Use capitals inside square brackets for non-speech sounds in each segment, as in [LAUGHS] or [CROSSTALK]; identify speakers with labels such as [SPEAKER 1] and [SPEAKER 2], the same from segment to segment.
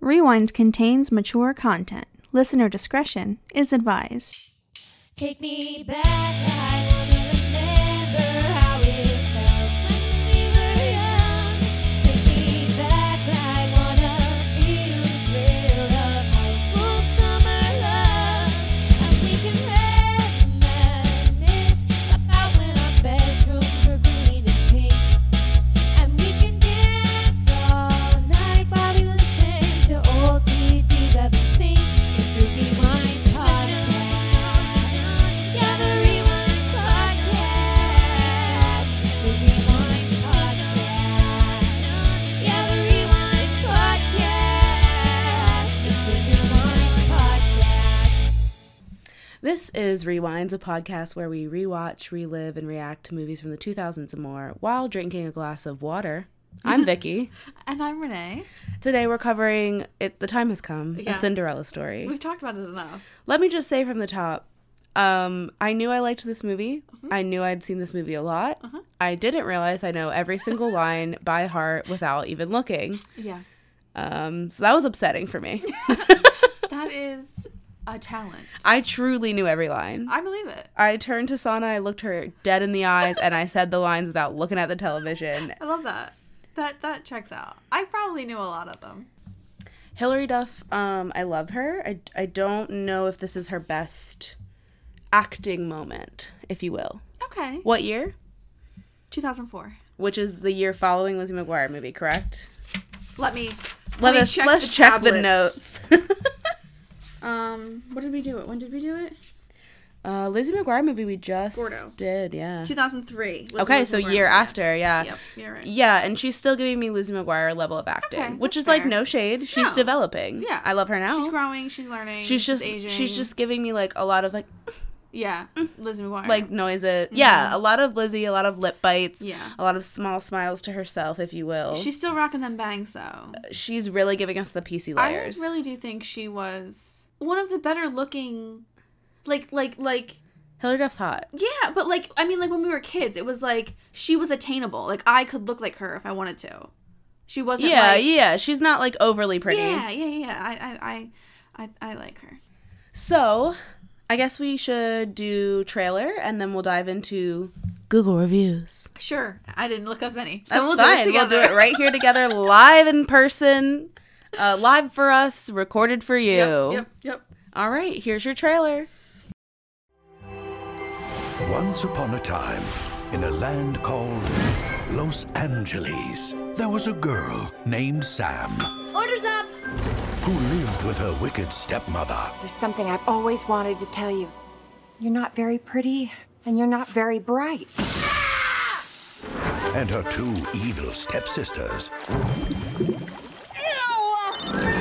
[SPEAKER 1] Rewinds contains mature content. Listener discretion is advised.
[SPEAKER 2] Take me back. I wanna remember how it felt when we were young. Take me back. I wanna feel the thrill of high school summer love. And we can reminisce about when our bedrooms were green and pink. And we can dance all night while we listen to old CDs of sync. It's the Rewind Podcast. Yeah, the Rewind Podcast. It's the Rewind Podcast. Yeah, the Rewind Podcast. It's the Rewind Podcast.
[SPEAKER 3] This is Rewinds, a podcast where we rewatch, relive, and react to movies from the 2000s and more while drinking a glass of water.
[SPEAKER 4] [LAUGHS]
[SPEAKER 3] I'm Vicky.
[SPEAKER 4] And I'm Renee.
[SPEAKER 3] Today we're covering it. The time has come.
[SPEAKER 4] Yeah.
[SPEAKER 3] A Cinderella story.
[SPEAKER 4] We've talked about it enough.
[SPEAKER 3] Let me just say from the top, um, I knew I liked this movie.
[SPEAKER 4] Mm-hmm.
[SPEAKER 3] I knew I'd seen this movie a lot. I didn't realize I know every
[SPEAKER 4] [LAUGHS]
[SPEAKER 3] single line by heart without even looking.
[SPEAKER 4] Yeah.
[SPEAKER 3] Um, so that was upsetting for
[SPEAKER 4] [LAUGHS]
[SPEAKER 3] me.
[SPEAKER 4] That is a talent.
[SPEAKER 3] I truly knew every line.
[SPEAKER 4] I believe it.
[SPEAKER 3] I turned to Sana, I looked her dead in the eyes, and I said the lines without looking at the television.
[SPEAKER 4] I love that. That that checks out. I probably knew a lot of them.
[SPEAKER 3] Hilary Duff, um, I love her. I, I don't know if this is her best acting moment, if you will.
[SPEAKER 4] Okay.
[SPEAKER 3] What year?
[SPEAKER 4] 2004.
[SPEAKER 3] Which is the year following Lizzie McGuire movie, correct?
[SPEAKER 4] Let me
[SPEAKER 3] Let,
[SPEAKER 4] me
[SPEAKER 3] us
[SPEAKER 4] check
[SPEAKER 3] let's
[SPEAKER 4] the
[SPEAKER 3] check the
[SPEAKER 4] tablets.
[SPEAKER 3] notes. [LAUGHS]
[SPEAKER 4] um what did we do it? When did we do it?
[SPEAKER 3] uh, Lizzie McGuire movie we just
[SPEAKER 4] Gordo.
[SPEAKER 3] did, yeah.
[SPEAKER 4] 2003. was
[SPEAKER 3] Okay,
[SPEAKER 4] the
[SPEAKER 3] so
[SPEAKER 4] Lizzie
[SPEAKER 3] year
[SPEAKER 4] Borden,
[SPEAKER 3] after, yeah.
[SPEAKER 4] yes. Yep, you're right.
[SPEAKER 3] Yeah, and she's still giving me Lizzie McGuire level of acting,
[SPEAKER 4] Okay,
[SPEAKER 3] which
[SPEAKER 4] that's
[SPEAKER 3] is like
[SPEAKER 4] fair.
[SPEAKER 3] no shade. She's
[SPEAKER 4] No.
[SPEAKER 3] developing.
[SPEAKER 4] Yeah.
[SPEAKER 3] I love her now.
[SPEAKER 4] She's growing, she's learning.
[SPEAKER 3] she's just
[SPEAKER 4] aging.
[SPEAKER 3] she's just giving me like a lot of like
[SPEAKER 4] yeah, Lizzie McGuire.
[SPEAKER 3] like noises. Yeah, a lot of Lizzie, a lot of lip bites.
[SPEAKER 4] Mm-hmm. Yeah.
[SPEAKER 3] a lot of small smiles to herself, if you will.
[SPEAKER 4] she's
[SPEAKER 3] She's
[SPEAKER 4] still rocking them bangs
[SPEAKER 3] Uh,
[SPEAKER 4] though.
[SPEAKER 3] she's really giving us the PC
[SPEAKER 4] I
[SPEAKER 3] layers.
[SPEAKER 4] really do think she was one of the better looking like like like
[SPEAKER 3] Hillary Duff's hot.
[SPEAKER 4] yeah, but like I mean like when we were kids it was like she was attainable. Like I could look like her if I wanted to. She wasn't
[SPEAKER 3] Yeah,
[SPEAKER 4] like,
[SPEAKER 3] yeah. She's not like overly pretty.
[SPEAKER 4] yeah, yeah, yeah. I I I I, I like her.
[SPEAKER 3] So, I guess we should do trailer and then we'll dive into Google reviews.
[SPEAKER 4] Sure. I didn't look up any. So
[SPEAKER 3] That's
[SPEAKER 4] we'll
[SPEAKER 3] fine.
[SPEAKER 4] do it
[SPEAKER 3] we'll do
[SPEAKER 4] together.
[SPEAKER 3] it right here
[SPEAKER 4] [LAUGHS]
[SPEAKER 3] together, live in person, uh, live for us, recorded for you.
[SPEAKER 4] Yep, yep, yep.
[SPEAKER 3] All right, here's your trailer.
[SPEAKER 5] Once upon a time, in a land called Los Angeles, there was a girl named Sam
[SPEAKER 6] Orders up!
[SPEAKER 5] who lived with her wicked stepmother.
[SPEAKER 7] There's something I've always wanted to tell you. You're not very pretty, and you're not very bright.
[SPEAKER 5] and her two evil stepsisters.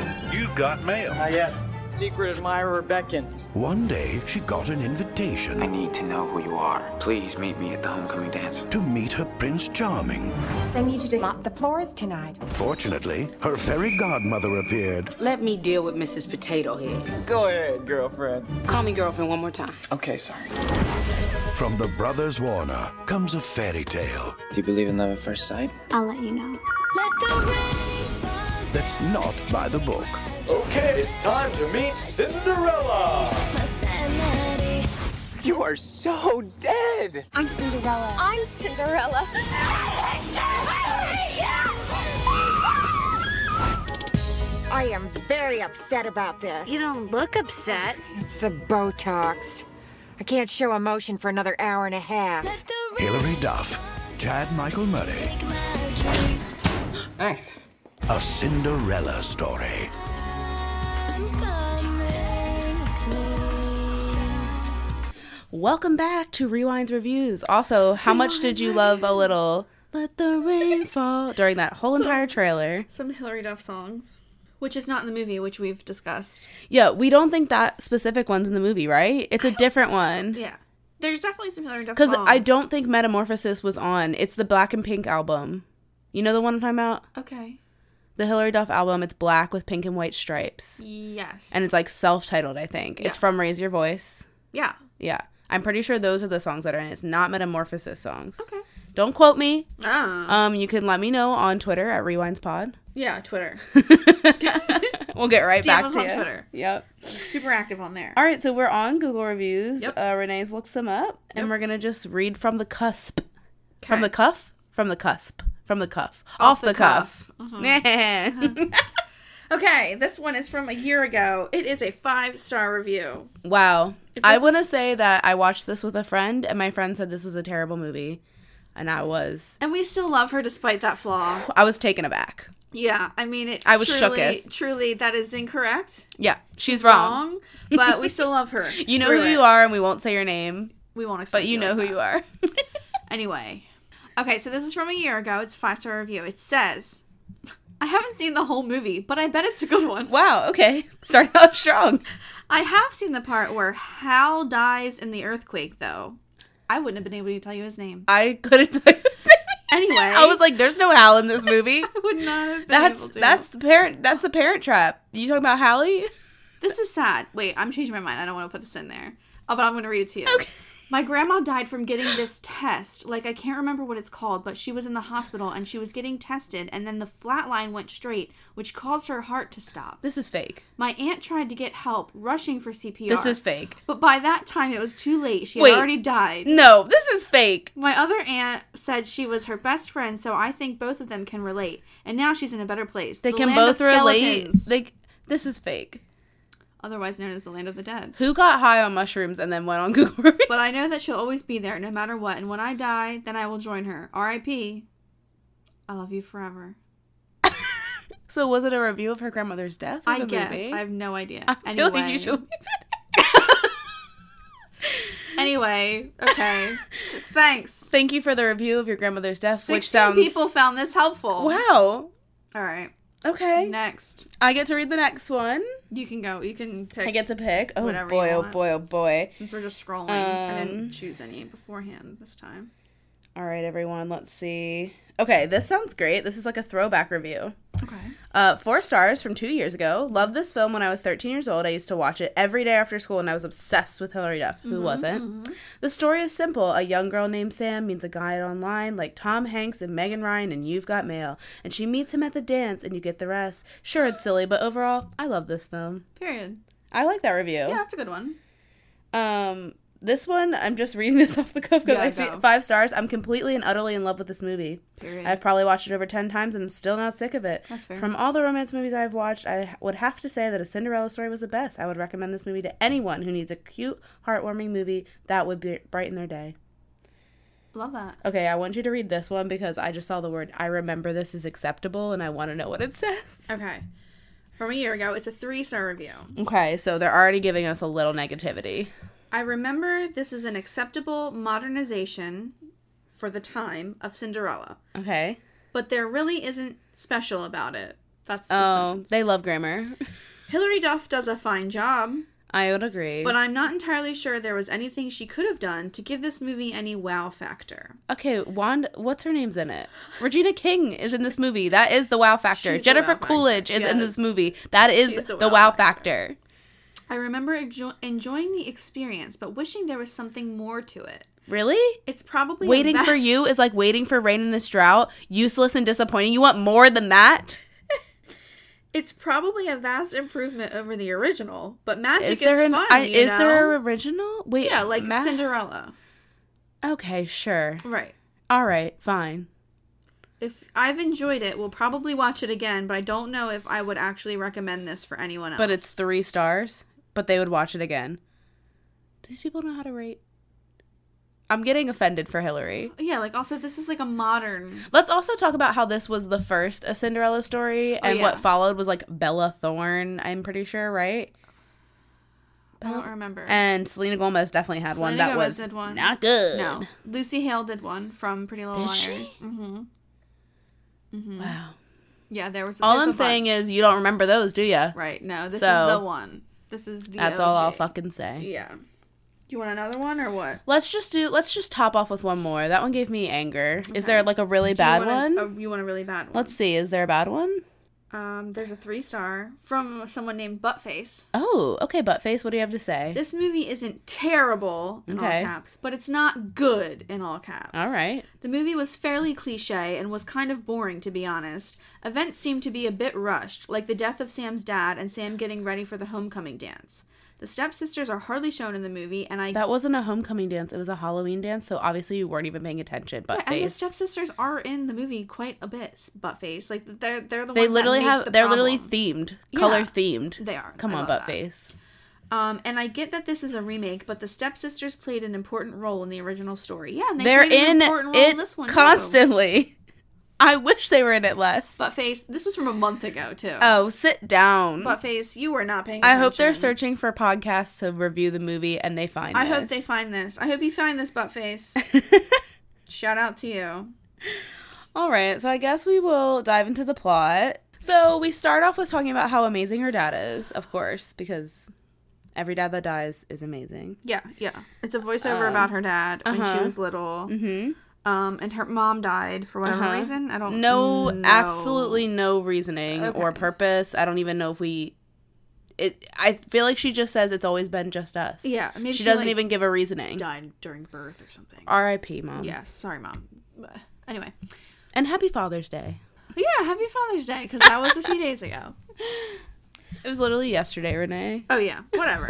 [SPEAKER 8] Ah, yes. Secret admirer beckons.
[SPEAKER 5] One day, she got an invitation
[SPEAKER 9] I need to know who you are. Please meet me at the homecoming dance.
[SPEAKER 5] to meet her Prince Charming.
[SPEAKER 7] I need you to mop the floors tonight.
[SPEAKER 5] Fortunately, her fairy godmother appeared.
[SPEAKER 10] Let me deal with Mrs. Potato Head.
[SPEAKER 8] Go ahead, girlfriend.
[SPEAKER 10] Call me girlfriend one more time.
[SPEAKER 9] Okay, sorry.
[SPEAKER 5] From the brothers Warner comes a fairy tale
[SPEAKER 9] Do you believe in love at first sight?
[SPEAKER 2] I'll let you know. Let the rain fall
[SPEAKER 5] that's not by the book.
[SPEAKER 8] Okay, it's time to meet Cinderella.
[SPEAKER 2] my sanity.
[SPEAKER 9] You are so dead!
[SPEAKER 6] I'm Cinderella.
[SPEAKER 2] I'm Cinderella.
[SPEAKER 6] I am very upset about this. You don't look upset.
[SPEAKER 7] It's the Botox. I can't show emotion for another hour and a half.
[SPEAKER 5] Hilary Duff, Chad Michael Murray,
[SPEAKER 9] Thanks.
[SPEAKER 5] a Cinderella story.
[SPEAKER 3] Welcome back to Rewinds Reviews. Also, how much did you love a little Let the Rain Fall during that whole entire trailer?
[SPEAKER 4] Some Hillary Duff songs. Which is not in the movie, which we've discussed.
[SPEAKER 3] Yeah, we don't think that specific one's in the movie, right? It's a different one.
[SPEAKER 4] Yeah. There's definitely some Hillary Duff
[SPEAKER 3] Because
[SPEAKER 4] songs.
[SPEAKER 3] I don't think Metamorphosis was on. It's the Black and Pink album. You know the one I'm talking about?
[SPEAKER 4] Okay.
[SPEAKER 3] The Hillary Duff album. It's black with pink and white stripes.
[SPEAKER 4] Yes.
[SPEAKER 3] And it's like self titled, I think. It's
[SPEAKER 4] Yeah.
[SPEAKER 3] from Raise Your Voice.
[SPEAKER 4] yeah.
[SPEAKER 3] Yeah. I'm pretty sure those are the songs that are in it. It's not Metamorphosis songs.
[SPEAKER 4] Okay.
[SPEAKER 3] Don't quote me.
[SPEAKER 4] Ah.
[SPEAKER 3] Um, you can let me know on Twitter at Rewinds Pod.
[SPEAKER 4] yeah, Twitter.
[SPEAKER 3] [LAUGHS] We'll get right
[SPEAKER 4] DM
[SPEAKER 3] back
[SPEAKER 4] us
[SPEAKER 3] to
[SPEAKER 4] on
[SPEAKER 3] you.
[SPEAKER 4] Twitter.
[SPEAKER 3] Yep.
[SPEAKER 4] Super active on there.
[SPEAKER 3] All right, so we're on Google reviews.
[SPEAKER 4] Yep.
[SPEAKER 3] Uh, Renee's looks them up, and
[SPEAKER 4] Yep.
[SPEAKER 3] we're gonna just read from the cusp, from
[SPEAKER 4] Okay.
[SPEAKER 3] the cuff, from the cusp, from the cuff, off,
[SPEAKER 4] Off
[SPEAKER 3] the,
[SPEAKER 4] the
[SPEAKER 3] cuff.
[SPEAKER 4] cuff. Mm-hmm.
[SPEAKER 3] Yeah.
[SPEAKER 4] Okay, this one is from a year ago. It is a five star review.
[SPEAKER 3] [LAUGHS] wow. I
[SPEAKER 4] this
[SPEAKER 3] want to
[SPEAKER 4] is-
[SPEAKER 3] say that I watched this with a friend, and my friend said this was a terrible movie, and I was,
[SPEAKER 4] And we still love her despite that flaw.
[SPEAKER 3] I was taken aback.
[SPEAKER 4] Yeah, I mean it
[SPEAKER 3] I was
[SPEAKER 4] truly,
[SPEAKER 3] shooketh.
[SPEAKER 4] Truly, that is incorrect.
[SPEAKER 3] Yeah, she's wrong.
[SPEAKER 4] Wrong. But we still love her.
[SPEAKER 3] [LAUGHS] You know
[SPEAKER 4] through
[SPEAKER 3] who
[SPEAKER 4] it.
[SPEAKER 3] you are, and we won't say your name,
[SPEAKER 4] We won't expect
[SPEAKER 3] but you know who you are.
[SPEAKER 4] Anyway. Okay, so this is from a year ago. It's a five star review. It says I haven't seen the whole movie, but I bet it's a good one.
[SPEAKER 3] wow. Okay. [LAUGHS] Starting out strong.
[SPEAKER 4] I have seen the part where Hal dies in the earthquake, though. I wouldn't have been able to tell you his name.
[SPEAKER 3] I couldn't. Tell you his name.
[SPEAKER 4] Anyway,
[SPEAKER 3] Uh, [LAUGHS] I was like, "There's no Hal in this [LAUGHS] movie."
[SPEAKER 4] I would not have been
[SPEAKER 3] That's
[SPEAKER 4] able to.
[SPEAKER 3] that's the parent. That's the parent trap. You talking about Hallie?
[SPEAKER 4] This is sad. Wait, I'm changing my mind. I don't want to put this in there. Oh, but I'm going to read it to you. Okay. My grandma died from getting this test. Like, I can't remember what it's called, but she was in the hospital and she was getting tested, and then the flat line went straight, which caused her heart to stop.
[SPEAKER 3] This is fake.
[SPEAKER 4] My aunt tried to get help, rushing for CPR.
[SPEAKER 3] This is fake.
[SPEAKER 4] But by that time, it was too late. She
[SPEAKER 3] Wait.
[SPEAKER 4] had already died.
[SPEAKER 3] No, this is fake.
[SPEAKER 4] My other aunt said she was her best friend, so I think both of them can relate. And now she's in a better place.
[SPEAKER 3] They
[SPEAKER 4] The
[SPEAKER 3] can
[SPEAKER 4] land of
[SPEAKER 3] both relate.
[SPEAKER 4] skeletons,
[SPEAKER 3] Like this is fake.
[SPEAKER 4] otherwise known as the land of the dead.
[SPEAKER 3] Who got high on mushrooms and then went on [LAUGHS] Google reviews?
[SPEAKER 4] But I know that she'll always be there, no matter what. And when I die, then I will join her. R.I.P. I love you forever.
[SPEAKER 3] So was it a review of her grandmother's death? or
[SPEAKER 4] I
[SPEAKER 3] the
[SPEAKER 4] guess
[SPEAKER 3] movie?
[SPEAKER 4] I have no idea.
[SPEAKER 3] [LAUGHS] I feel
[SPEAKER 4] anyway,
[SPEAKER 3] like you should.
[SPEAKER 4] anyway,
[SPEAKER 3] [LAUGHS]
[SPEAKER 4] okay. Thanks.
[SPEAKER 3] Thank you for the review of your grandmother's death,
[SPEAKER 4] Sixteen
[SPEAKER 3] which sounds
[SPEAKER 4] people found this helpful.
[SPEAKER 3] wow.
[SPEAKER 4] All right.
[SPEAKER 3] Okay,
[SPEAKER 4] Next,
[SPEAKER 3] I get to read the next one.
[SPEAKER 4] you can go. You can pick.
[SPEAKER 3] I get to pick. Oh
[SPEAKER 4] Whatever
[SPEAKER 3] boy!
[SPEAKER 4] you
[SPEAKER 3] Oh
[SPEAKER 4] want.
[SPEAKER 3] boy! Oh boy!
[SPEAKER 4] since we're just scrolling, I
[SPEAKER 3] Um,
[SPEAKER 4] didn't choose any beforehand this time.
[SPEAKER 3] All right, everyone. Let's see. Okay, this sounds great. This is like a throwback review.
[SPEAKER 4] Okay.
[SPEAKER 3] Uh, four stars from two years ago. Loved this film when I was 13 years old. I used to watch it every day after school, and I was obsessed with Hilary Duff.
[SPEAKER 4] Mm-hmm,
[SPEAKER 3] Who wasn't? The story is simple. A young girl named Sam meets a guy online like Tom Hanks and Megan Ryan, and you've got mail. And she meets him at the dance, and you get the rest. Sure, it's silly, but overall, I love this film.
[SPEAKER 4] Period.
[SPEAKER 3] I like that review.
[SPEAKER 4] Yeah, that's a good one.
[SPEAKER 3] Um, this one, I'm just reading this [LAUGHS] off the cuff because
[SPEAKER 4] Yeah,
[SPEAKER 3] I see
[SPEAKER 4] go.
[SPEAKER 3] five stars. I'm completely and utterly in love with this movie.
[SPEAKER 4] Period.
[SPEAKER 3] I've probably watched it over 10 times and I'm still not sick of it.
[SPEAKER 4] That's fair.
[SPEAKER 3] From all the romance movies I've watched, I h- would have to say that A Cinderella Story was the best. I would recommend this movie to anyone who needs a cute, heartwarming movie that would be- brighten their day.
[SPEAKER 4] Love that.
[SPEAKER 3] Okay, I want you to read this one because I just saw the word I remember this is acceptable and I want to know what it [LAUGHS] says.
[SPEAKER 4] Okay. From a year ago, it's a three star review.
[SPEAKER 3] Okay, so they're already giving us a little negativity.
[SPEAKER 4] I remember this is an acceptable modernization for the time of Cinderella,
[SPEAKER 3] Okay.
[SPEAKER 4] but there really isn't special about it. That's the
[SPEAKER 3] Oh,
[SPEAKER 4] sentence.
[SPEAKER 3] they love grammar.
[SPEAKER 4] Hilary Duff does a fine job,
[SPEAKER 3] I would agree.
[SPEAKER 4] but I'm not entirely sure there was anything she could have done to give this movie any wow factor.
[SPEAKER 3] Okay, Wanda, what's her name's in it? Regina King is in this movie. That is the wow factor.
[SPEAKER 4] She's the
[SPEAKER 3] Jennifer
[SPEAKER 4] wow factor.
[SPEAKER 3] Coolidge is in
[SPEAKER 4] Yes.
[SPEAKER 3] this movie. That is
[SPEAKER 4] She's
[SPEAKER 3] the,
[SPEAKER 4] the
[SPEAKER 3] wow
[SPEAKER 4] wow
[SPEAKER 3] factor.
[SPEAKER 4] I remember enjo- enjoying the experience, but wishing there was something more to it.
[SPEAKER 3] Really?
[SPEAKER 4] It's probably a
[SPEAKER 3] Waiting
[SPEAKER 4] bad-
[SPEAKER 3] for you is like waiting for rain in this drought, useless and disappointing. You want more than that?
[SPEAKER 4] It's probably a vast improvement over the original, but magic
[SPEAKER 3] Is
[SPEAKER 4] is,
[SPEAKER 3] there an
[SPEAKER 4] fun.
[SPEAKER 3] I-
[SPEAKER 4] you
[SPEAKER 3] is there
[SPEAKER 4] know?
[SPEAKER 3] an original? Wait,
[SPEAKER 4] yeah, like
[SPEAKER 3] Ma-
[SPEAKER 4] Cinderella,
[SPEAKER 3] Okay, sure.
[SPEAKER 4] right?
[SPEAKER 3] All right, fine.
[SPEAKER 4] If I've enjoyed it, we'll probably watch it again, but I don't know if I would actually recommend this for anyone else.
[SPEAKER 3] But it's three stars, but they would watch it again. These people know how to rate. I'm getting offended for Hillary.
[SPEAKER 4] yeah, like also this is like a modern.
[SPEAKER 3] Let's also talk about how this was the first a Cinderella story, and
[SPEAKER 4] Oh, yeah.
[SPEAKER 3] what followed was like Bella Thorne. I'm pretty sure, right?
[SPEAKER 4] I don't remember.
[SPEAKER 3] And Selena Gomez definitely had one
[SPEAKER 4] Selena
[SPEAKER 3] that
[SPEAKER 4] Gomez
[SPEAKER 3] was
[SPEAKER 4] did one.
[SPEAKER 3] not good.
[SPEAKER 4] no, Lucy Hale did one from Pretty Little
[SPEAKER 3] Did she?
[SPEAKER 4] Liars. hmm Mm-hmm.
[SPEAKER 3] Wow.
[SPEAKER 4] Yeah, there was.
[SPEAKER 3] All
[SPEAKER 4] there's
[SPEAKER 3] I'm
[SPEAKER 4] a
[SPEAKER 3] saying
[SPEAKER 4] bunch.
[SPEAKER 3] is you don't remember those, do ya?
[SPEAKER 4] right. No, this
[SPEAKER 3] So-
[SPEAKER 4] is the one. This is the.
[SPEAKER 3] That's all I'll
[SPEAKER 4] OG.
[SPEAKER 3] fucking say.
[SPEAKER 4] Yeah. You want another one or what?
[SPEAKER 3] Let's just do. Let's just top off with one more. That one gave me anger. Is there like a really
[SPEAKER 4] Do you
[SPEAKER 3] bad
[SPEAKER 4] want a-
[SPEAKER 3] one?
[SPEAKER 4] oh, you want a really bad one?
[SPEAKER 3] Let's see. Is there a bad one?
[SPEAKER 4] Um, there's a three star from someone named Buttface.
[SPEAKER 3] Oh, okay, Buttface, what do you have to say?
[SPEAKER 4] This movie isn't terrible in
[SPEAKER 3] Okay.
[SPEAKER 4] all caps, but it's not good in all caps.
[SPEAKER 3] All right.
[SPEAKER 4] The movie was fairly cliche and was kind of boring, to be honest. Events seemed to be a bit rushed, like the death of Sam's dad and Sam getting ready for the homecoming dance. The stepsisters are hardly shown in the movie, and I.
[SPEAKER 3] That wasn't a homecoming dance, it was a Halloween dance, so obviously you weren't even paying attention, Buttface.
[SPEAKER 4] and the stepsisters are in the movie quite a bit, Buttface. Like they're they're the
[SPEAKER 3] they
[SPEAKER 4] ones that
[SPEAKER 3] literally
[SPEAKER 4] make
[SPEAKER 3] have
[SPEAKER 4] the
[SPEAKER 3] they're literally
[SPEAKER 4] problem.
[SPEAKER 3] themed,
[SPEAKER 4] Yeah.
[SPEAKER 3] color themed.
[SPEAKER 4] They are.
[SPEAKER 3] Come
[SPEAKER 4] I
[SPEAKER 3] on,
[SPEAKER 4] love that.
[SPEAKER 3] Buttface.
[SPEAKER 4] Um, and I get that this is a remake, but the stepsisters played an important role in the original story. Yeah, and they
[SPEAKER 3] They are
[SPEAKER 4] played
[SPEAKER 3] in
[SPEAKER 4] an important role
[SPEAKER 3] it
[SPEAKER 4] in this one Too.
[SPEAKER 3] constantly. [LAUGHS] I wish they were in it less.
[SPEAKER 4] Buttface, this was from a month ago too.
[SPEAKER 3] oh, sit down.
[SPEAKER 4] Buttface, you were not paying.
[SPEAKER 3] I
[SPEAKER 4] Attention.
[SPEAKER 3] hope they're searching for podcasts to review the movie and they find.
[SPEAKER 4] I hope they
[SPEAKER 3] this.
[SPEAKER 4] find this. I hope you find
[SPEAKER 3] [LAUGHS]
[SPEAKER 4] this, Buttface. Shout out to you.
[SPEAKER 3] All right, so I guess we will dive into the plot. So we start off with talking about how amazing her dad is, of course, because every dad that dies is amazing.
[SPEAKER 4] Yeah, yeah. It's a voiceover
[SPEAKER 3] Um,
[SPEAKER 4] about her dad when
[SPEAKER 3] uh-huh.
[SPEAKER 4] she was little. Mm-hmm. Um, and her mom died for whatever
[SPEAKER 3] Uh-huh.
[SPEAKER 4] reason. I don't
[SPEAKER 3] No,
[SPEAKER 4] know.
[SPEAKER 3] absolutely no reasoning or
[SPEAKER 4] Okay.
[SPEAKER 3] purpose. I don't even know if we. It. I feel like she just says it's always been just us.
[SPEAKER 4] Yeah, maybe
[SPEAKER 3] she,
[SPEAKER 4] she,
[SPEAKER 3] doesn't
[SPEAKER 4] like,
[SPEAKER 3] even Um, give a reasoning.
[SPEAKER 4] died during birth or something.
[SPEAKER 3] R.I.P. Mom.
[SPEAKER 4] Yeah, sorry, mom. Anyway,
[SPEAKER 3] And happy Father's Day.
[SPEAKER 4] yeah. Happy Father's Day because that was a few
[SPEAKER 3] [LAUGHS]
[SPEAKER 4] days ago.
[SPEAKER 3] It was literally yesterday, Renee.
[SPEAKER 4] Oh yeah, whatever.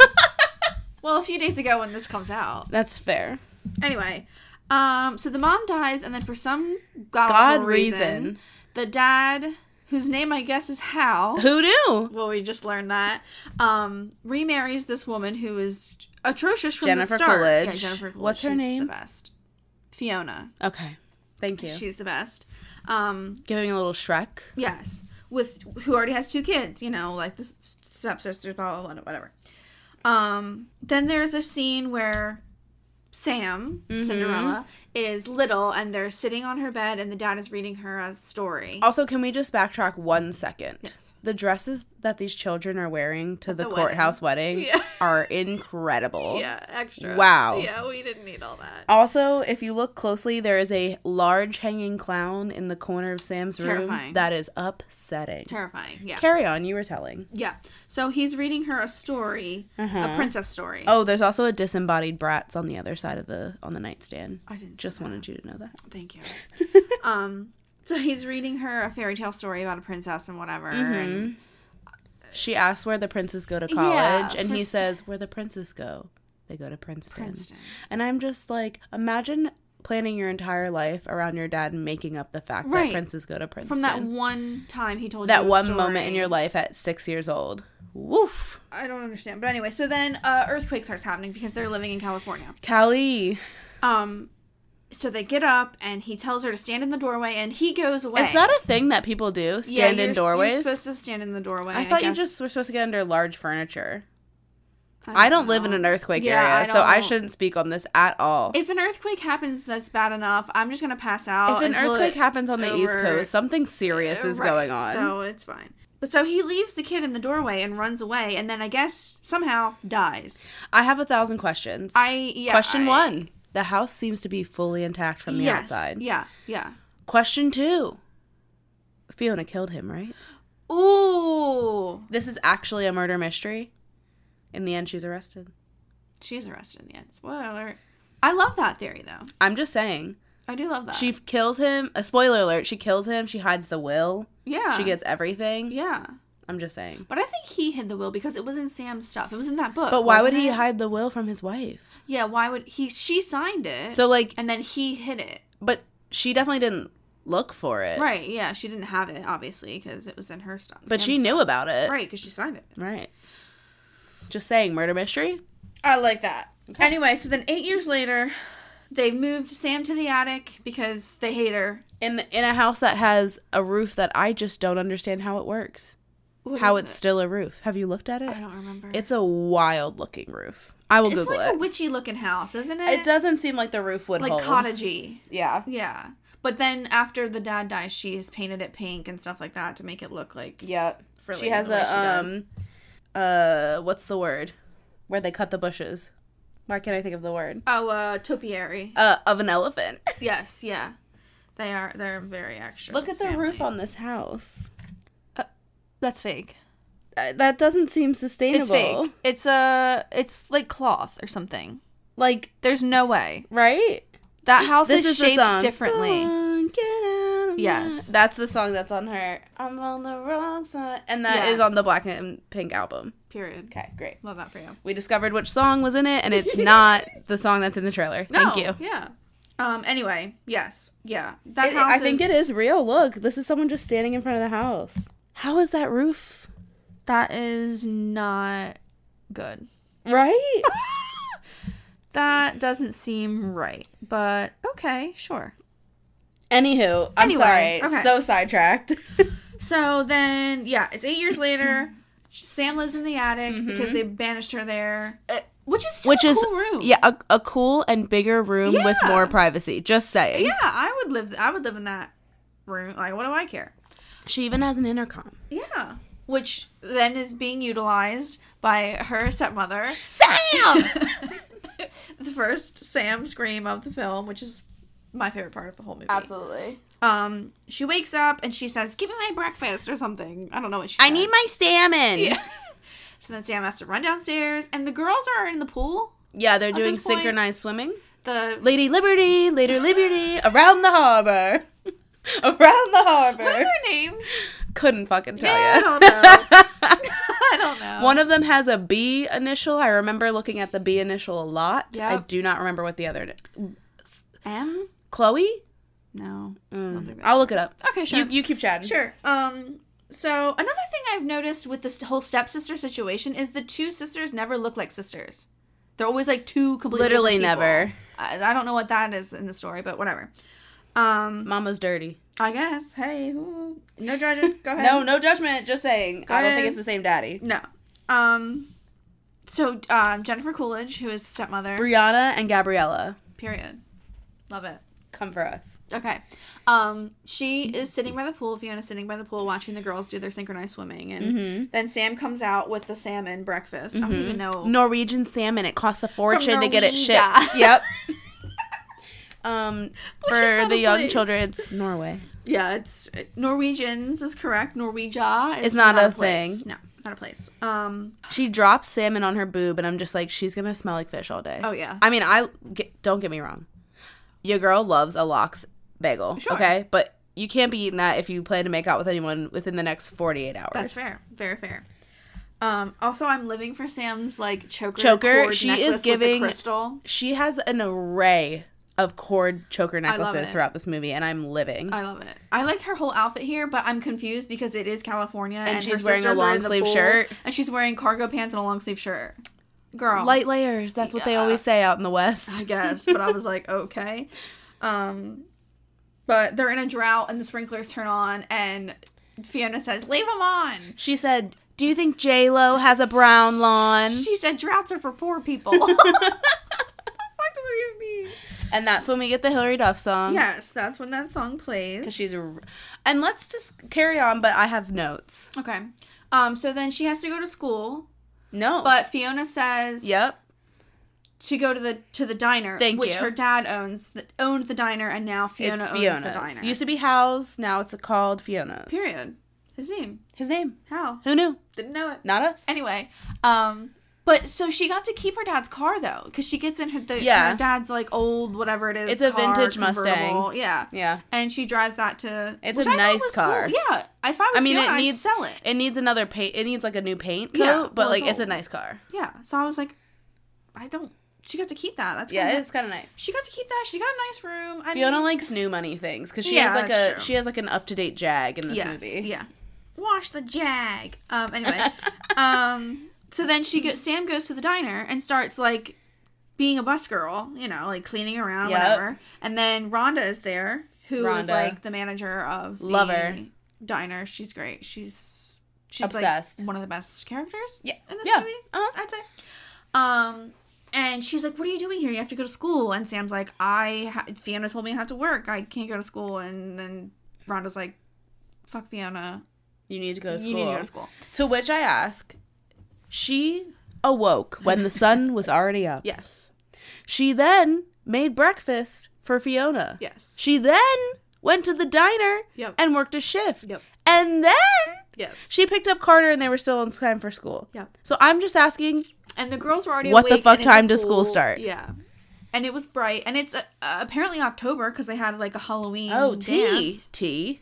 [SPEAKER 4] [LAUGHS] well, a few days ago when this comes out.
[SPEAKER 3] That's fair.
[SPEAKER 4] Anyway, um, so the mom dies, and then for some god,
[SPEAKER 3] God
[SPEAKER 4] reason,
[SPEAKER 3] reason.
[SPEAKER 4] the dad, whose name I guess is Hal.
[SPEAKER 3] Who knew?
[SPEAKER 4] [LAUGHS] well, we just learned that. Um, remarries this woman who is atrocious from
[SPEAKER 3] Jennifer
[SPEAKER 4] the start.
[SPEAKER 3] Coolidge.
[SPEAKER 4] Yeah, Jennifer Coolidge.
[SPEAKER 3] What's her
[SPEAKER 4] She's
[SPEAKER 3] name?
[SPEAKER 4] The best. Fiona.
[SPEAKER 3] Okay. Thank you.
[SPEAKER 4] She's the best. Um,
[SPEAKER 3] Giving a little Shrek.
[SPEAKER 4] Yes, with who already has two kids, you know, like the s- stepsisters, blah blah blah, whatever. Um, then there's a scene where Sam
[SPEAKER 3] Mm-hmm.
[SPEAKER 4] Cinderella is little, and they're sitting on her bed, and the dad is reading her a story.
[SPEAKER 3] Also, can we just backtrack one second?
[SPEAKER 4] Yes.
[SPEAKER 3] The dresses that these children are wearing to the,
[SPEAKER 4] the
[SPEAKER 3] courthouse wedding,
[SPEAKER 4] Yeah.
[SPEAKER 3] are incredible.
[SPEAKER 4] yeah, extra.
[SPEAKER 3] Wow.
[SPEAKER 4] Yeah, we didn't need all that.
[SPEAKER 3] Also, if you look closely, there is a large hanging clown in the corner of Sam's room
[SPEAKER 4] Terrifying.
[SPEAKER 3] that is upsetting.
[SPEAKER 4] Terrifying. Yeah.
[SPEAKER 3] Carry on, you were telling.
[SPEAKER 4] yeah. So he's reading her a story, a princess story.
[SPEAKER 3] Oh, there's also a disembodied brats on the other side of the on the nightstand. I
[SPEAKER 4] didn't see
[SPEAKER 3] just wanted you to know that.
[SPEAKER 4] Thank you. um, so he's reading her a fairy tale story about a princess and whatever, and
[SPEAKER 3] Mm-hmm. She asks where the princes go to
[SPEAKER 4] Yeah,
[SPEAKER 3] college, and
[SPEAKER 4] for
[SPEAKER 3] he
[SPEAKER 4] s-
[SPEAKER 3] says, "Where the princes go, they go to Princeton."
[SPEAKER 4] Princeton.
[SPEAKER 3] And I'm just like, imagine planning your entire life around your dad and making up the fact that
[SPEAKER 4] Right.
[SPEAKER 3] princes go to Princeton
[SPEAKER 4] from that one time he told you
[SPEAKER 3] that
[SPEAKER 4] a
[SPEAKER 3] one
[SPEAKER 4] story.
[SPEAKER 3] moment in your life at six years old. Woof,
[SPEAKER 4] I don't understand, but anyway. So then, uh, earthquake starts happening because they're living in California.
[SPEAKER 3] Callie,
[SPEAKER 4] Um, so they get up and he tells her to stand in the doorway, and he goes away.
[SPEAKER 3] is that a thing that people do? Stand
[SPEAKER 4] you're-
[SPEAKER 3] in doorways.
[SPEAKER 4] You're supposed to stand in the doorway.
[SPEAKER 3] I thought you
[SPEAKER 4] guess.
[SPEAKER 3] just were supposed to get under large furniture. I don't live in
[SPEAKER 4] know.
[SPEAKER 3] an earthquake
[SPEAKER 4] Yeah, I
[SPEAKER 3] area, so I
[SPEAKER 4] don't-
[SPEAKER 3] shouldn't speak on this at all.
[SPEAKER 4] If an earthquake happens, that's bad enough. I'm just gonna pass out.
[SPEAKER 3] If an
[SPEAKER 4] until
[SPEAKER 3] earthquake
[SPEAKER 4] it's
[SPEAKER 3] happens on the East
[SPEAKER 4] over.
[SPEAKER 3] Coast, something serious is
[SPEAKER 4] Right,
[SPEAKER 3] going on.
[SPEAKER 4] so it's fine. But so he leaves the kid in the doorway and runs away, and then I guess somehow dies.
[SPEAKER 3] I have a thousand questions.
[SPEAKER 4] I yeah.
[SPEAKER 3] Question
[SPEAKER 4] I-
[SPEAKER 3] one The house seems to be fully intact from the
[SPEAKER 4] yes,
[SPEAKER 3] outside.
[SPEAKER 4] Yeah, yeah.
[SPEAKER 3] Question two Fiona killed him, right?
[SPEAKER 4] Ooh.
[SPEAKER 3] This is actually a murder mystery. In the end, she's arrested.
[SPEAKER 4] She's arrested in the end. Spoiler alert. I love that theory though.
[SPEAKER 3] I'm just saying.
[SPEAKER 4] I do love that.
[SPEAKER 3] She f- kills him. A spoiler alert. She kills him. She hides the will.
[SPEAKER 4] yeah.
[SPEAKER 3] She gets everything.
[SPEAKER 4] Yeah.
[SPEAKER 3] I'm just saying.
[SPEAKER 4] But I think he hid the will because it was in Sam's stuff. It was in that book.
[SPEAKER 3] But why would
[SPEAKER 4] Uh, wasn't
[SPEAKER 3] he
[SPEAKER 4] it?
[SPEAKER 3] hide the will from his wife?
[SPEAKER 4] Yeah, why would he she signed it.
[SPEAKER 3] So like,
[SPEAKER 4] and then he hid it.
[SPEAKER 3] but she definitely didn't look for it.
[SPEAKER 4] Right. Yeah, she didn't have it obviously because it was in her stuff.
[SPEAKER 3] But she
[SPEAKER 4] Sam's
[SPEAKER 3] knew
[SPEAKER 4] stuff.
[SPEAKER 3] about it.
[SPEAKER 4] Right, because she signed it.
[SPEAKER 3] Right. Just saying, murder mystery.
[SPEAKER 4] I like that. Anyway, so then 8 years later, they moved Sam to the attic because they hate her.
[SPEAKER 3] In in a house that has a roof that I just don't understand how it works.
[SPEAKER 4] What
[SPEAKER 3] how
[SPEAKER 4] is
[SPEAKER 3] it's
[SPEAKER 4] it?
[SPEAKER 3] still a roof. Have you looked at it?
[SPEAKER 4] I don't remember.
[SPEAKER 3] It's a wild looking roof. I will
[SPEAKER 4] It's
[SPEAKER 3] Google
[SPEAKER 4] like
[SPEAKER 3] it.
[SPEAKER 4] a witchy looking house, isn't it?
[SPEAKER 3] it doesn't seem like the roof would
[SPEAKER 4] like
[SPEAKER 3] hold.
[SPEAKER 4] cottagey.
[SPEAKER 3] Yeah.
[SPEAKER 4] Yeah. But then after the dad dies, she's painted it pink and stuff like that to make it look like
[SPEAKER 3] Yeah.
[SPEAKER 4] For
[SPEAKER 3] she
[SPEAKER 4] later,
[SPEAKER 3] has
[SPEAKER 4] the way she
[SPEAKER 3] a
[SPEAKER 4] does.
[SPEAKER 3] um uh what's the word? Where they cut the bushes. Why can't I think of the word?
[SPEAKER 4] oh uh topiary.
[SPEAKER 3] Uh of an elephant.
[SPEAKER 4] yes, yeah. They are they're very extra.
[SPEAKER 3] Look at the
[SPEAKER 4] family.
[SPEAKER 3] roof on this house.
[SPEAKER 11] That's fake.
[SPEAKER 3] Uh, That doesn't seem sustainable.
[SPEAKER 11] It's fake. It's a. It's like cloth or something.
[SPEAKER 3] Like
[SPEAKER 11] there's no way.
[SPEAKER 3] Right.
[SPEAKER 11] That house
[SPEAKER 3] This
[SPEAKER 11] is,
[SPEAKER 3] is the
[SPEAKER 11] shaped
[SPEAKER 3] song.
[SPEAKER 11] differently. Yes.
[SPEAKER 3] That's the song that's on her. I'm on the wrong side. And that is
[SPEAKER 11] Yes.
[SPEAKER 3] on the Black and Pink album.
[SPEAKER 4] Period.
[SPEAKER 3] Okay, great.
[SPEAKER 4] Love that for you.
[SPEAKER 3] We discovered which song was in it, and it's not the song that's in the trailer. Thank
[SPEAKER 4] No,
[SPEAKER 3] you.
[SPEAKER 4] Yeah. Um. Anyway, yes. Yeah. That
[SPEAKER 3] It-
[SPEAKER 4] house
[SPEAKER 3] I think it is real. Look, this is someone just standing in front of the house. How is that roof?
[SPEAKER 11] That is not good.
[SPEAKER 3] Right?
[SPEAKER 11] That doesn't seem right. But okay, sure.
[SPEAKER 3] [LAUGHS] Anywho, I'm
[SPEAKER 4] Anyway,
[SPEAKER 3] sorry.
[SPEAKER 4] okay.
[SPEAKER 3] So [LAUGHS] sidetracked.
[SPEAKER 4] So then, yeah, it's eight
[SPEAKER 3] [LAUGHS]
[SPEAKER 4] years later. Sam lives in the attic because they banished her there, uh, which is
[SPEAKER 3] Mm-hmm.
[SPEAKER 4] still
[SPEAKER 3] Which
[SPEAKER 4] a
[SPEAKER 3] is
[SPEAKER 4] cool room.
[SPEAKER 3] yeah, a, a cool and bigger room with
[SPEAKER 4] Yeah.
[SPEAKER 3] more privacy. Just saying.
[SPEAKER 4] yeah. I would live. I would live in that room. Like, what do I care?
[SPEAKER 3] She even has an intercom.
[SPEAKER 4] Yeah. Which then is being utilized by her stepmother.
[SPEAKER 3] Sam.
[SPEAKER 4] [LAUGHS] The first Sam scream of the film, which is my favorite part of the whole movie.
[SPEAKER 3] Absolutely.
[SPEAKER 4] Um, she wakes up and she says, "Give me my breakfast" or something. I don't know what she.
[SPEAKER 3] I
[SPEAKER 4] says.
[SPEAKER 3] need my salmon.
[SPEAKER 4] Yeah. So then Sam has to run downstairs, and the girls are in the pool.
[SPEAKER 3] [LAUGHS] Yeah, they're doing
[SPEAKER 4] this point-
[SPEAKER 3] synchronized swimming.
[SPEAKER 4] The
[SPEAKER 3] Lady Liberty, Lady Liberty, around the harbor. [LAUGHS] around the
[SPEAKER 4] what are
[SPEAKER 3] harbor.
[SPEAKER 4] their names?
[SPEAKER 3] Couldn't fucking tell
[SPEAKER 4] I
[SPEAKER 3] you.
[SPEAKER 4] don't know. [LAUGHS] I don't know.
[SPEAKER 3] One of them has a B initial. I remember looking at the B initial a lot. I
[SPEAKER 4] Yep.
[SPEAKER 3] do not remember what the other.
[SPEAKER 4] M?
[SPEAKER 3] Chloe? Mm.
[SPEAKER 4] No.
[SPEAKER 3] I'll look it up.
[SPEAKER 4] Okay, sure.
[SPEAKER 3] You, you keep chatting.
[SPEAKER 4] Sure. Um. So another thing I've noticed with this whole stepsister situation is the two sisters never look like sisters. They're always like two completely
[SPEAKER 3] Literally
[SPEAKER 4] different people.
[SPEAKER 3] never.
[SPEAKER 4] I, I don't know what that is in the story, but whatever. Um.
[SPEAKER 3] Mama's dirty.
[SPEAKER 4] I guess. Hey. who- No judging. [LAUGHS] Go ahead.
[SPEAKER 3] No, no judgment. Just saying. I don't
[SPEAKER 4] ahead.
[SPEAKER 3] think it's the same daddy.
[SPEAKER 4] No. Um. So um, Jennifer Coolidge, who is the stepmother.
[SPEAKER 3] Brianna and Gabriella,
[SPEAKER 4] Period. Love it.
[SPEAKER 3] come for us.
[SPEAKER 4] Okay. Um, she is sitting by the pool. Fiona's sitting by the pool watching the girls do their synchronized swimming, and then Sam comes out with the salmon breakfast. I don't even know.
[SPEAKER 3] Norwegian salmon. It costs a fortune to get it
[SPEAKER 4] Norwegia.
[SPEAKER 3] shipped.
[SPEAKER 4] [LAUGHS]
[SPEAKER 3] Yep. um, for
[SPEAKER 4] not
[SPEAKER 3] the
[SPEAKER 4] a
[SPEAKER 3] young
[SPEAKER 4] place.
[SPEAKER 3] children, it's Norway.
[SPEAKER 4] Yeah, it's Norwegians is correct. Norwegia is
[SPEAKER 3] It's not a
[SPEAKER 4] place.
[SPEAKER 3] thing.
[SPEAKER 4] No, not a place. Um,
[SPEAKER 3] She drops salmon on her boob, and I'm just like, she's gonna smell like fish all day.
[SPEAKER 4] Oh, yeah.
[SPEAKER 3] I mean, I get, don't get me wrong. Your girl loves a lox bagel.
[SPEAKER 4] Sure.
[SPEAKER 3] Okay, but you can't be eating that if you plan to make out with anyone within the next 48 hours.
[SPEAKER 4] that's fair. Very fair. Um, also, I'm living for Sam's like choker.
[SPEAKER 3] Choker,
[SPEAKER 4] cord
[SPEAKER 3] she
[SPEAKER 4] necklace
[SPEAKER 3] is
[SPEAKER 4] with the
[SPEAKER 3] giving-
[SPEAKER 4] crystal.
[SPEAKER 3] She has an array of cord choker
[SPEAKER 4] love
[SPEAKER 3] necklaces
[SPEAKER 4] it.
[SPEAKER 3] throughout this movie, and I'm living.
[SPEAKER 4] I love it. I like her whole outfit here, but I'm confused because it is California and, her
[SPEAKER 3] she's wearing a
[SPEAKER 4] sisters are in
[SPEAKER 3] long
[SPEAKER 4] the
[SPEAKER 3] sleeve
[SPEAKER 4] pool,
[SPEAKER 3] shirt.
[SPEAKER 4] and she's wearing cargo pants and a long sleeve shirt. Girl,
[SPEAKER 3] Light layers. That's what they always say out in the
[SPEAKER 4] I
[SPEAKER 3] West.
[SPEAKER 4] guess, but I was like, okay. Um, but they're in a drought and the sprinklers turn on, and Fiona says, "Leave them on."
[SPEAKER 3] She said, "Do you think J Lo has a brown lawn?"
[SPEAKER 4] She said, "Droughts are for poor [LAUGHS] people." What the fuck Mm-hmm. does that even mean?
[SPEAKER 3] And that's when we get the Hillary Duff song.
[SPEAKER 4] Yes, that's when that song plays.
[SPEAKER 3] she's a r- and let's just carry on but i have notes
[SPEAKER 4] Okay. Um, so then she has to go to school,
[SPEAKER 3] no
[SPEAKER 4] but Fiona says,
[SPEAKER 3] yep
[SPEAKER 4] to go to the to the diner,
[SPEAKER 3] Thank
[SPEAKER 4] which
[SPEAKER 3] you.
[SPEAKER 4] her dad owns the, owned the diner, and now Fiona
[SPEAKER 3] it's
[SPEAKER 4] owns the
[SPEAKER 3] fiona's
[SPEAKER 4] diner.
[SPEAKER 3] used to be house now it's called fiona's
[SPEAKER 4] Period. His name?
[SPEAKER 3] his name
[SPEAKER 4] How?
[SPEAKER 3] who knew
[SPEAKER 4] Didn't know it.
[SPEAKER 3] not us
[SPEAKER 4] Anyway, um, but so she got to keep her dad's car though, because she gets in her the,
[SPEAKER 3] Yeah.
[SPEAKER 4] her dad's like old whatever it is.
[SPEAKER 3] It's a vintage
[SPEAKER 4] convertible.
[SPEAKER 3] Mustang.
[SPEAKER 4] Yeah,
[SPEAKER 3] yeah
[SPEAKER 4] and she drives that to.
[SPEAKER 3] It's
[SPEAKER 4] which
[SPEAKER 3] a
[SPEAKER 4] I thought
[SPEAKER 3] nice
[SPEAKER 4] was
[SPEAKER 3] car.
[SPEAKER 4] cool. Yeah, if I was
[SPEAKER 3] i mean it
[SPEAKER 4] needs
[SPEAKER 3] needs
[SPEAKER 4] sell it.
[SPEAKER 3] it needs another paint it needs like a new paint coat
[SPEAKER 4] Yeah,
[SPEAKER 3] but
[SPEAKER 4] well,
[SPEAKER 3] like
[SPEAKER 4] it's
[SPEAKER 3] it's a
[SPEAKER 4] old.
[SPEAKER 3] nice car
[SPEAKER 4] Yeah, so I was like, I don't. She got to keep that. That's
[SPEAKER 3] yeah
[SPEAKER 4] kinda-
[SPEAKER 3] it's kind of nice
[SPEAKER 4] She got to keep that. She got a nice room. I
[SPEAKER 3] fiona
[SPEAKER 4] mean,
[SPEAKER 3] likes new money things because she
[SPEAKER 4] Yeah,
[SPEAKER 3] has like a
[SPEAKER 4] that's true.
[SPEAKER 3] she has like an up-to-date jag in this
[SPEAKER 4] yes,
[SPEAKER 3] movie
[SPEAKER 4] Yeah. Wash the jag. Um.
[SPEAKER 3] [LAUGHS]
[SPEAKER 4] Anyway. um. So then she goes. Sam goes to the diner and starts like being a bus girl. You know, like cleaning around,
[SPEAKER 3] Yep.
[SPEAKER 4] whatever. And then Rhonda is there, who is
[SPEAKER 3] Rhonda.
[SPEAKER 4] like the manager of the
[SPEAKER 3] Love her.
[SPEAKER 4] diner. She's great. She's she's
[SPEAKER 3] Obsessed.
[SPEAKER 4] like one of the best characters.
[SPEAKER 3] Yeah.
[SPEAKER 4] In this
[SPEAKER 3] Yeah.
[SPEAKER 4] movie,
[SPEAKER 3] Uh-huh.
[SPEAKER 4] I'd say. Um. And she's like, "What are you doing here? You have to go to school." And Sam's like, "I ha- Fiona told me I have to work. I can't go to school." And then Rhonda's like, fuck Fiona.
[SPEAKER 3] you need to go to school
[SPEAKER 4] You need to go to school.
[SPEAKER 3] to which i ask she awoke when the sun was already up
[SPEAKER 4] Yes.
[SPEAKER 3] She then made breakfast for Fiona.
[SPEAKER 4] Yes.
[SPEAKER 3] She then went to the diner
[SPEAKER 4] Yep.
[SPEAKER 3] and worked a shift
[SPEAKER 4] Yep.
[SPEAKER 3] And then
[SPEAKER 4] Yes.
[SPEAKER 3] she picked up Carter and they were still on time for school.
[SPEAKER 4] Yeah.
[SPEAKER 3] So I'm just asking
[SPEAKER 4] And the girls were already
[SPEAKER 3] What the
[SPEAKER 4] awake
[SPEAKER 3] fuck
[SPEAKER 4] and in
[SPEAKER 3] time does school
[SPEAKER 4] pool.
[SPEAKER 3] start?
[SPEAKER 4] Yeah. And it was bright, and it's uh, uh, apparently October because they had like a Halloween.
[SPEAKER 3] Oh, tea.
[SPEAKER 4] dance.
[SPEAKER 3] Tea.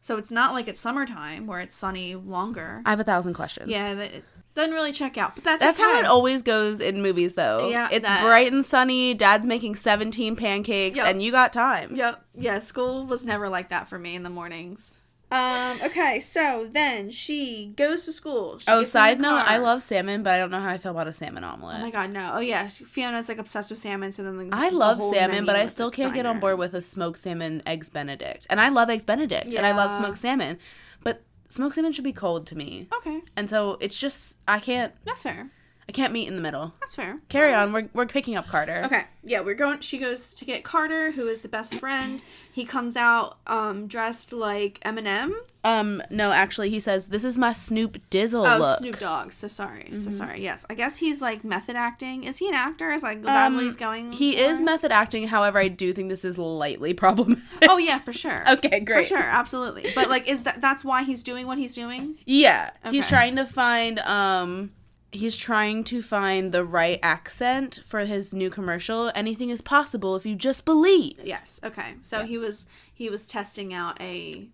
[SPEAKER 4] So it's not like it's summertime where it's sunny longer.
[SPEAKER 3] I have a thousand questions.
[SPEAKER 4] Yeah, that- it doesn't really check out, but that's
[SPEAKER 3] That's how
[SPEAKER 4] okay.
[SPEAKER 3] it always goes in movies, though.
[SPEAKER 4] Yeah,
[SPEAKER 3] it's
[SPEAKER 4] that-
[SPEAKER 3] bright and sunny. Dad's making seventeen pancakes,
[SPEAKER 4] Yep.
[SPEAKER 3] and you got time.
[SPEAKER 4] Yep. Yeah, school was never like that for me in the mornings. Um. Okay. So then she goes to school. She
[SPEAKER 3] Oh,
[SPEAKER 4] gets in the
[SPEAKER 3] side note, I
[SPEAKER 4] car.
[SPEAKER 3] love salmon, but I don't know how I feel about a salmon
[SPEAKER 4] Oh my
[SPEAKER 3] omelet.
[SPEAKER 4] god, no. Oh yeah, Fiona's like obsessed with salmon. So then the,
[SPEAKER 3] I
[SPEAKER 4] the
[SPEAKER 3] love
[SPEAKER 4] whole
[SPEAKER 3] salmon,
[SPEAKER 4] menu
[SPEAKER 3] but I
[SPEAKER 4] at
[SPEAKER 3] still
[SPEAKER 4] the
[SPEAKER 3] can't get on
[SPEAKER 4] diner.
[SPEAKER 3] board with a smoked salmon eggs Benedict. And I love eggs Benedict, and I love
[SPEAKER 4] Yeah.
[SPEAKER 3] smoked salmon, but smoked salmon should be cold to me.
[SPEAKER 4] Okay,
[SPEAKER 3] And so it's just I can't
[SPEAKER 4] that's fair.
[SPEAKER 3] I can't meet in the middle.
[SPEAKER 4] That's fair.
[SPEAKER 3] Carry on. We're we're picking up Carter.
[SPEAKER 4] Okay. Yeah, we're going. She goes to get Carter, who is the best friend. He comes out um dressed like Eminem.
[SPEAKER 3] Um. No, actually, he says this is my Snoop Dizzle
[SPEAKER 4] Oh,
[SPEAKER 3] look.
[SPEAKER 4] Snoop Dogg. So sorry. So sorry. Yes, I guess he's like method acting. Is he an actor? Is like that what he's going?
[SPEAKER 3] Um, He is
[SPEAKER 4] for?
[SPEAKER 3] method acting. However, I do think this is lightly problematic.
[SPEAKER 4] Oh yeah, for sure.
[SPEAKER 3] Okay, great.
[SPEAKER 4] For sure, absolutely. But like, is that that's why he's doing what he's doing?
[SPEAKER 3] [LAUGHS] Yeah, he's
[SPEAKER 4] Okay.
[SPEAKER 3] trying to find um he's trying to find the right accent for his new commercial. Anything is possible if you just believe.
[SPEAKER 4] Yes. Okay. So he was he was testing out a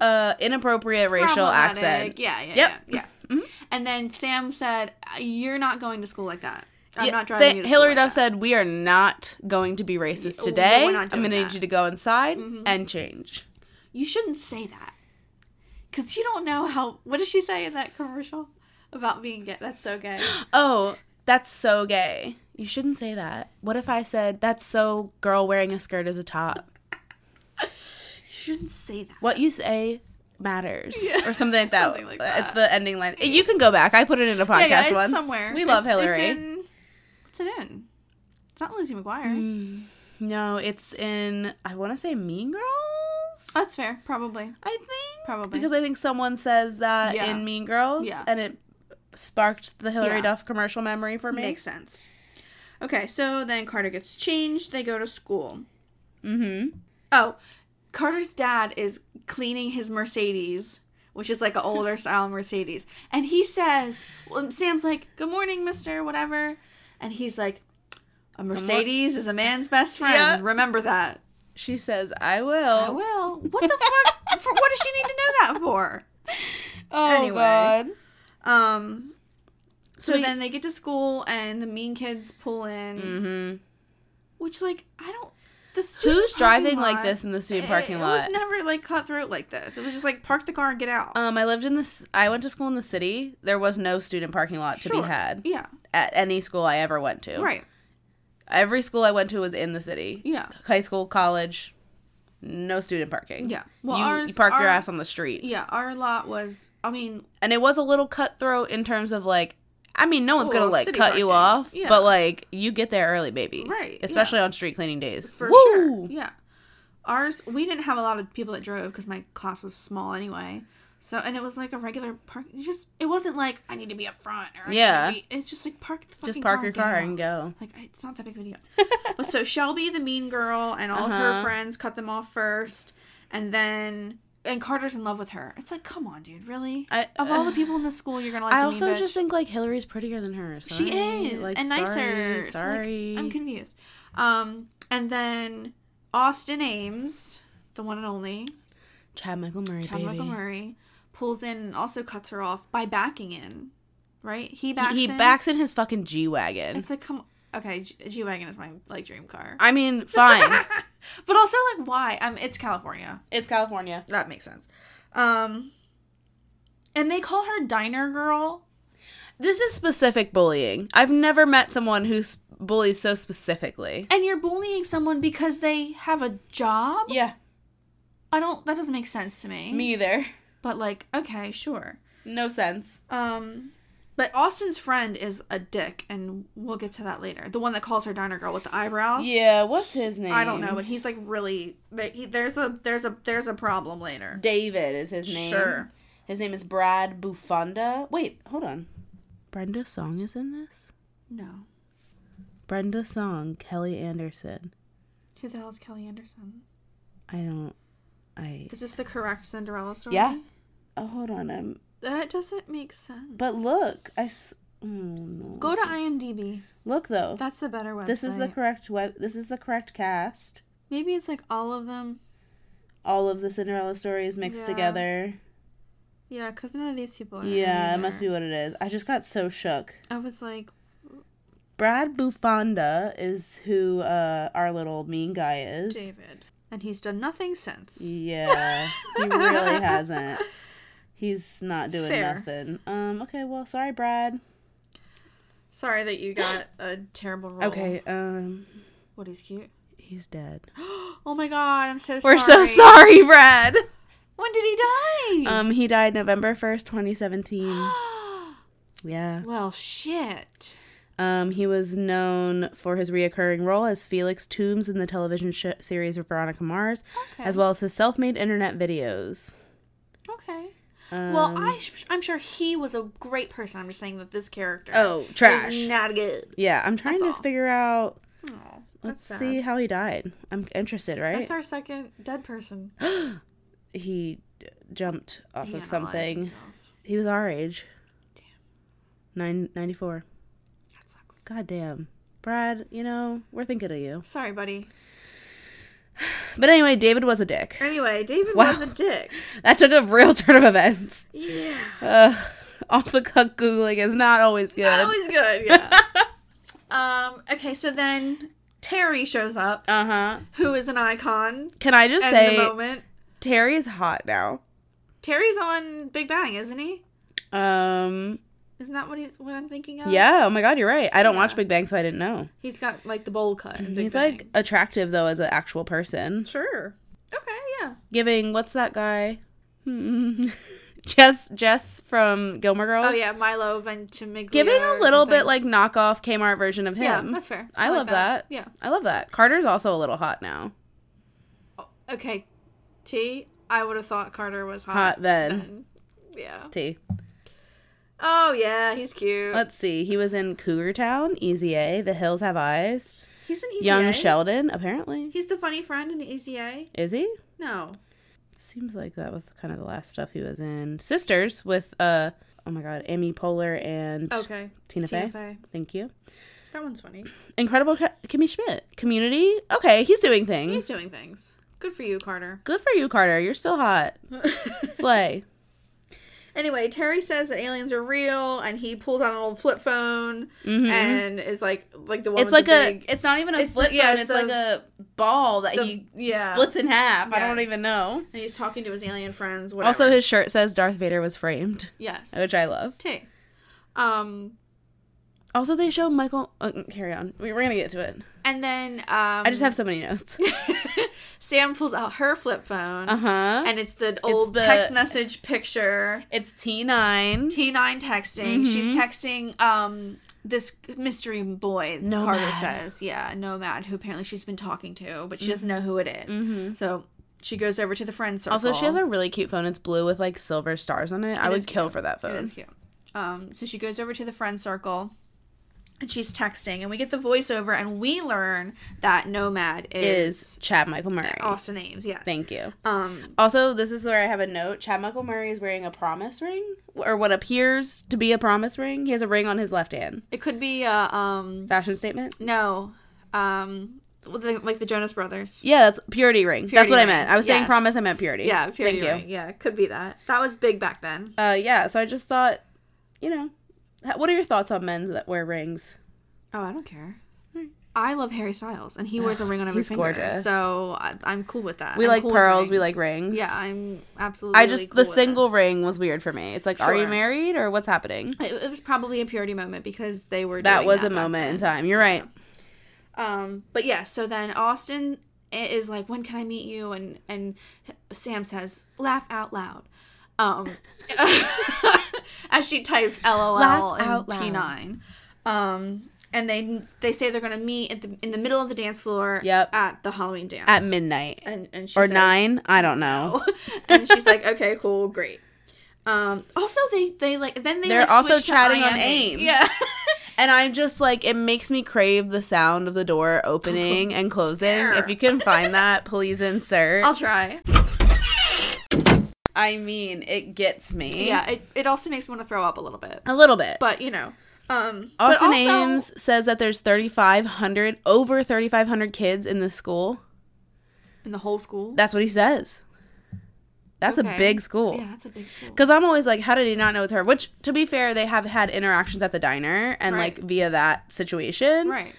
[SPEAKER 3] Uh inappropriate racial
[SPEAKER 4] problematic-
[SPEAKER 3] accent.
[SPEAKER 4] Yeah. Yeah.
[SPEAKER 3] Yep. Mm-hmm.
[SPEAKER 4] Yeah.
[SPEAKER 3] [LAUGHS]
[SPEAKER 4] yeah. And then Sam said, "Uh, "You're not going to school like that. I'm
[SPEAKER 3] Yeah,
[SPEAKER 4] not
[SPEAKER 3] they-
[SPEAKER 4] driving you." To
[SPEAKER 3] Hillary
[SPEAKER 4] school
[SPEAKER 3] Duff
[SPEAKER 4] like that."
[SPEAKER 3] said, "We are not going to be racist
[SPEAKER 4] we're
[SPEAKER 3] today.
[SPEAKER 4] not
[SPEAKER 3] I'm
[SPEAKER 4] doing
[SPEAKER 3] going to need
[SPEAKER 4] that." Mm-hmm.
[SPEAKER 3] you to go inside and change."
[SPEAKER 4] "You shouldn't say that, because you don't know how." What does she say in that commercial about being gay? That's
[SPEAKER 3] [GASPS]
[SPEAKER 4] so gay.
[SPEAKER 3] Oh, that's so gay. You shouldn't say that. What if I said, "That's so girl wearing a skirt as a top."
[SPEAKER 4] You shouldn't say that.
[SPEAKER 3] what you say matters
[SPEAKER 4] [LAUGHS] Yeah,
[SPEAKER 3] or something like that
[SPEAKER 4] something like
[SPEAKER 3] at
[SPEAKER 4] that.
[SPEAKER 3] the ending line you can go back i put it in a podcast
[SPEAKER 4] yeah, it's
[SPEAKER 3] once
[SPEAKER 4] somewhere.
[SPEAKER 3] we love
[SPEAKER 4] It's- it's
[SPEAKER 3] hillary
[SPEAKER 4] in- what's it in? It's not Lizzie McGuire.
[SPEAKER 3] Mm. no it's in i want to say mean girls
[SPEAKER 4] That's fair, probably.
[SPEAKER 3] i think
[SPEAKER 4] Probably.
[SPEAKER 3] because i think someone says that
[SPEAKER 4] Yeah.
[SPEAKER 3] in mean girls
[SPEAKER 4] Yeah.
[SPEAKER 3] and it sparked the hillary
[SPEAKER 4] Yeah.
[SPEAKER 3] duff commercial memory for me
[SPEAKER 4] Makes sense. Okay, so then Carter gets changed. They go to school.
[SPEAKER 3] mm-hmm
[SPEAKER 4] Oh, Carter's dad is cleaning his Mercedes, which is like an
[SPEAKER 3] [LAUGHS]
[SPEAKER 4] older style Mercedes. And he says, well, Sam's like, Good morning, mister, whatever. And he's like, A Mercedes is a man's best friend.
[SPEAKER 3] Yeah. Oh. [LAUGHS]
[SPEAKER 4] Remember that.
[SPEAKER 3] she says i will
[SPEAKER 4] I will. What the fuck? [LAUGHS] For, what does she need to know that for?
[SPEAKER 3] oh
[SPEAKER 4] Anyway.
[SPEAKER 3] god
[SPEAKER 4] Um, so
[SPEAKER 3] Sweet.
[SPEAKER 4] then they get to school and the mean kids pull in,
[SPEAKER 3] mm-hmm
[SPEAKER 4] which like I don't. The student
[SPEAKER 3] who's
[SPEAKER 4] parking
[SPEAKER 3] driving like
[SPEAKER 4] lot-
[SPEAKER 3] this in the student
[SPEAKER 4] it-
[SPEAKER 3] parking
[SPEAKER 4] it,
[SPEAKER 3] lot
[SPEAKER 4] was never like cutthroat like this. It was just like park the car and get out.
[SPEAKER 3] Um, I lived in this. I went to school in the city. There was no student parking lot to
[SPEAKER 4] Sure.
[SPEAKER 3] be had Oh.
[SPEAKER 4] Yeah.
[SPEAKER 3] at any school I ever went to.
[SPEAKER 4] Right.
[SPEAKER 3] Every school I went to was in the city.
[SPEAKER 4] Yeah.
[SPEAKER 3] High school, college, no student parking.
[SPEAKER 4] Yeah. Well,
[SPEAKER 3] you,
[SPEAKER 4] ours-
[SPEAKER 3] you park
[SPEAKER 4] our-
[SPEAKER 3] your ass on the street.
[SPEAKER 4] Yeah. Our lot was. I mean,
[SPEAKER 3] And it was a little cutthroat in terms of like, I mean, no one's
[SPEAKER 4] Oh,
[SPEAKER 3] gonna
[SPEAKER 4] well,
[SPEAKER 3] like cut
[SPEAKER 4] city
[SPEAKER 3] you
[SPEAKER 4] parking.
[SPEAKER 3] off,
[SPEAKER 4] Yeah.
[SPEAKER 3] but like you get there early, baby.
[SPEAKER 4] Right, yeah.
[SPEAKER 3] Especially on street cleaning days.
[SPEAKER 4] for sure.
[SPEAKER 3] Woo!
[SPEAKER 4] Yeah. Ours. We didn't have a lot of people that drove because my class was small anyway. So and it was like a regular park. you Just it wasn't like I need to be up front or I need to
[SPEAKER 3] Yeah.
[SPEAKER 4] be- it's just like park the fucking
[SPEAKER 3] Just park
[SPEAKER 4] car
[SPEAKER 3] your
[SPEAKER 4] get
[SPEAKER 3] car
[SPEAKER 4] out.
[SPEAKER 3] and go.
[SPEAKER 4] Like I- it's not that big of a deal.
[SPEAKER 3] [LAUGHS]
[SPEAKER 4] but so Shelby, the mean girl, and all of her
[SPEAKER 3] Uh-huh.
[SPEAKER 4] friends cut them off first, and then and Carter's in love with her. It's like, come on, dude, really?
[SPEAKER 3] I- uh,
[SPEAKER 4] of all the people in the school, you're gonna like.
[SPEAKER 3] I
[SPEAKER 4] the mean
[SPEAKER 3] also just
[SPEAKER 4] bitch?
[SPEAKER 3] think like Hillary's prettier than her. So
[SPEAKER 4] she is and nicer.
[SPEAKER 3] Sorry.
[SPEAKER 4] It's like,
[SPEAKER 3] sorry.
[SPEAKER 4] I'm confused. Um, and then Austin Ames, the one and only
[SPEAKER 3] Chad Michael Murray,
[SPEAKER 4] Chad
[SPEAKER 3] baby.
[SPEAKER 4] Michael Murray, pulls in and also cuts her off by backing in. Right? He backs.
[SPEAKER 3] he, he
[SPEAKER 4] in.
[SPEAKER 3] backs in his fucking G wagon.
[SPEAKER 4] It's like, come. Okay, G wagon is my like dream car.
[SPEAKER 3] I
[SPEAKER 4] [LAUGHS]
[SPEAKER 3] mean, fine.
[SPEAKER 4] But also, like, why? Um, it's California.
[SPEAKER 3] it's California.
[SPEAKER 4] That makes sense. Um, and they call her Diner Girl.
[SPEAKER 3] This is specific bullying. I've never met someone who s- bullies so specifically.
[SPEAKER 4] And you're bullying someone because they have a job?
[SPEAKER 3] Yeah,
[SPEAKER 4] I don't. That doesn't make sense to me.
[SPEAKER 3] me either.
[SPEAKER 4] But like, okay, sure.
[SPEAKER 3] No sense.
[SPEAKER 4] Um, but Austin's friend is a dick, and we'll get to that later. The one that calls her Diner Girl with the eyebrows.
[SPEAKER 3] Yeah, what's his name?
[SPEAKER 4] I don't know, but he's like really. there- he- There's a there's a there's a problem later.
[SPEAKER 3] David is his name.
[SPEAKER 4] Sure.
[SPEAKER 3] His name is Brad Bufanda. Wait, hold on. Brenda Song is in this.
[SPEAKER 4] No.
[SPEAKER 3] Brenda Song, Kelly Anderson.
[SPEAKER 4] Who the hell is Kelly Anderson?
[SPEAKER 3] I don't. I
[SPEAKER 4] Is this the correct Cinderella story?
[SPEAKER 3] yeah. Oh, hold on. I'm.
[SPEAKER 4] That doesn't make sense.
[SPEAKER 3] But look, I. S- oh, no.
[SPEAKER 4] Go to IMDb.
[SPEAKER 3] Look though.
[SPEAKER 4] That's the better website.
[SPEAKER 3] this is the correct web. This is the correct cast.
[SPEAKER 4] Maybe it's like all of them.
[SPEAKER 3] All of the Cinderella stories mixed
[SPEAKER 4] Yeah.
[SPEAKER 3] together.
[SPEAKER 4] Yeah, because none of these people are. in
[SPEAKER 3] Yeah, it
[SPEAKER 4] either.
[SPEAKER 3] must be what it is. I just got so shook.
[SPEAKER 4] I was like,
[SPEAKER 3] Brad Bufanda is who uh, our little mean guy is.
[SPEAKER 4] David. And he's done nothing since.
[SPEAKER 3] Yeah, he really
[SPEAKER 4] [LAUGHS]
[SPEAKER 3] hasn't. He's not doing
[SPEAKER 4] Fair.
[SPEAKER 3] nothing. Um. Okay. Well, sorry, Brad.
[SPEAKER 4] Sorry that you got a terrible role.
[SPEAKER 3] Okay. Um.
[SPEAKER 4] What, he's cute?
[SPEAKER 3] He's dead.
[SPEAKER 4] [GASPS] Oh my god, I'm so sorry.
[SPEAKER 3] We're so sorry,
[SPEAKER 4] [LAUGHS]
[SPEAKER 3] Brad.
[SPEAKER 4] When did he die?
[SPEAKER 3] Um. He died November first, twenty
[SPEAKER 4] [GASPS]
[SPEAKER 3] seventeen. Yeah.
[SPEAKER 4] well, shit.
[SPEAKER 3] Um, he was known for his reoccurring role as Felix Toombs in the television sh- series Veronica Mars, as well as his self-made internet videos.
[SPEAKER 4] Okay.
[SPEAKER 3] Um,
[SPEAKER 4] well, I sh- I'm sure he was a great person. I'm just saying that this character.
[SPEAKER 3] Oh, trash.
[SPEAKER 4] Is not good.
[SPEAKER 3] Yeah, I'm trying to
[SPEAKER 4] That's all.
[SPEAKER 3] figure out.
[SPEAKER 4] Oh,
[SPEAKER 3] Let's
[SPEAKER 4] that's sad.
[SPEAKER 3] see how he died. I'm interested, right?
[SPEAKER 4] That's our second dead
[SPEAKER 3] [GASPS]
[SPEAKER 4] person.
[SPEAKER 3] he d- jumped off
[SPEAKER 4] He
[SPEAKER 3] of
[SPEAKER 4] analyzed
[SPEAKER 3] something.
[SPEAKER 4] himself.
[SPEAKER 3] He was our age. Nine ninety four.
[SPEAKER 4] That sucks.
[SPEAKER 3] God damn. Brad, you know, we're thinking of you.
[SPEAKER 4] Sorry, buddy.
[SPEAKER 3] But anyway, David was a dick.
[SPEAKER 4] Anyway, David
[SPEAKER 3] Wow.
[SPEAKER 4] was a dick.
[SPEAKER 3] That took a real [LAUGHS] turn of events.
[SPEAKER 4] Yeah.
[SPEAKER 3] Uh, off the cuff Googling is not always good.
[SPEAKER 4] That was good. Yeah. um. Okay. So then Terry shows up,
[SPEAKER 3] Uh huh.
[SPEAKER 4] who is an icon
[SPEAKER 3] Can I just
[SPEAKER 4] at the
[SPEAKER 3] say
[SPEAKER 4] moment.
[SPEAKER 3] Terry's hot now?
[SPEAKER 4] Terry's on Big Bang, isn't he?
[SPEAKER 3] Um.
[SPEAKER 4] Isn't that what he's what I'm thinking of?
[SPEAKER 3] Yeah. Oh my God, you're right. I don't watch Big Bang, so I didn't know.
[SPEAKER 4] He's got like the bowl cut. in Big
[SPEAKER 3] He's
[SPEAKER 4] Bang.
[SPEAKER 3] like attractive though as an actual person.
[SPEAKER 4] sure. Okay. Yeah.
[SPEAKER 3] Giving what's that guy? Hmm. [LAUGHS] Jess Jess from Gilmore Girls.
[SPEAKER 4] Oh yeah, Milo Ventimiglia.
[SPEAKER 3] Giving a
[SPEAKER 4] or
[SPEAKER 3] little bit
[SPEAKER 4] something.
[SPEAKER 3] like knockoff Kmart version of him.
[SPEAKER 4] Yeah, that's fair.
[SPEAKER 3] I,
[SPEAKER 4] I like
[SPEAKER 3] love that.
[SPEAKER 4] that. Yeah.
[SPEAKER 3] I love that. Carter's also a little hot now.
[SPEAKER 4] okay, T. I would have thought Carter was hot,
[SPEAKER 3] Hot then.
[SPEAKER 4] Yeah.
[SPEAKER 3] T.
[SPEAKER 4] Oh yeah, he's cute.
[SPEAKER 3] Let's see. He was in Cougar Town, Easy A, The Hills Have Eyes,
[SPEAKER 4] he's an EZA.
[SPEAKER 3] Young Sheldon, apparently.
[SPEAKER 4] He's the funny friend in EZA.
[SPEAKER 3] Is he?
[SPEAKER 4] No.
[SPEAKER 3] Seems like that was the, kind of the last stuff he was in. Sisters with uh oh my god, Amy Poehler and
[SPEAKER 4] Okay.
[SPEAKER 3] Tina, Fey.
[SPEAKER 4] Tina Fey.
[SPEAKER 3] Thank you.
[SPEAKER 4] That one's funny.
[SPEAKER 3] Incredible Co- Kimmy Schmidt. Community. Okay, he's doing things.
[SPEAKER 4] He's doing things. Good for you, Carter.
[SPEAKER 3] Good for you, Carter. You're still hot. Slay.
[SPEAKER 4] [LAUGHS] Anyway, Terry says that aliens are real, and he pulls out an old flip phone and is like, like the one.
[SPEAKER 3] Mm-hmm. It's
[SPEAKER 4] with
[SPEAKER 3] like
[SPEAKER 4] the
[SPEAKER 3] a.
[SPEAKER 4] big-
[SPEAKER 3] It's not even a
[SPEAKER 4] It's
[SPEAKER 3] flip
[SPEAKER 4] like- yeah,
[SPEAKER 3] phone. It's
[SPEAKER 4] it's
[SPEAKER 3] like a ball that
[SPEAKER 4] the-
[SPEAKER 3] he
[SPEAKER 4] yeah.
[SPEAKER 3] splits in half. I don't
[SPEAKER 4] Yes.
[SPEAKER 3] even know.
[SPEAKER 4] and he's talking to his alien friends. Whatever.
[SPEAKER 3] Also, his shirt says Darth Vader was framed,
[SPEAKER 4] yes.
[SPEAKER 3] which I love.
[SPEAKER 4] T. Um,
[SPEAKER 3] Also, they show Michael. Uh, carry on. We, we're gonna get to it.
[SPEAKER 4] and then um,
[SPEAKER 3] I just have so many notes. [LAUGHS]
[SPEAKER 4] Sam pulls out her flip phone,
[SPEAKER 3] Uh huh.
[SPEAKER 4] and it's the old
[SPEAKER 3] the-
[SPEAKER 4] text message picture.
[SPEAKER 3] It's T nine.
[SPEAKER 4] T nine texting. She's
[SPEAKER 3] Mm-hmm.
[SPEAKER 4] texting um this mystery boy. Carter
[SPEAKER 3] Nomad.
[SPEAKER 4] says, yeah, nomad, who apparently she's been talking to, but she doesn't know who it is. So she goes over to the friend circle.
[SPEAKER 3] Mm-hmm. Also, she has a really cute phone. It's blue with like silver stars on it. I would
[SPEAKER 4] is
[SPEAKER 3] kill for that phone.
[SPEAKER 4] It is cute. Um, so she goes over to the friend circle. And she's texting, and we get the voiceover, and we learn that Nomad is,
[SPEAKER 3] Is Chad Michael Murray?
[SPEAKER 4] Austin Ames. Yes.
[SPEAKER 3] Thank you.
[SPEAKER 4] Um,
[SPEAKER 3] Also, this is where I have a note. Chad Michael Murray is wearing a promise ring, or what appears to be a promise ring. He has a ring on his left hand.
[SPEAKER 4] it could be uh, um
[SPEAKER 3] Fashion statement.
[SPEAKER 4] no, um, with the- like the Jonas Brothers.
[SPEAKER 3] Yeah, that's purity ring. that's
[SPEAKER 4] Purity
[SPEAKER 3] what I
[SPEAKER 4] ring.
[SPEAKER 3] meant. I was saying
[SPEAKER 4] Yes.
[SPEAKER 3] promise. I meant purity.
[SPEAKER 4] Yeah, purity
[SPEAKER 3] Thank
[SPEAKER 4] ring. Yeah, it could be that. That was big back then.
[SPEAKER 3] you. Uh, yeah. So I just thought, you know, ha- what are your thoughts on men that wear rings?
[SPEAKER 4] Oh, I don't care. I love Harry Styles, and he
[SPEAKER 3] [SIGHS]
[SPEAKER 4] wears a ring on every
[SPEAKER 3] He's
[SPEAKER 4] finger.
[SPEAKER 3] gorgeous.
[SPEAKER 4] So I, I'm cool with that.
[SPEAKER 3] We
[SPEAKER 4] I'm
[SPEAKER 3] like
[SPEAKER 4] cool with
[SPEAKER 3] pearls. We like rings.
[SPEAKER 4] Yeah, I'm absolutely.
[SPEAKER 3] I just
[SPEAKER 4] cool
[SPEAKER 3] the
[SPEAKER 4] with
[SPEAKER 3] single ring was weird for me. It's like, are you
[SPEAKER 4] Sure.
[SPEAKER 3] married or what's happening?
[SPEAKER 4] that. It, it was probably a purity moment because they were.
[SPEAKER 3] That
[SPEAKER 4] doing
[SPEAKER 3] was a
[SPEAKER 4] back
[SPEAKER 3] moment in
[SPEAKER 4] then.
[SPEAKER 3] time. You're right.
[SPEAKER 4] Um, but yeah, so then Austin i- is like, "When can I meet you?" And and Sam says, "Laugh out loud," um, [LAUGHS] as she types "LOL"
[SPEAKER 3] Laugh
[SPEAKER 4] and
[SPEAKER 3] out loud.
[SPEAKER 4] T nine. Um, and they they say they're gonna meet at the in the middle of the dance floor.
[SPEAKER 3] Yep.
[SPEAKER 4] At the Halloween dance
[SPEAKER 3] At midnight
[SPEAKER 4] And and she
[SPEAKER 3] or
[SPEAKER 4] says-
[SPEAKER 3] nine? I don't know.
[SPEAKER 4] [LAUGHS] and she's like, "Okay, cool, great." Um, also, they they like then they
[SPEAKER 3] They're
[SPEAKER 4] like,
[SPEAKER 3] also
[SPEAKER 4] switch to
[SPEAKER 3] chatting on
[SPEAKER 4] IMA.
[SPEAKER 3] AIM. [LAUGHS]
[SPEAKER 4] Yeah.
[SPEAKER 3] [LAUGHS] And I'm just like, it makes me crave the sound of the
[SPEAKER 4] [LAUGHS]
[SPEAKER 3] door opening and closing. If you can find that, please insert.
[SPEAKER 4] I'll try.
[SPEAKER 3] I mean, it gets me.
[SPEAKER 4] Yeah, it, it also makes me want to throw up a little bit.
[SPEAKER 3] a little bit.
[SPEAKER 4] But, you know. Um, but
[SPEAKER 3] Austin Ames says that there's 3,500, over 3,500 kids in this school.
[SPEAKER 4] In the whole school?
[SPEAKER 3] That's what he says. That's a
[SPEAKER 4] Okay.
[SPEAKER 3] big school.
[SPEAKER 4] Yeah, that's a big school.
[SPEAKER 3] Because I'm always like, how did he not know it's her? Which, to be fair, they have had interactions at the diner and
[SPEAKER 4] Right.
[SPEAKER 3] like via that situation.
[SPEAKER 4] Right.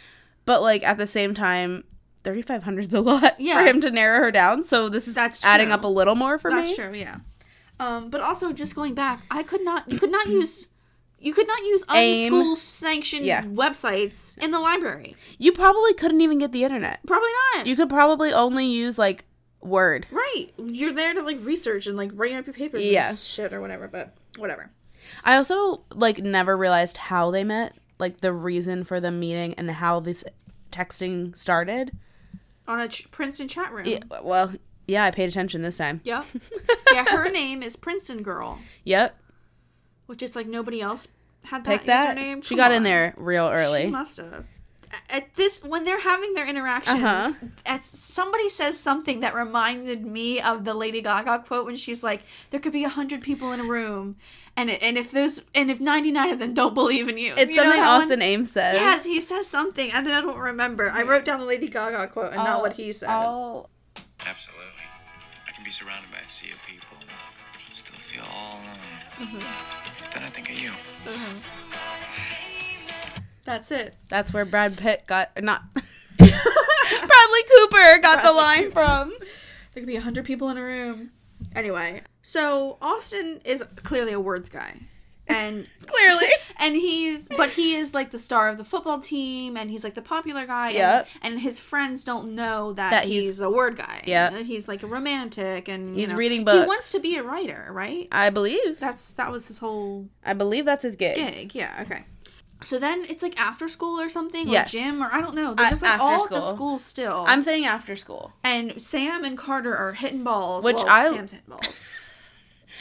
[SPEAKER 3] But like at the same time, 3,500 is a lot [LAUGHS]
[SPEAKER 4] Yeah.
[SPEAKER 3] for him to narrow her down. So this is
[SPEAKER 4] That's
[SPEAKER 3] adding
[SPEAKER 4] true.
[SPEAKER 3] up a little more for
[SPEAKER 4] That's
[SPEAKER 3] me.
[SPEAKER 4] true, yeah. Um, but also, just going back, I could not, you
[SPEAKER 3] [CLEARS THROAT]
[SPEAKER 4] could not use. You could not use
[SPEAKER 3] AIM.
[SPEAKER 4] unschool sanctioned
[SPEAKER 3] Yeah.
[SPEAKER 4] websites in the library.
[SPEAKER 3] You probably couldn't even get the internet.
[SPEAKER 4] Probably not.
[SPEAKER 3] You could probably only use like Word.
[SPEAKER 4] Right. You're there to like research and like writing up your papers
[SPEAKER 3] Yeah.
[SPEAKER 4] and shit or whatever, but whatever.
[SPEAKER 3] I also like never realized how they met, like the reason for them meeting and how this texting started.
[SPEAKER 4] On a ch- Princeton chat room.
[SPEAKER 3] Yeah, well, yeah, I paid attention this time. [LAUGHS]
[SPEAKER 4] Yep. yeah, her name is Princeton Girl,
[SPEAKER 3] Yep.
[SPEAKER 4] which is like nobody else had that
[SPEAKER 3] Pick that.
[SPEAKER 4] username.
[SPEAKER 3] She
[SPEAKER 4] Come
[SPEAKER 3] got in
[SPEAKER 4] on.
[SPEAKER 3] there real early.
[SPEAKER 4] She must have. At this, when they're having their interactions,
[SPEAKER 3] Uh-huh.
[SPEAKER 4] at, somebody says something that reminded me of the Lady Gaga quote when she's like, "There could be a hundred people in a room, and it, and if those and if ninety nine of them don't believe in you,
[SPEAKER 3] It's
[SPEAKER 4] You know
[SPEAKER 3] something
[SPEAKER 4] that one?
[SPEAKER 3] Austin Ames says.
[SPEAKER 4] Yes, he says something, and I don't remember. I wrote down the Lady Gaga quote and not what he said.
[SPEAKER 3] Oh,
[SPEAKER 12] Absolutely. I can be surrounded by a sea of people, still feel all alone. Then I think of you.
[SPEAKER 4] That's it.
[SPEAKER 3] that's where Brad Pitt got not [LAUGHS] Bradley Cooper got the line from.
[SPEAKER 4] There could be a hundred people in a room. Anyway, so Austin is clearly a words guy, and
[SPEAKER 3] Clearly.
[SPEAKER 4] and he's but he is like the star of the football team, and he's like the popular guy. and-
[SPEAKER 3] Yep.
[SPEAKER 4] And, his friends don't know that,
[SPEAKER 3] That
[SPEAKER 4] he's,
[SPEAKER 3] he's-
[SPEAKER 4] a word guy.
[SPEAKER 3] Yep.
[SPEAKER 4] And He's like a romantic, and you
[SPEAKER 3] He's
[SPEAKER 4] know,
[SPEAKER 3] reading
[SPEAKER 4] He wants
[SPEAKER 3] books.
[SPEAKER 4] to be a writer, right?
[SPEAKER 3] [LAUGHS] I believe.
[SPEAKER 4] That's that was his whole
[SPEAKER 3] I believe that's his gig.
[SPEAKER 4] gig. Yeah. Okay. So then it's like after school or something,
[SPEAKER 3] Yes.
[SPEAKER 4] or gym, or I don't know. They're
[SPEAKER 3] A-
[SPEAKER 4] just like
[SPEAKER 3] after
[SPEAKER 4] all at the
[SPEAKER 3] school.
[SPEAKER 4] school still.
[SPEAKER 3] I'm saying after school.
[SPEAKER 4] And Sam and Carter are hitting balls.
[SPEAKER 3] Which
[SPEAKER 4] Well,
[SPEAKER 3] I-
[SPEAKER 4] Sam's hitting
[SPEAKER 3] [LAUGHS]
[SPEAKER 4] balls.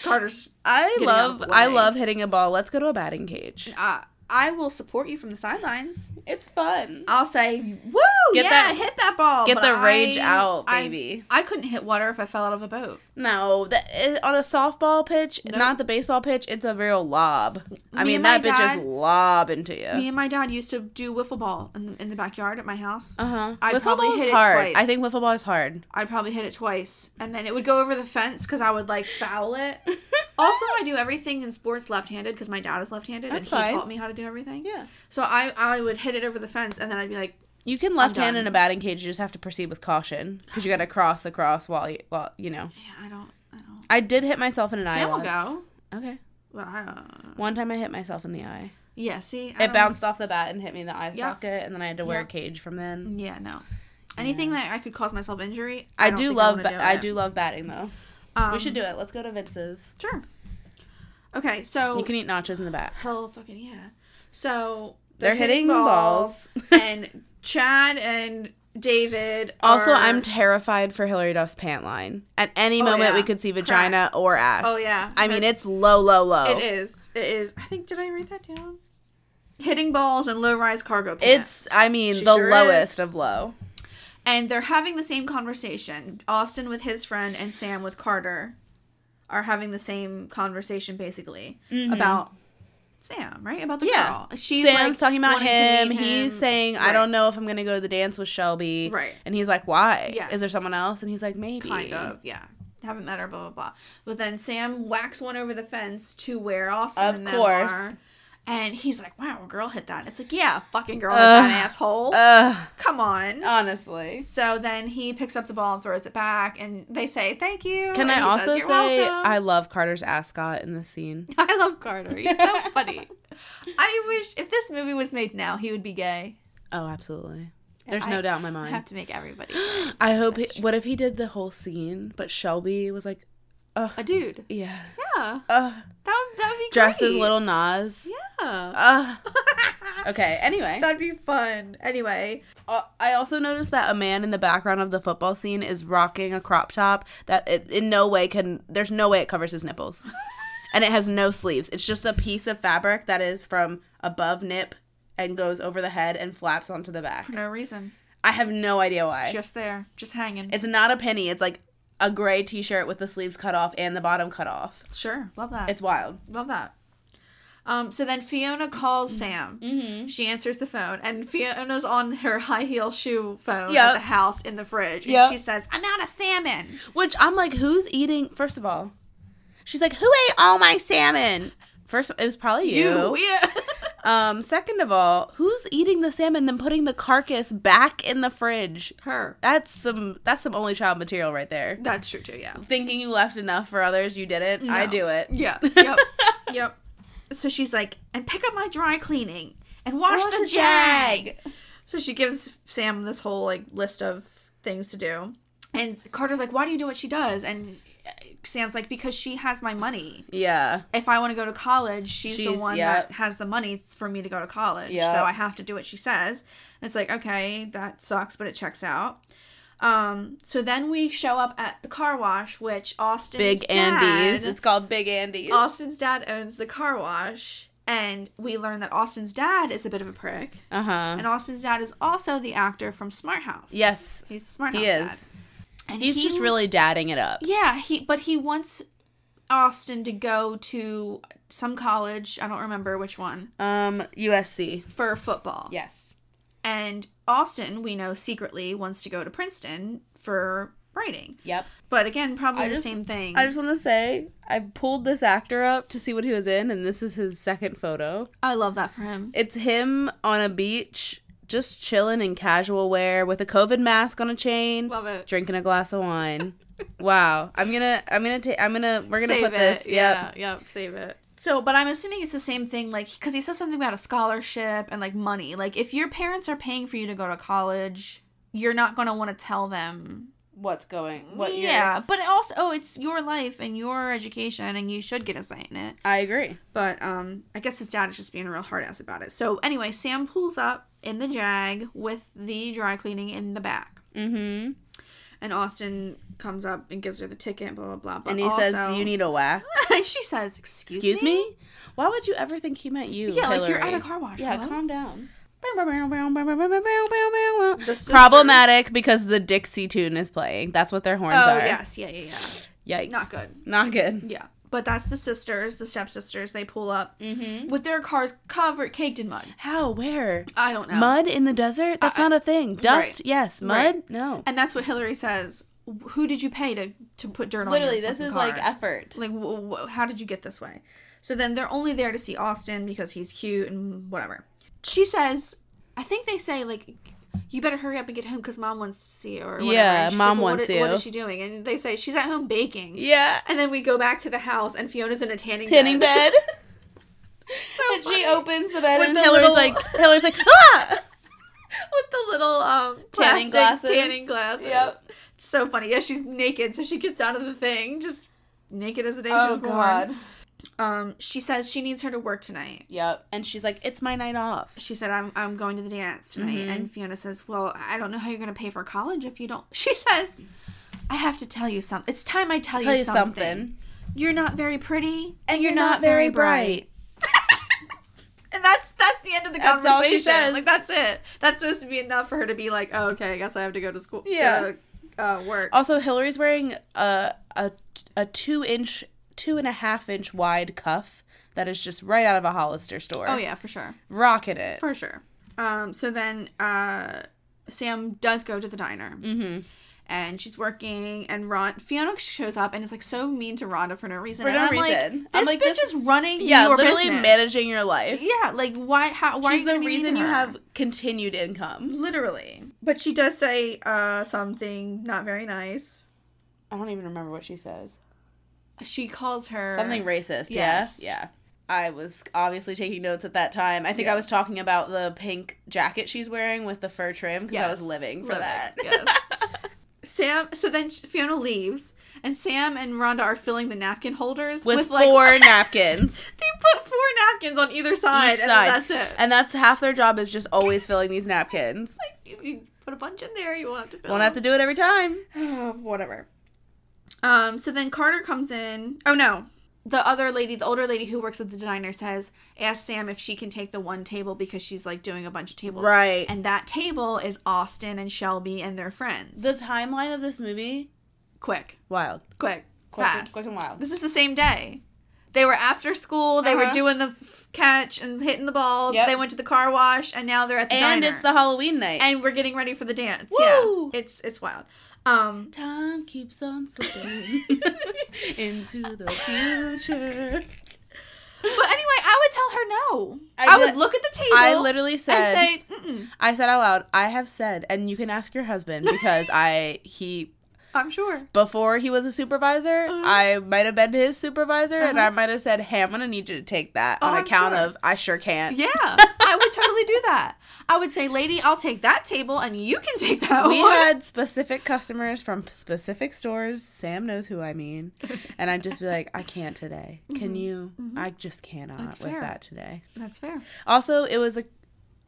[SPEAKER 4] Carter's.
[SPEAKER 3] I
[SPEAKER 4] Getting out
[SPEAKER 3] love
[SPEAKER 4] of the
[SPEAKER 3] I
[SPEAKER 4] way.
[SPEAKER 3] love hitting a ball. Let's go to a batting cage.
[SPEAKER 4] Uh, I will support you from the sidelines.
[SPEAKER 3] It's fun.
[SPEAKER 4] I'll say, "Woo!
[SPEAKER 3] Get
[SPEAKER 4] yeah,
[SPEAKER 3] that-
[SPEAKER 4] hit that ball.
[SPEAKER 3] get
[SPEAKER 4] but
[SPEAKER 3] the rage
[SPEAKER 4] I-
[SPEAKER 3] out,
[SPEAKER 4] I-
[SPEAKER 3] baby.
[SPEAKER 4] I, couldn't hit water if I fell out of a boat.
[SPEAKER 3] No, that, it- on a softball pitch, not the baseball pitch, it's a real lob. I
[SPEAKER 4] Me
[SPEAKER 3] mean,
[SPEAKER 4] and my
[SPEAKER 3] that bitch
[SPEAKER 4] dad-
[SPEAKER 3] is lobbing to you.
[SPEAKER 4] Me and my dad used to do wiffle ball in the, in the backyard at my house.
[SPEAKER 3] uh huh.
[SPEAKER 4] I'd probably hit it
[SPEAKER 3] hard.
[SPEAKER 4] twice.
[SPEAKER 3] I think wiffle ball is [LAUGHS] hard.
[SPEAKER 4] I'd probably hit it twice, and then it would go over the fence because I would like
[SPEAKER 3] [LAUGHS]
[SPEAKER 4] foul it. also, I do everything in sports left-handed because my dad is left-handed,
[SPEAKER 3] That's
[SPEAKER 4] and
[SPEAKER 3] fine.
[SPEAKER 4] he taught me how to do everything.
[SPEAKER 3] Yeah.
[SPEAKER 4] So I I would hit it over the fence, and then I'd be like,
[SPEAKER 3] You can left hand
[SPEAKER 4] done.
[SPEAKER 3] in a batting cage. You just have to proceed with caution because you got to cross across while you, well, you know.
[SPEAKER 4] yeah, I don't, I don't.
[SPEAKER 3] I did hit myself in an eye.
[SPEAKER 4] Sam will
[SPEAKER 3] once.
[SPEAKER 4] go.
[SPEAKER 3] Okay.
[SPEAKER 4] Well, I don't.
[SPEAKER 3] One time I hit myself in the eye.
[SPEAKER 4] Yeah. See, I
[SPEAKER 3] It
[SPEAKER 4] don't-
[SPEAKER 3] bounced off the bat and hit me in the eye
[SPEAKER 4] Yeah.
[SPEAKER 3] socket, and then I had to wear
[SPEAKER 4] Yeah. Mm,
[SPEAKER 3] a cage from then.
[SPEAKER 4] Yeah. No. Anything that I could cause myself injury.
[SPEAKER 3] I,
[SPEAKER 4] don't
[SPEAKER 3] do
[SPEAKER 4] think
[SPEAKER 3] love
[SPEAKER 4] wanna
[SPEAKER 3] ba-
[SPEAKER 4] it.
[SPEAKER 3] I do love batting though.
[SPEAKER 4] Um,
[SPEAKER 3] we should do it. Let's go to Vince's.
[SPEAKER 4] Sure. Okay. So
[SPEAKER 3] You can eat nachos in the back.
[SPEAKER 4] hell fucking yeah. So
[SPEAKER 3] They're hitting the balls. [LAUGHS]
[SPEAKER 4] and Chad and David.
[SPEAKER 3] Also,
[SPEAKER 4] are-
[SPEAKER 3] I'm terrified for Hillary Duff's pant line. At any
[SPEAKER 4] Oh,
[SPEAKER 3] moment, we
[SPEAKER 4] yeah.
[SPEAKER 3] could see vagina or ass.
[SPEAKER 4] Oh, yeah.
[SPEAKER 3] I mean, it's low, low, low.
[SPEAKER 4] It is. It is. I think did I write that down? Hitting balls and low-rise cargo pants.
[SPEAKER 3] It's. I mean,
[SPEAKER 4] She
[SPEAKER 3] the
[SPEAKER 4] sure
[SPEAKER 3] lowest
[SPEAKER 4] is.
[SPEAKER 3] of low.
[SPEAKER 4] and they're having the same conversation. Austin with his friend and Sam with Carter are having the same conversation basically about Sam, right? About the
[SPEAKER 3] Mm-hmm. Yeah.
[SPEAKER 4] girl. She's
[SPEAKER 3] Sam's
[SPEAKER 4] like,
[SPEAKER 3] talking about
[SPEAKER 4] wanting to
[SPEAKER 3] him.
[SPEAKER 4] meet
[SPEAKER 3] He's saying, "I
[SPEAKER 4] Right.
[SPEAKER 3] don't know if I'm gonna go to the dance with Shelby."
[SPEAKER 4] Right.
[SPEAKER 3] And he's like, "Why?
[SPEAKER 4] Yes.
[SPEAKER 3] Is there someone else?" And he's like, "Maybe."
[SPEAKER 4] kind of, yeah. Haven't met her, blah blah blah. But then Sam whacks one over the fence to where Austin
[SPEAKER 3] Of
[SPEAKER 4] and them
[SPEAKER 3] course.
[SPEAKER 4] are. And he's like, "Wow, a girl hit that." It's like, "Yeah, a fucking girl hit that asshole."
[SPEAKER 3] Ugh. Uh,
[SPEAKER 4] Come on.
[SPEAKER 3] Honestly.
[SPEAKER 4] So then he picks up the ball and throws it back, and they say thank you.
[SPEAKER 3] Can
[SPEAKER 4] and
[SPEAKER 3] I
[SPEAKER 4] he
[SPEAKER 3] also
[SPEAKER 4] says, "You're
[SPEAKER 3] say
[SPEAKER 4] welcome."
[SPEAKER 3] I love Carter's ascot in this scene?
[SPEAKER 4] [LAUGHS] I love Carter. He's so funny. [LAUGHS] I wish if this movie was made now, he would be gay.
[SPEAKER 3] Oh, absolutely. There's
[SPEAKER 4] I-
[SPEAKER 3] no doubt in my
[SPEAKER 4] I
[SPEAKER 3] mind.
[SPEAKER 4] have to make everybody gay.
[SPEAKER 3] I hope. He, what if he did the whole scene, but Shelby was like,
[SPEAKER 4] a dude.
[SPEAKER 3] "Yeah,
[SPEAKER 4] Yeah,
[SPEAKER 3] uh,
[SPEAKER 4] that would that would be
[SPEAKER 3] dressed
[SPEAKER 4] great.
[SPEAKER 3] as little Nas."
[SPEAKER 4] Yeah,
[SPEAKER 3] Uh,
[SPEAKER 4] [LAUGHS]
[SPEAKER 3] okay. Anyway,
[SPEAKER 4] that'd be fun. Anyway,
[SPEAKER 3] Uh, I also noticed that a man in the background of the football scene is rocking a crop top that it, in no way can. There's no way it covers his
[SPEAKER 4] [LAUGHS]
[SPEAKER 3] nipples, and it has no sleeves. It's just a piece of fabric that is from above nip and goes over the head and flaps onto the back.
[SPEAKER 4] for no reason,
[SPEAKER 3] I have no idea why.
[SPEAKER 4] just there, just hanging.
[SPEAKER 3] It's not a penny. It's like a gray t-shirt with the sleeves cut off and the bottom cut off.
[SPEAKER 4] Sure, love that.
[SPEAKER 3] It's wild.
[SPEAKER 4] Love that. Um, so then Fiona calls Sam. Mm-hmm. She answers the phone, and Fiona's on her high heel shoe phone at
[SPEAKER 3] Yep.
[SPEAKER 4] the house in the fridge. And
[SPEAKER 3] Yep.
[SPEAKER 4] she says, I'm out of salmon.
[SPEAKER 3] Which I'm like, who's eating? First of all, she's like, who ate all my salmon? First, it was probably you.
[SPEAKER 4] [LAUGHS] Yeah.
[SPEAKER 3] Um, second of all, who's eating the salmon then putting the carcass back in the fridge?
[SPEAKER 4] Her.
[SPEAKER 3] That's some that's some only child material right there.
[SPEAKER 4] That's true, too, yeah.
[SPEAKER 3] Thinking you left enough for others, you didn't. I
[SPEAKER 4] No.
[SPEAKER 3] do it. [LAUGHS]
[SPEAKER 4] Yeah. Yep. yep. So she's like, and pick up my dry cleaning and wash,
[SPEAKER 3] Wash
[SPEAKER 4] the,
[SPEAKER 3] the
[SPEAKER 4] jag. So she gives Sam this whole like list of things to do. And Carter's like, why do you do what she does? And uh, Sam's like, because she has my money.
[SPEAKER 3] Yeah.
[SPEAKER 4] If I want to go to college, she's, the
[SPEAKER 3] She's-
[SPEAKER 4] one
[SPEAKER 3] yeah.
[SPEAKER 4] that has the money for me to go to college.
[SPEAKER 3] Yeah.
[SPEAKER 4] So I have to do what she says. And it's like, okay, that sucks, but it checks out. Um, so then we show up at the car wash, which Austin's
[SPEAKER 3] Big
[SPEAKER 4] dad-
[SPEAKER 3] Andes. It's called Big Andes.
[SPEAKER 4] Austin's dad owns the car wash, and we learn that Austin's dad is a bit of a prick.
[SPEAKER 3] Uh huh.
[SPEAKER 4] And Austin's dad is also the actor from Smart House.
[SPEAKER 3] Yes,
[SPEAKER 4] He's the Smart House
[SPEAKER 3] he is.
[SPEAKER 4] dad. And
[SPEAKER 3] He's
[SPEAKER 4] he-
[SPEAKER 3] just really dadding it up.
[SPEAKER 4] Yeah, he but he wants Austin to go to some college, I don't remember which one,
[SPEAKER 3] Um, USC.
[SPEAKER 4] for football.
[SPEAKER 3] Yes.
[SPEAKER 4] And Austin, we know secretly, wants to go to Princeton for writing.
[SPEAKER 3] Yep.
[SPEAKER 4] But again, probably
[SPEAKER 3] I
[SPEAKER 4] the
[SPEAKER 3] just-
[SPEAKER 4] same thing.
[SPEAKER 3] I just want to say I pulled this actor up to see what he was in, and this is his second photo.
[SPEAKER 4] I love that for him.
[SPEAKER 3] It's him on a beach, just chilling in casual wear with a COVID mask on a chain,
[SPEAKER 4] Love it.
[SPEAKER 3] drinking a glass of
[SPEAKER 4] [LAUGHS]
[SPEAKER 3] wine. wow, I'm gonna, I'm gonna take, I'm gonna, we're gonna
[SPEAKER 4] Save
[SPEAKER 3] put
[SPEAKER 4] it.
[SPEAKER 3] this.
[SPEAKER 4] Yeah,
[SPEAKER 3] Yep.
[SPEAKER 4] yep, save it. So, but I'm assuming it's the same thing, like, because he says something about a scholarship and like money. Like, if your parents are paying for you to go to college, you're not gonna want to tell them.
[SPEAKER 3] What's going? What? you're-
[SPEAKER 4] yeah, but also oh, it's your life and your education, and you should get a say in it.
[SPEAKER 3] I agree.
[SPEAKER 4] But um, I guess his dad is just being a real hard ass about it. So anyway, Sam pulls up in the Jag with the dry cleaning in the back,
[SPEAKER 3] Mm-hmm.
[SPEAKER 4] and Austin comes up and gives her the ticket, blah blah blah. But
[SPEAKER 3] And he
[SPEAKER 4] also-
[SPEAKER 3] says you need a wax.
[SPEAKER 4] [LAUGHS] she says, "Excuse,
[SPEAKER 3] Excuse
[SPEAKER 4] me?
[SPEAKER 3] me? Why would you ever think he meant you?
[SPEAKER 4] Yeah, like you're
[SPEAKER 3] Hillary?
[SPEAKER 4] at a car wash.
[SPEAKER 3] Yeah,
[SPEAKER 4] hello?
[SPEAKER 3] calm down.
[SPEAKER 4] sisters-
[SPEAKER 3] Problematic because the Dixie tune is playing. That's what their horns
[SPEAKER 4] Oh
[SPEAKER 3] are.
[SPEAKER 4] yes, yeah, yeah, yeah.
[SPEAKER 3] Yikes.
[SPEAKER 4] Not good.
[SPEAKER 3] Not good.
[SPEAKER 4] Yeah, but that's the sisters, the stepsisters. They pull up
[SPEAKER 3] Mm-hmm.
[SPEAKER 4] with their cars covered, caked in mud.
[SPEAKER 3] How? Where?
[SPEAKER 4] I don't know
[SPEAKER 3] Mud in the desert? That's not a thing. Dust?
[SPEAKER 4] Uh, right.
[SPEAKER 3] Yes. Mud?
[SPEAKER 4] Right.
[SPEAKER 3] No.
[SPEAKER 4] and that's what Hillary says. Who did you pay to to put dirt on? your fucking cars?"
[SPEAKER 3] effort.
[SPEAKER 4] Like, wh- wh- how did you get this way? So then they're only there to see Austin because he's cute and whatever. She says, I think they say like, you better hurry up and get home because mom wants to see you or whatever.
[SPEAKER 3] Yeah,
[SPEAKER 4] And she's
[SPEAKER 3] mom
[SPEAKER 4] like, "Well, what
[SPEAKER 3] wants
[SPEAKER 4] i- What
[SPEAKER 3] you."
[SPEAKER 4] is she doing? And they say she's at home baking.
[SPEAKER 3] Yeah.
[SPEAKER 4] And then we go back to the house, and Fiona's in a tanning
[SPEAKER 3] Tanning
[SPEAKER 4] [LAUGHS]
[SPEAKER 3] bed.
[SPEAKER 4] and she opens the bed,
[SPEAKER 3] When
[SPEAKER 4] and
[SPEAKER 3] Hillary's
[SPEAKER 4] Hillary's
[SPEAKER 3] like, Hillary's like, ah!
[SPEAKER 4] with the little um
[SPEAKER 3] Tanning
[SPEAKER 4] plastic
[SPEAKER 3] glasses.
[SPEAKER 4] [LAUGHS] Tanning glasses.
[SPEAKER 3] Yep.
[SPEAKER 4] It's so funny. Yeah, she's naked, so she gets out of the thing, just naked as a day she was born. Um, she says she needs her to work tonight.
[SPEAKER 3] Yep. And she's like, it's my night off.
[SPEAKER 4] She said, "I'm I'm going to the dance tonight." And Fiona says, "Well, I don't know how you're going to pay for college if you don't." [LAUGHS] She says, "I have to tell you something. It's time I tell,
[SPEAKER 3] Tell
[SPEAKER 4] you,
[SPEAKER 3] you
[SPEAKER 4] something.
[SPEAKER 3] something.
[SPEAKER 4] You're not very pretty, and, you're,
[SPEAKER 3] not
[SPEAKER 4] not,
[SPEAKER 3] very
[SPEAKER 4] very, bright." and that's that's the end of the
[SPEAKER 3] That's
[SPEAKER 4] conversation.
[SPEAKER 3] all she says.
[SPEAKER 4] Like that's it. That's supposed to be enough for her to be like, "Oh, okay, I guess I have to go to school."
[SPEAKER 3] Yeah.
[SPEAKER 4] uh, uh, work.
[SPEAKER 3] Also, Hillary's wearing a a a two inch, two and a half inch wide cuff that is just right out of a Hollister store.
[SPEAKER 4] Oh yeah, for sure.
[SPEAKER 3] rocking it.
[SPEAKER 4] For sure. Um, so then uh, Sam does go to the diner. Mm-hmm. And she's working, and Ron Fiona shows up and is like so mean to Rhonda for no reason.
[SPEAKER 3] For
[SPEAKER 4] And
[SPEAKER 3] no
[SPEAKER 4] I'm like,
[SPEAKER 3] reason.
[SPEAKER 4] this
[SPEAKER 3] I'm like,
[SPEAKER 4] bitch
[SPEAKER 3] this-
[SPEAKER 4] is running.
[SPEAKER 3] yeah,
[SPEAKER 4] your
[SPEAKER 3] literally
[SPEAKER 4] business.
[SPEAKER 3] managing your life.
[SPEAKER 4] Yeah, like why? How? Why?
[SPEAKER 3] She's
[SPEAKER 4] are
[SPEAKER 3] the
[SPEAKER 4] you
[SPEAKER 3] reason you have continued income.
[SPEAKER 4] literally. But she does say uh, something not very nice.
[SPEAKER 3] I don't even remember what she says.
[SPEAKER 4] She calls her
[SPEAKER 3] Something racist.
[SPEAKER 4] Yes.
[SPEAKER 3] Yeah, yeah. I was obviously taking notes at that time. I think I was talking about the pink jacket she's wearing with the fur trim because I was
[SPEAKER 4] Yes.
[SPEAKER 3] living for
[SPEAKER 4] Living,
[SPEAKER 3] that. [LAUGHS]
[SPEAKER 4] yes. Sam. So then Fiona leaves, and Sam and Rhonda are filling the napkin holders
[SPEAKER 3] With,
[SPEAKER 4] with, like
[SPEAKER 3] four napkins.
[SPEAKER 4] [LAUGHS] they put four napkins on either side,
[SPEAKER 3] each
[SPEAKER 4] and
[SPEAKER 3] side.
[SPEAKER 4] that's it.
[SPEAKER 3] And that's half their job is just always filling these napkins.
[SPEAKER 4] like, if you put a bunch in there, you won't have to fill.
[SPEAKER 3] Won't have to do it every time.
[SPEAKER 4] to. [SIGHS] Whatever. Um. So then Carter comes in. Oh no. The other lady, the older lady who works at the diner, says, "Ask Sam if she can take the one table because she's like doing a bunch of tables,
[SPEAKER 3] Right.
[SPEAKER 4] And that table is Austin and Shelby and their friends.
[SPEAKER 3] The timeline of this movie
[SPEAKER 4] Quick.
[SPEAKER 3] Wild.
[SPEAKER 4] Quick.
[SPEAKER 3] Quick and-
[SPEAKER 4] Fast.
[SPEAKER 3] quick and wild.
[SPEAKER 4] This is the same day. They were after school. They
[SPEAKER 3] Uh-huh.
[SPEAKER 4] were doing the f- catch and hitting the balls.
[SPEAKER 3] Yep.
[SPEAKER 4] They went to the car wash, and now they're at the
[SPEAKER 3] And
[SPEAKER 4] diner.
[SPEAKER 3] it's the Halloween night.
[SPEAKER 4] and we're getting ready for the dance.
[SPEAKER 3] Woo!
[SPEAKER 4] Yeah, it's it's wild. Um,
[SPEAKER 3] time keeps on [LAUGHS] slipping into the future.
[SPEAKER 4] but anyway, I would tell her no.
[SPEAKER 3] I
[SPEAKER 4] I,
[SPEAKER 3] did-
[SPEAKER 4] would look at the table.
[SPEAKER 3] I literally said-
[SPEAKER 4] and say, Mm-mm,
[SPEAKER 3] I said out loud, I have said, and you can ask your husband because I he
[SPEAKER 4] "I'm sure."
[SPEAKER 3] before he was a supervisor, I might have been his supervisor, and I might have said, "Hey, I'm gonna need you to take that
[SPEAKER 4] Oh,
[SPEAKER 3] on
[SPEAKER 4] I'm
[SPEAKER 3] account
[SPEAKER 4] sure.
[SPEAKER 3] of I Uh-huh. sure can't." [LAUGHS]
[SPEAKER 4] Yeah, I would totally do that. I would say, "Lady, I'll take that table, and you can take that [LAUGHS]
[SPEAKER 3] We
[SPEAKER 4] one."
[SPEAKER 3] had specific customers from specific stores. Sam knows who I
[SPEAKER 4] [LAUGHS]
[SPEAKER 3] mean, and I'd just be like, "I can't today. Can you? I just cannot
[SPEAKER 4] Mm-hmm. That's
[SPEAKER 3] with
[SPEAKER 4] fair.
[SPEAKER 3] that today."
[SPEAKER 4] That's fair.
[SPEAKER 3] Also, it was a,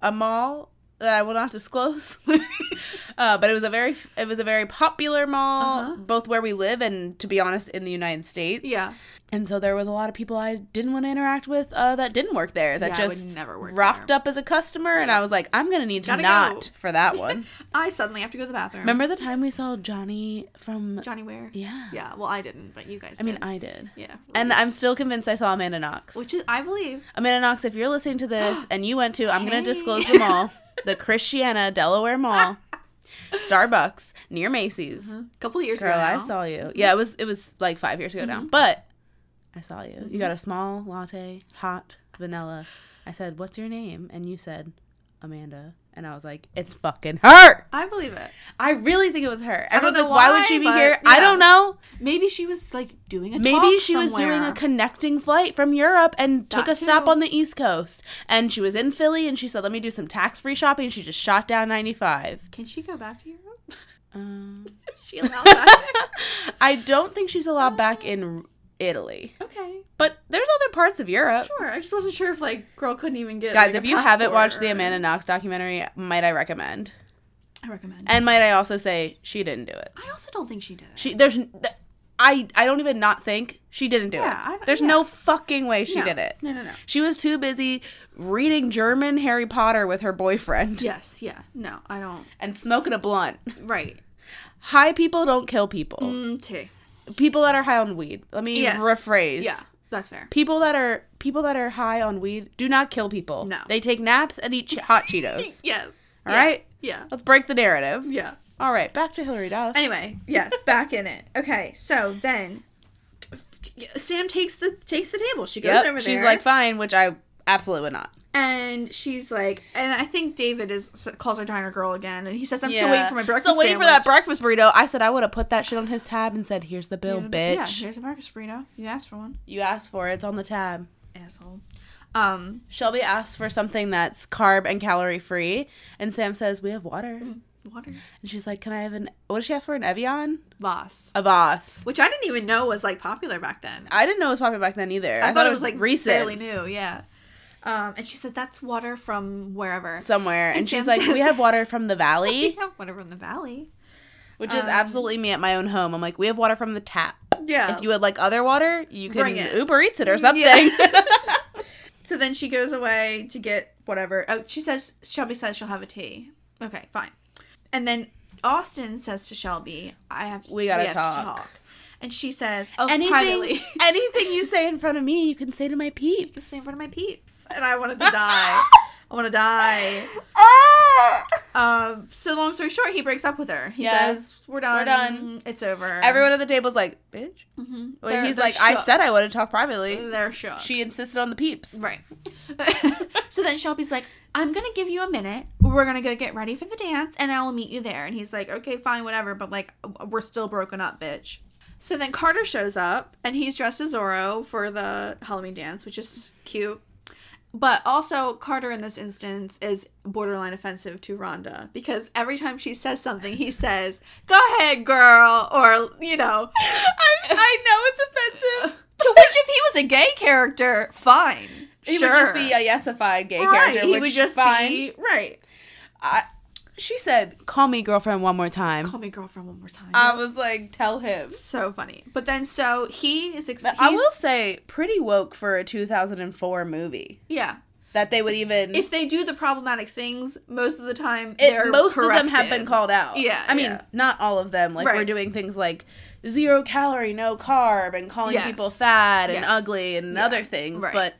[SPEAKER 3] a mall that I will not disclose, [LAUGHS] uh, but it was a very it was a very popular mall,
[SPEAKER 4] Uh-huh.
[SPEAKER 3] both where we live and, to be honest, in the United States.
[SPEAKER 4] Yeah.
[SPEAKER 3] And so there was a lot of people I didn't want to interact with uh, that didn't work there. That
[SPEAKER 4] Yeah, I would
[SPEAKER 3] just
[SPEAKER 4] never work
[SPEAKER 3] rocked
[SPEAKER 4] there.
[SPEAKER 3] up as a customer, and I was like, I'm gonna need to
[SPEAKER 4] Gotta
[SPEAKER 3] not
[SPEAKER 4] go.
[SPEAKER 3] for
[SPEAKER 4] [LAUGHS]
[SPEAKER 3] that one.
[SPEAKER 4] I suddenly have to go to the bathroom.
[SPEAKER 3] Remember the time we saw Johnny from?
[SPEAKER 4] Johnny Ware?
[SPEAKER 3] Yeah.
[SPEAKER 4] Yeah. Well, I didn't, but you guys.
[SPEAKER 3] I mean,
[SPEAKER 4] did.
[SPEAKER 3] I did.
[SPEAKER 4] Yeah.
[SPEAKER 3] And I'm still convinced I saw Amanda Knox.
[SPEAKER 4] which is I believe.
[SPEAKER 3] Amanda Knox, if you're listening to this and you went to, I'm going to disclose the mall, the Christiana Delaware Mall, Starbucks near Macy's.
[SPEAKER 4] A couple years
[SPEAKER 3] Uh-huh. Girl,
[SPEAKER 4] ago.
[SPEAKER 3] I
[SPEAKER 4] now.
[SPEAKER 3] saw you. Yeah, it was it was like five years ago now, but I saw you. You got a small latte, hot vanilla. I said, "What's your name?" And you said, "Amanda." And I was like, "It's fucking her."
[SPEAKER 4] I believe it.
[SPEAKER 3] I really think it was her. Everyone's
[SPEAKER 4] know
[SPEAKER 3] like, why, would
[SPEAKER 4] why,
[SPEAKER 3] she be
[SPEAKER 4] but
[SPEAKER 3] here?" I
[SPEAKER 4] yeah.
[SPEAKER 3] don't know.
[SPEAKER 4] Maybe she was like doing a
[SPEAKER 3] Maybe
[SPEAKER 4] talk
[SPEAKER 3] she was doing
[SPEAKER 4] somewhere.
[SPEAKER 3] a connecting flight from Europe and took
[SPEAKER 4] That
[SPEAKER 3] a stop
[SPEAKER 4] too.
[SPEAKER 3] on the East Coast. And she was in Philly and she said, let me do some tax free shopping. And she just shot down 95.
[SPEAKER 4] Can she go back to Europe? [LAUGHS] Uh,
[SPEAKER 3] Um,
[SPEAKER 4] she allowed
[SPEAKER 3] [LAUGHS]
[SPEAKER 4] that.
[SPEAKER 3] I don't think she's allowed back in Italy.
[SPEAKER 4] okay,
[SPEAKER 3] But there's other parts of Europe.
[SPEAKER 4] sure. I just wasn't sure if like girl couldn't even get.
[SPEAKER 3] Guys,
[SPEAKER 4] like, a
[SPEAKER 3] if you haven't
[SPEAKER 4] passport
[SPEAKER 3] watched the
[SPEAKER 4] or-
[SPEAKER 3] Amanda Knox documentary, might I recommend?
[SPEAKER 4] I recommend. it.
[SPEAKER 3] And might I also say she didn't do it.
[SPEAKER 4] I also don't think she did. It.
[SPEAKER 3] She there's n- th- I I don't even not think she didn't do
[SPEAKER 4] Yeah,
[SPEAKER 3] it.
[SPEAKER 4] I-
[SPEAKER 3] There's
[SPEAKER 4] yeah.
[SPEAKER 3] no fucking way she
[SPEAKER 4] No.
[SPEAKER 3] did it.
[SPEAKER 4] No, no, no.
[SPEAKER 3] She was too busy reading German Harry Potter with her boyfriend [LAUGHS]
[SPEAKER 4] Yes, yeah, no, I don't.
[SPEAKER 3] and smoking a blunt.
[SPEAKER 4] Right.
[SPEAKER 3] High people don't kill people.
[SPEAKER 4] Mm, too.
[SPEAKER 3] People that are high on weed. Let me
[SPEAKER 4] Yes.
[SPEAKER 3] rephrase.
[SPEAKER 4] Yeah, that's fair.
[SPEAKER 3] People that are people that are high on weed do not kill people.
[SPEAKER 4] No.
[SPEAKER 3] They take naps and eat che- hot
[SPEAKER 4] [LAUGHS]
[SPEAKER 3] Cheetos.
[SPEAKER 4] Yes.
[SPEAKER 3] All right?
[SPEAKER 4] Yeah.
[SPEAKER 3] Let's break the narrative.
[SPEAKER 4] Yeah.
[SPEAKER 3] All right, back to Hillary Duff.
[SPEAKER 4] Anyway,
[SPEAKER 3] [LAUGHS]
[SPEAKER 4] yes, back in it. Okay, so then Sam takes the takes the table. She goes
[SPEAKER 3] Yep,
[SPEAKER 4] over there.
[SPEAKER 3] She's like fine, which I absolutely would not.
[SPEAKER 4] and she's like, and I think David is calls her diner girl again, and he says, "I'm
[SPEAKER 3] Yeah.
[SPEAKER 4] still waiting for my breakfast.
[SPEAKER 3] Still waiting for that
[SPEAKER 4] sandwich."
[SPEAKER 3] breakfast burrito. I said I would have put that shit on his tab and said, "Here's the bill, bitch.
[SPEAKER 4] Yeah, here's a breakfast burrito. You asked for one,
[SPEAKER 3] you asked for it. It's on the tab."
[SPEAKER 4] asshole. Um,
[SPEAKER 3] Shelby asks for something that's carb and calorie free, and Sam says, "We have water."
[SPEAKER 4] Mm-hmm.
[SPEAKER 3] And
[SPEAKER 4] water,
[SPEAKER 3] she's like, "Can I have an what did she ask for? An Evian?
[SPEAKER 4] Voss,
[SPEAKER 3] A Voss?"
[SPEAKER 4] which I didn't even know was like popular back then.
[SPEAKER 3] I didn't know it was popular back then either. I,
[SPEAKER 4] I, thought it was like recent, fairly new. Yeah. Um, and she said, "That's water from wherever."
[SPEAKER 3] somewhere, and,
[SPEAKER 4] And
[SPEAKER 3] she's
[SPEAKER 4] Sam
[SPEAKER 3] like, "We
[SPEAKER 4] says-
[SPEAKER 3] have water from the
[SPEAKER 4] we [LAUGHS]
[SPEAKER 3] valley,"
[SPEAKER 4] have water from the valley.
[SPEAKER 3] which is
[SPEAKER 4] Um,
[SPEAKER 3] absolutely me at my own home. I'm like, "We have water from the tap."
[SPEAKER 4] Yeah.
[SPEAKER 3] If you would like other water, you can
[SPEAKER 4] Bring it.
[SPEAKER 3] Uber Eats it or
[SPEAKER 4] Yeah.
[SPEAKER 3] something.
[SPEAKER 4] [LAUGHS]
[SPEAKER 3] [LAUGHS]
[SPEAKER 4] So then she goes away to get whatever. Oh, she says Shelby says she'll have a tea. Okay, fine. And then Austin says to Shelby, "I have to,
[SPEAKER 3] We gotta
[SPEAKER 4] have to
[SPEAKER 3] talk.
[SPEAKER 4] And she says, "Oh,
[SPEAKER 3] anything, [LAUGHS]
[SPEAKER 4] [LAUGHS] privately."
[SPEAKER 3] anything you say in front of me, you can say to my peeps.
[SPEAKER 4] Say in front of my peeps, and I wanted to die. I want
[SPEAKER 3] [LAUGHS]
[SPEAKER 4] to die. Um. So long story short, he breaks up with her. He
[SPEAKER 3] Ah! Yeah.
[SPEAKER 4] says, "We're done.
[SPEAKER 3] done.
[SPEAKER 4] It's over."
[SPEAKER 3] Everyone at the table's like, bitch.
[SPEAKER 4] Mhm.
[SPEAKER 3] Well,
[SPEAKER 4] They're-
[SPEAKER 3] he's
[SPEAKER 4] they're
[SPEAKER 3] like, I
[SPEAKER 4] shook.
[SPEAKER 3] said I would have talked privately.
[SPEAKER 4] They're shook.
[SPEAKER 3] She insisted on the peeps.
[SPEAKER 4] Right. so then Shelby's like, I'm going to give you a minute. We're going to go get ready for the dance and I will meet you there. And he's like, okay, fine, whatever. But like, we're still broken up, bitch. So then Carter shows up and he's dressed as Zorro for the Halloween dance, which is cute. But also, Carter in this instance is borderline offensive to Rhonda because every time she says
[SPEAKER 3] [LAUGHS]
[SPEAKER 4] something, he says, Go ahead, girl, or,
[SPEAKER 3] [LAUGHS]
[SPEAKER 4] you know. I, I know it's offensive. to which, if he was a gay character, fine.
[SPEAKER 3] He
[SPEAKER 4] sure.
[SPEAKER 3] would just be a yesified gay
[SPEAKER 4] right.
[SPEAKER 3] character.
[SPEAKER 4] He
[SPEAKER 3] which
[SPEAKER 4] would just
[SPEAKER 3] fine.
[SPEAKER 4] be. Right.
[SPEAKER 3] She said, "Call me girlfriend one more time."
[SPEAKER 4] Call me girlfriend one more time.
[SPEAKER 3] I was like, "Tell him."
[SPEAKER 4] so funny. But then, so he is. Ex-
[SPEAKER 3] But I
[SPEAKER 4] he's-
[SPEAKER 3] will say, pretty woke for a 2004 movie.
[SPEAKER 4] Yeah.
[SPEAKER 3] that they would even
[SPEAKER 4] if they do the problematic things, most of the time,
[SPEAKER 3] Mm-hmm. it,
[SPEAKER 4] they're
[SPEAKER 3] most of them have
[SPEAKER 4] corrected.
[SPEAKER 3] been called out.
[SPEAKER 4] Yeah,
[SPEAKER 3] I mean,
[SPEAKER 4] yeah.
[SPEAKER 3] not all of them. Like we're
[SPEAKER 4] Right.
[SPEAKER 3] doing things like zero calorie, no carb, and calling
[SPEAKER 4] Yes.
[SPEAKER 3] people fat and
[SPEAKER 4] Yes.
[SPEAKER 3] ugly and
[SPEAKER 4] Yeah.
[SPEAKER 3] other things.
[SPEAKER 4] Right.
[SPEAKER 3] But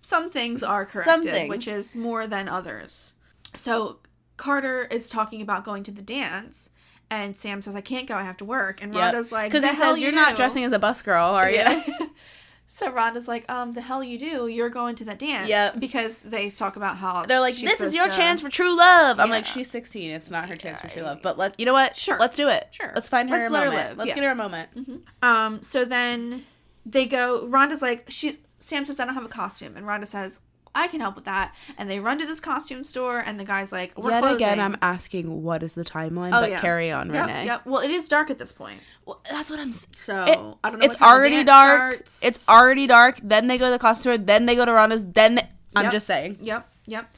[SPEAKER 4] some things are corrected,
[SPEAKER 3] Some things.
[SPEAKER 4] which is more than others. So Carter is talking about going to the dance, and Sam says, "I can't go. I have to work." And
[SPEAKER 3] Yep.
[SPEAKER 4] Rhonda's like,
[SPEAKER 3] because
[SPEAKER 4] "The
[SPEAKER 3] he
[SPEAKER 4] hell
[SPEAKER 3] says
[SPEAKER 4] you
[SPEAKER 3] you're not
[SPEAKER 4] do."
[SPEAKER 3] dressing as a bus girl, are you?
[SPEAKER 4] Yeah. [LAUGHS] So Rhonda's like, um, the hell you do? You're going to that dance.
[SPEAKER 3] Yep.
[SPEAKER 4] Because they talk about how
[SPEAKER 3] They're like,
[SPEAKER 4] she's
[SPEAKER 3] this is
[SPEAKER 4] supposed
[SPEAKER 3] your
[SPEAKER 4] to-
[SPEAKER 3] chance for true love. I'm like,
[SPEAKER 4] uh, Yeah.
[SPEAKER 3] she's 16. It's not her chance for true love. But let you know what? Sure. Let's do it.
[SPEAKER 4] Sure.
[SPEAKER 3] Let's find her
[SPEAKER 4] Let's
[SPEAKER 3] a
[SPEAKER 4] let her
[SPEAKER 3] moment.
[SPEAKER 4] live.
[SPEAKER 3] Let's
[SPEAKER 4] Yeah.
[SPEAKER 3] get her a moment.
[SPEAKER 4] Um, so then they go. Rhonda's like, she. Sam says, I don't have a costume, and Rhonda says, I can help with that. And they run to this costume store, and the guy's like, We're
[SPEAKER 3] Yet
[SPEAKER 4] closing. Oh,
[SPEAKER 3] again, I'm asking, what is the timeline? but carry on,
[SPEAKER 4] Yep,
[SPEAKER 3] Renee.
[SPEAKER 4] Yep. Well, it is dark at this point.
[SPEAKER 3] Well, that's what I'm. s-
[SPEAKER 4] So
[SPEAKER 3] It-
[SPEAKER 4] I don't know.
[SPEAKER 3] it's already dark. It's already dark. Then they go to the costume store. Then they go to Rhonda's. Then they- I'm
[SPEAKER 4] Yep.
[SPEAKER 3] just saying.
[SPEAKER 4] Yep. Yep.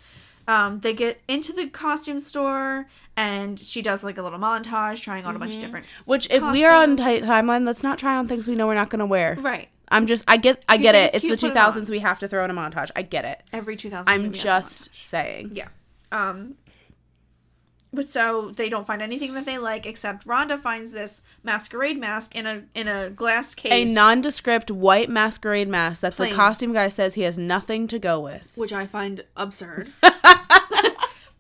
[SPEAKER 4] Um, they get into the costume store, and she does like a little montage trying on a
[SPEAKER 3] Mm-hmm.
[SPEAKER 4] bunch of different.
[SPEAKER 3] Which, if we are on tight
[SPEAKER 4] costumes.
[SPEAKER 3] timeline, let's not try on things we know we're not going to wear.
[SPEAKER 4] Right.
[SPEAKER 3] I'm just. I get. I
[SPEAKER 4] you
[SPEAKER 3] get
[SPEAKER 4] think
[SPEAKER 3] it.
[SPEAKER 4] it's
[SPEAKER 3] It's
[SPEAKER 4] cute,
[SPEAKER 3] the
[SPEAKER 4] put it
[SPEAKER 3] 2000s. We have to throw in a montage. I get it.
[SPEAKER 4] Every 2000.
[SPEAKER 3] I'm
[SPEAKER 4] movie has
[SPEAKER 3] just saying.
[SPEAKER 4] Yeah. Um but so they don't find anything that they like except Rhonda finds this masquerade mask in a in a glass case.
[SPEAKER 3] A nondescript white masquerade mask that
[SPEAKER 4] Plain.
[SPEAKER 3] the costume guy says he has nothing to go with.
[SPEAKER 4] which I find absurd. [LAUGHS]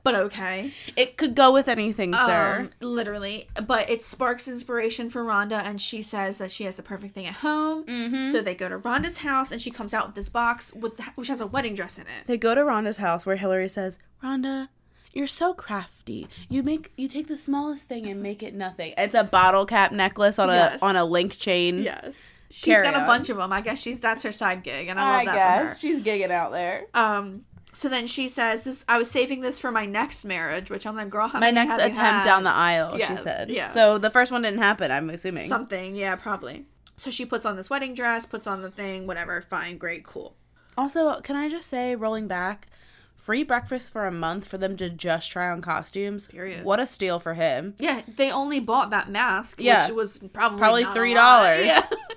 [SPEAKER 4] but okay.
[SPEAKER 3] It could go with anything, sir.
[SPEAKER 4] Um, literally. But it sparks inspiration for Rhonda and she says that she has the perfect thing at home. So they go to Rhonda's house and she comes out with this box with which has a wedding dress in it.
[SPEAKER 3] They go to Rhonda's house where Hillary says, "Rhonda, you're so crafty. You make you take the smallest thing and make it nothing. It's a bottle cap necklace on a
[SPEAKER 4] Yes.
[SPEAKER 3] on a link chain.
[SPEAKER 4] Yes. She's
[SPEAKER 3] Carry
[SPEAKER 4] got a
[SPEAKER 3] on.
[SPEAKER 4] bunch of them. I guess she's that's her side gig and I love
[SPEAKER 3] I
[SPEAKER 4] that for her.
[SPEAKER 3] guess she's gigging out there.
[SPEAKER 4] Um. So then she says, "This I was saving this for my next marriage," which I'm like, "Girl, how
[SPEAKER 3] My
[SPEAKER 4] many
[SPEAKER 3] next
[SPEAKER 4] have you
[SPEAKER 3] attempt
[SPEAKER 4] had?"
[SPEAKER 3] down the aisle, she
[SPEAKER 4] Yes,
[SPEAKER 3] said.
[SPEAKER 4] yeah.
[SPEAKER 3] So the first one didn't happen. I'm assuming.
[SPEAKER 4] something, yeah, probably." So she puts on this wedding dress, puts on the thing, whatever. Fine, great, cool.
[SPEAKER 3] also, can I just say, rolling back, free breakfast for a month for them to just try on costumes.
[SPEAKER 4] Period.
[SPEAKER 3] What a steal for him.
[SPEAKER 4] Yeah, they only bought that mask,
[SPEAKER 3] Yeah.
[SPEAKER 4] which was probably
[SPEAKER 3] Probably
[SPEAKER 4] not a
[SPEAKER 3] $3.
[SPEAKER 4] lot. [LAUGHS] Yeah,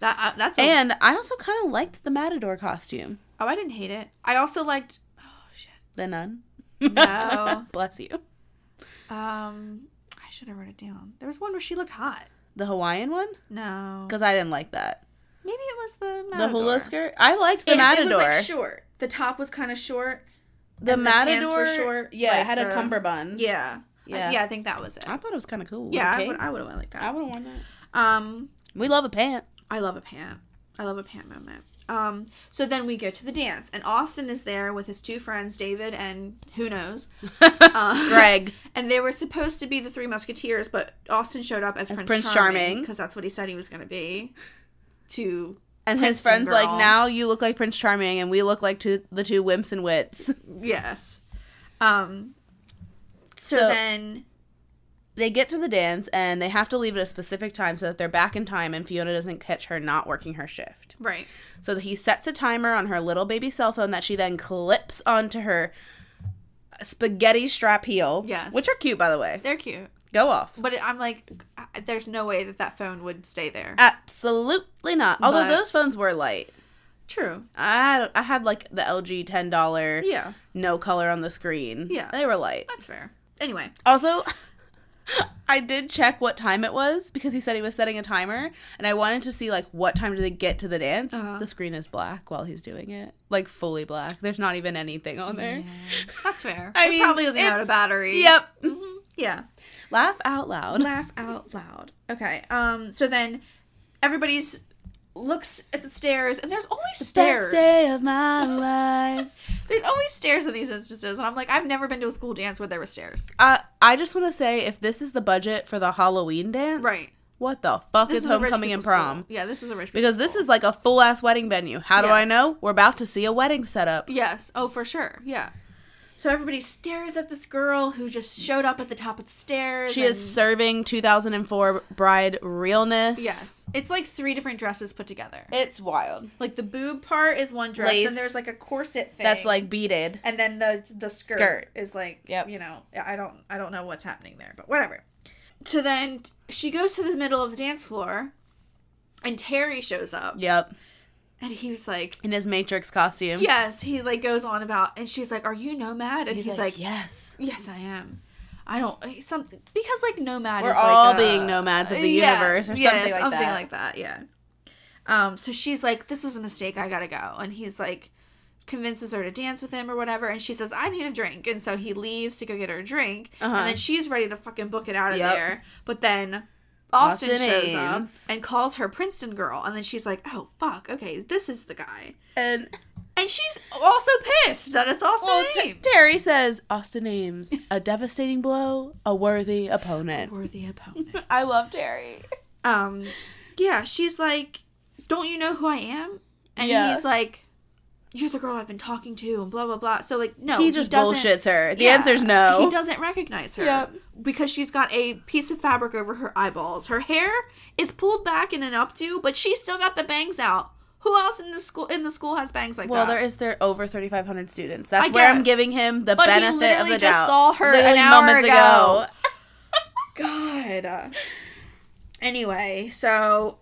[SPEAKER 4] that uh, that's a,
[SPEAKER 3] And I also kind of liked the matador costume.
[SPEAKER 4] oh, I didn't hate it. I also liked
[SPEAKER 3] The nun.
[SPEAKER 4] no.
[SPEAKER 3] [LAUGHS] Bless you.
[SPEAKER 4] um, I should have wrote it down. There was one where she looked hot.
[SPEAKER 3] The Hawaiian one?
[SPEAKER 4] No,
[SPEAKER 3] Because I didn't like that.
[SPEAKER 4] maybe it was the
[SPEAKER 3] The
[SPEAKER 4] matador.
[SPEAKER 3] hula skirt. I liked the
[SPEAKER 4] It-
[SPEAKER 3] matador.
[SPEAKER 4] It was like short. The top was kind of short.
[SPEAKER 3] the
[SPEAKER 4] and the pants
[SPEAKER 3] matador.
[SPEAKER 4] were short,
[SPEAKER 3] yeah,
[SPEAKER 4] like
[SPEAKER 3] it had
[SPEAKER 4] the-
[SPEAKER 3] a cummerbund.
[SPEAKER 4] Yeah. Yeah.
[SPEAKER 3] Yeah.
[SPEAKER 4] yeah, I think that was it.
[SPEAKER 3] I thought it was kind of cool.
[SPEAKER 4] yeah,
[SPEAKER 3] Okay.
[SPEAKER 4] I would I would have went like
[SPEAKER 3] I
[SPEAKER 4] that.
[SPEAKER 3] would have worn that.
[SPEAKER 4] Um
[SPEAKER 3] We love a
[SPEAKER 4] [LAUGHS]
[SPEAKER 3] pant.
[SPEAKER 4] I love a pant. I love a pant moment. Um so then we go to the dance and Austin is there with his two friends, David and who
[SPEAKER 3] [LAUGHS]
[SPEAKER 4] knows. Uh,
[SPEAKER 3] Greg.
[SPEAKER 4] [LAUGHS] And they were supposed to be the three musketeers, but Austin showed up as, Prince,
[SPEAKER 3] Prince
[SPEAKER 4] Charming
[SPEAKER 3] Charming.
[SPEAKER 4] because that's what he said he was going to
[SPEAKER 3] [LAUGHS]
[SPEAKER 4] be. To
[SPEAKER 3] And his
[SPEAKER 4] Princeton
[SPEAKER 3] friends
[SPEAKER 4] girl.
[SPEAKER 3] like, now you look like Prince Charming, and we look like two, the two wimps and wits.
[SPEAKER 4] yes. Um so,
[SPEAKER 3] So-
[SPEAKER 4] then
[SPEAKER 3] They get to the dance, and they have to leave at a specific time so that they're back in time, and Fiona doesn't catch her not working her shift.
[SPEAKER 4] right.
[SPEAKER 3] So he sets a timer on her little baby cell phone that she then clips onto her spaghetti strap heel.
[SPEAKER 4] Yes.
[SPEAKER 3] which are cute, by the way.
[SPEAKER 4] They're cute.
[SPEAKER 3] Go off.
[SPEAKER 4] But it, I'm like I- there's no way that that phone would stay there.
[SPEAKER 3] Absolutely not. Although
[SPEAKER 4] But-
[SPEAKER 3] those phones were light.
[SPEAKER 4] True.
[SPEAKER 3] I had, I had like the LG ten dollar
[SPEAKER 4] Yeah.
[SPEAKER 3] no color on the screen.
[SPEAKER 4] Yeah.
[SPEAKER 3] they were light.
[SPEAKER 4] That's fair. Anyway,
[SPEAKER 3] Also, [LAUGHS] I did check what time it was because he said he was setting a timer, and I wanted to see like what time do they get to the dance.
[SPEAKER 4] Uh-huh.
[SPEAKER 3] The screen is black while he's doing it, like fully black. There's not even anything on there.
[SPEAKER 4] that's fair.
[SPEAKER 3] I
[SPEAKER 4] it
[SPEAKER 3] mean,
[SPEAKER 4] probably doesn't have a
[SPEAKER 3] it's-
[SPEAKER 4] battery.
[SPEAKER 3] Yep.
[SPEAKER 4] Yeah.
[SPEAKER 3] Laugh out loud.
[SPEAKER 4] Laugh out loud. Okay. Um. So then, everybody's looks at the stairs, and there's always
[SPEAKER 3] [LAUGHS] Best
[SPEAKER 4] stairs.
[SPEAKER 3] day of my
[SPEAKER 4] [LAUGHS]
[SPEAKER 3] life.
[SPEAKER 4] There's always stairs in these instances, and I'm like, I've never been to a school dance where there were stairs.
[SPEAKER 3] Uh, I just want to say, if this is the budget for the Halloween dance,
[SPEAKER 4] Right.
[SPEAKER 3] What the fuck
[SPEAKER 4] This
[SPEAKER 3] is,
[SPEAKER 4] a rich
[SPEAKER 3] homecoming and
[SPEAKER 4] people's school.
[SPEAKER 3] prom?
[SPEAKER 4] Yeah, this is a rich
[SPEAKER 3] Because
[SPEAKER 4] people's
[SPEAKER 3] this is
[SPEAKER 4] school.
[SPEAKER 3] like a full ass wedding venue. How do I
[SPEAKER 4] Yes.
[SPEAKER 3] know? We're about to see a wedding setup.
[SPEAKER 4] yes. Oh, for sure. Yeah. So everybody stares at this girl who just showed up at the top of the stairs.
[SPEAKER 3] She is
[SPEAKER 4] and-
[SPEAKER 3] serving 2004 bride realness.
[SPEAKER 4] Yes. It's like three different dresses put together.
[SPEAKER 3] It's wild.
[SPEAKER 4] Like the boob part is one dress,
[SPEAKER 3] Lace.
[SPEAKER 4] then there's like a corset thing.
[SPEAKER 3] That's like beaded.
[SPEAKER 4] and then the the skirt,
[SPEAKER 3] Skirt.
[SPEAKER 4] is like
[SPEAKER 3] Yep.
[SPEAKER 4] you know i don't i don't know what's happening there but whatever so then she goes to the middle of the dance floor and terry shows up
[SPEAKER 3] Yep.
[SPEAKER 4] And he was like,
[SPEAKER 3] in his Matrix costume.
[SPEAKER 4] Yes, he like goes on about, and she's like, "Are you nomad?" And
[SPEAKER 3] He's
[SPEAKER 4] he's,
[SPEAKER 3] like,
[SPEAKER 4] like,
[SPEAKER 3] "Yes."
[SPEAKER 4] yes, I am." I don't eh, something because like nomad.
[SPEAKER 3] We're
[SPEAKER 4] is
[SPEAKER 3] all
[SPEAKER 4] like, uh,
[SPEAKER 3] being nomads of the
[SPEAKER 4] yeah,
[SPEAKER 3] universe or
[SPEAKER 4] yeah,
[SPEAKER 3] something like
[SPEAKER 4] something
[SPEAKER 3] that.
[SPEAKER 4] like that. Yeah. Um. So she's like, "This was a mistake. I gotta go." And he's like, convinces her to dance with him or whatever. And she says, "I need a drink." And so he leaves to go get her a drink,
[SPEAKER 3] Uh-huh.
[SPEAKER 4] and then she's ready to fucking book it out of
[SPEAKER 3] Yep.
[SPEAKER 4] there. But then. Austin,
[SPEAKER 3] Austin
[SPEAKER 4] shows up
[SPEAKER 3] Ames.
[SPEAKER 4] and calls her Princeton girl, and then she's like, "Oh fuck, okay, this is the guy."
[SPEAKER 3] And
[SPEAKER 4] And she's also pissed that it's Austin
[SPEAKER 3] well,
[SPEAKER 4] Ames.
[SPEAKER 3] T- Terry says Austin Ames, a devastating blow, a worthy
[SPEAKER 4] [LAUGHS]
[SPEAKER 3] opponent.
[SPEAKER 4] worthy opponent.
[SPEAKER 3] I love Terry.
[SPEAKER 4] um, yeah, she's like, "Don't you know who I am?" And
[SPEAKER 3] Yeah.
[SPEAKER 4] he's like, "You're the girl I've been talking to," and blah blah blah. So like, no,
[SPEAKER 3] he just
[SPEAKER 4] doesn't-
[SPEAKER 3] bullshits her. The
[SPEAKER 4] Yeah,
[SPEAKER 3] answer's no.
[SPEAKER 4] He doesn't recognize her
[SPEAKER 3] Yep.
[SPEAKER 4] because she's got a piece of fabric over her eyeballs. Her hair is pulled back in an updo, but she's still got the bangs out. Who else in the school in the school has bangs like
[SPEAKER 3] Well,
[SPEAKER 4] that?
[SPEAKER 3] there is there over 3,500 students. That's
[SPEAKER 4] I
[SPEAKER 3] where I'm
[SPEAKER 4] guess.
[SPEAKER 3] giving him the
[SPEAKER 4] But he
[SPEAKER 3] benefit of
[SPEAKER 4] literally
[SPEAKER 3] the
[SPEAKER 4] just
[SPEAKER 3] doubt.
[SPEAKER 4] saw her an
[SPEAKER 3] Literally
[SPEAKER 4] hour
[SPEAKER 3] moments
[SPEAKER 4] ago. God. Uh, Anyway, so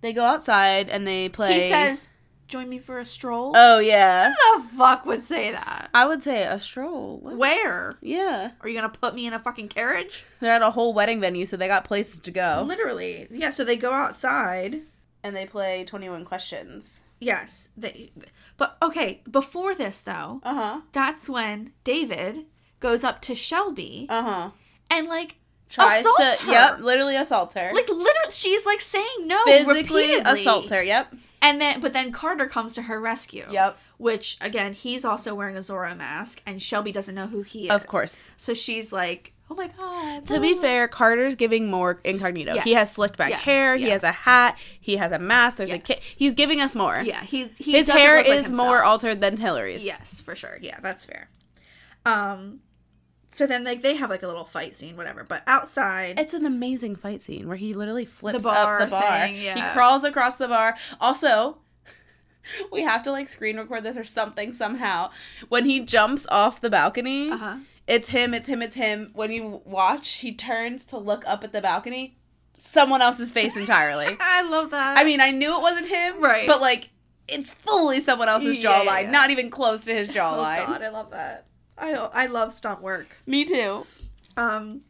[SPEAKER 3] They go outside and they play.
[SPEAKER 4] he says, "Join me for a stroll."
[SPEAKER 3] "Oh yeah."
[SPEAKER 4] Who the fuck would say that?
[SPEAKER 3] I would say a stroll. What?
[SPEAKER 4] Where?
[SPEAKER 3] Yeah,
[SPEAKER 4] Are you gonna put me in a fucking carriage?
[SPEAKER 3] they're at a whole wedding venue, so they got places to go.
[SPEAKER 4] Literally. Yeah, so they go outside.
[SPEAKER 3] And they play 21 questions.
[SPEAKER 4] Yes. They But okay, before this though,
[SPEAKER 3] Uh huh.
[SPEAKER 4] that's when David goes up to Shelby
[SPEAKER 3] Uh huh.
[SPEAKER 4] and like
[SPEAKER 3] Tries
[SPEAKER 4] assaults
[SPEAKER 3] to.
[SPEAKER 4] her.
[SPEAKER 3] Yep. Literally assaults her.
[SPEAKER 4] Like literally she's like saying no
[SPEAKER 3] physically
[SPEAKER 4] repeatedly.
[SPEAKER 3] assaults her. Yep.
[SPEAKER 4] And then but then Carter comes to her rescue.
[SPEAKER 3] Yep.
[SPEAKER 4] Which again, he's also wearing a Zorro mask and Shelby doesn't know who he is.
[SPEAKER 3] Of course.
[SPEAKER 4] So she's like, "Oh my god."
[SPEAKER 3] To be
[SPEAKER 4] ah."
[SPEAKER 3] fair, Carter's giving more incognito. He has
[SPEAKER 4] Yes.
[SPEAKER 3] slicked back
[SPEAKER 4] Yes.
[SPEAKER 3] hair. He
[SPEAKER 4] Yeah.
[SPEAKER 3] has a hat. He has a mask. There's a
[SPEAKER 4] Yes.
[SPEAKER 3] kit. He's giving us more.
[SPEAKER 4] Yeah, he, he
[SPEAKER 3] His
[SPEAKER 4] doesn't
[SPEAKER 3] hair
[SPEAKER 4] look like
[SPEAKER 3] is more
[SPEAKER 4] himself.
[SPEAKER 3] altered than Hillary's.
[SPEAKER 4] Yes, for sure. Yeah, that's fair. Um, so then like they have like a little fight scene, whatever. But outside,
[SPEAKER 3] It's an amazing fight scene where he literally flips
[SPEAKER 4] bar
[SPEAKER 3] up the bar.
[SPEAKER 4] thing, yeah.
[SPEAKER 3] He crawls across the bar. Also, [LAUGHS] we have to like screen record this or something somehow. When he jumps off the balcony,
[SPEAKER 4] Uh-huh.
[SPEAKER 3] it's him, it's him, it's him. When you watch, he turns to look up at the balcony, someone else's face [LAUGHS] entirely.
[SPEAKER 4] I love that.
[SPEAKER 3] I mean, I knew it wasn't him,
[SPEAKER 4] Right.
[SPEAKER 3] But like, it's fully someone else's
[SPEAKER 4] Yeah,
[SPEAKER 3] jawline,
[SPEAKER 4] yeah, yeah.
[SPEAKER 3] not even close [LAUGHS] to his
[SPEAKER 4] oh
[SPEAKER 3] jawline.
[SPEAKER 4] god, I love that. I I love stunt work.
[SPEAKER 3] Me too.
[SPEAKER 4] Um,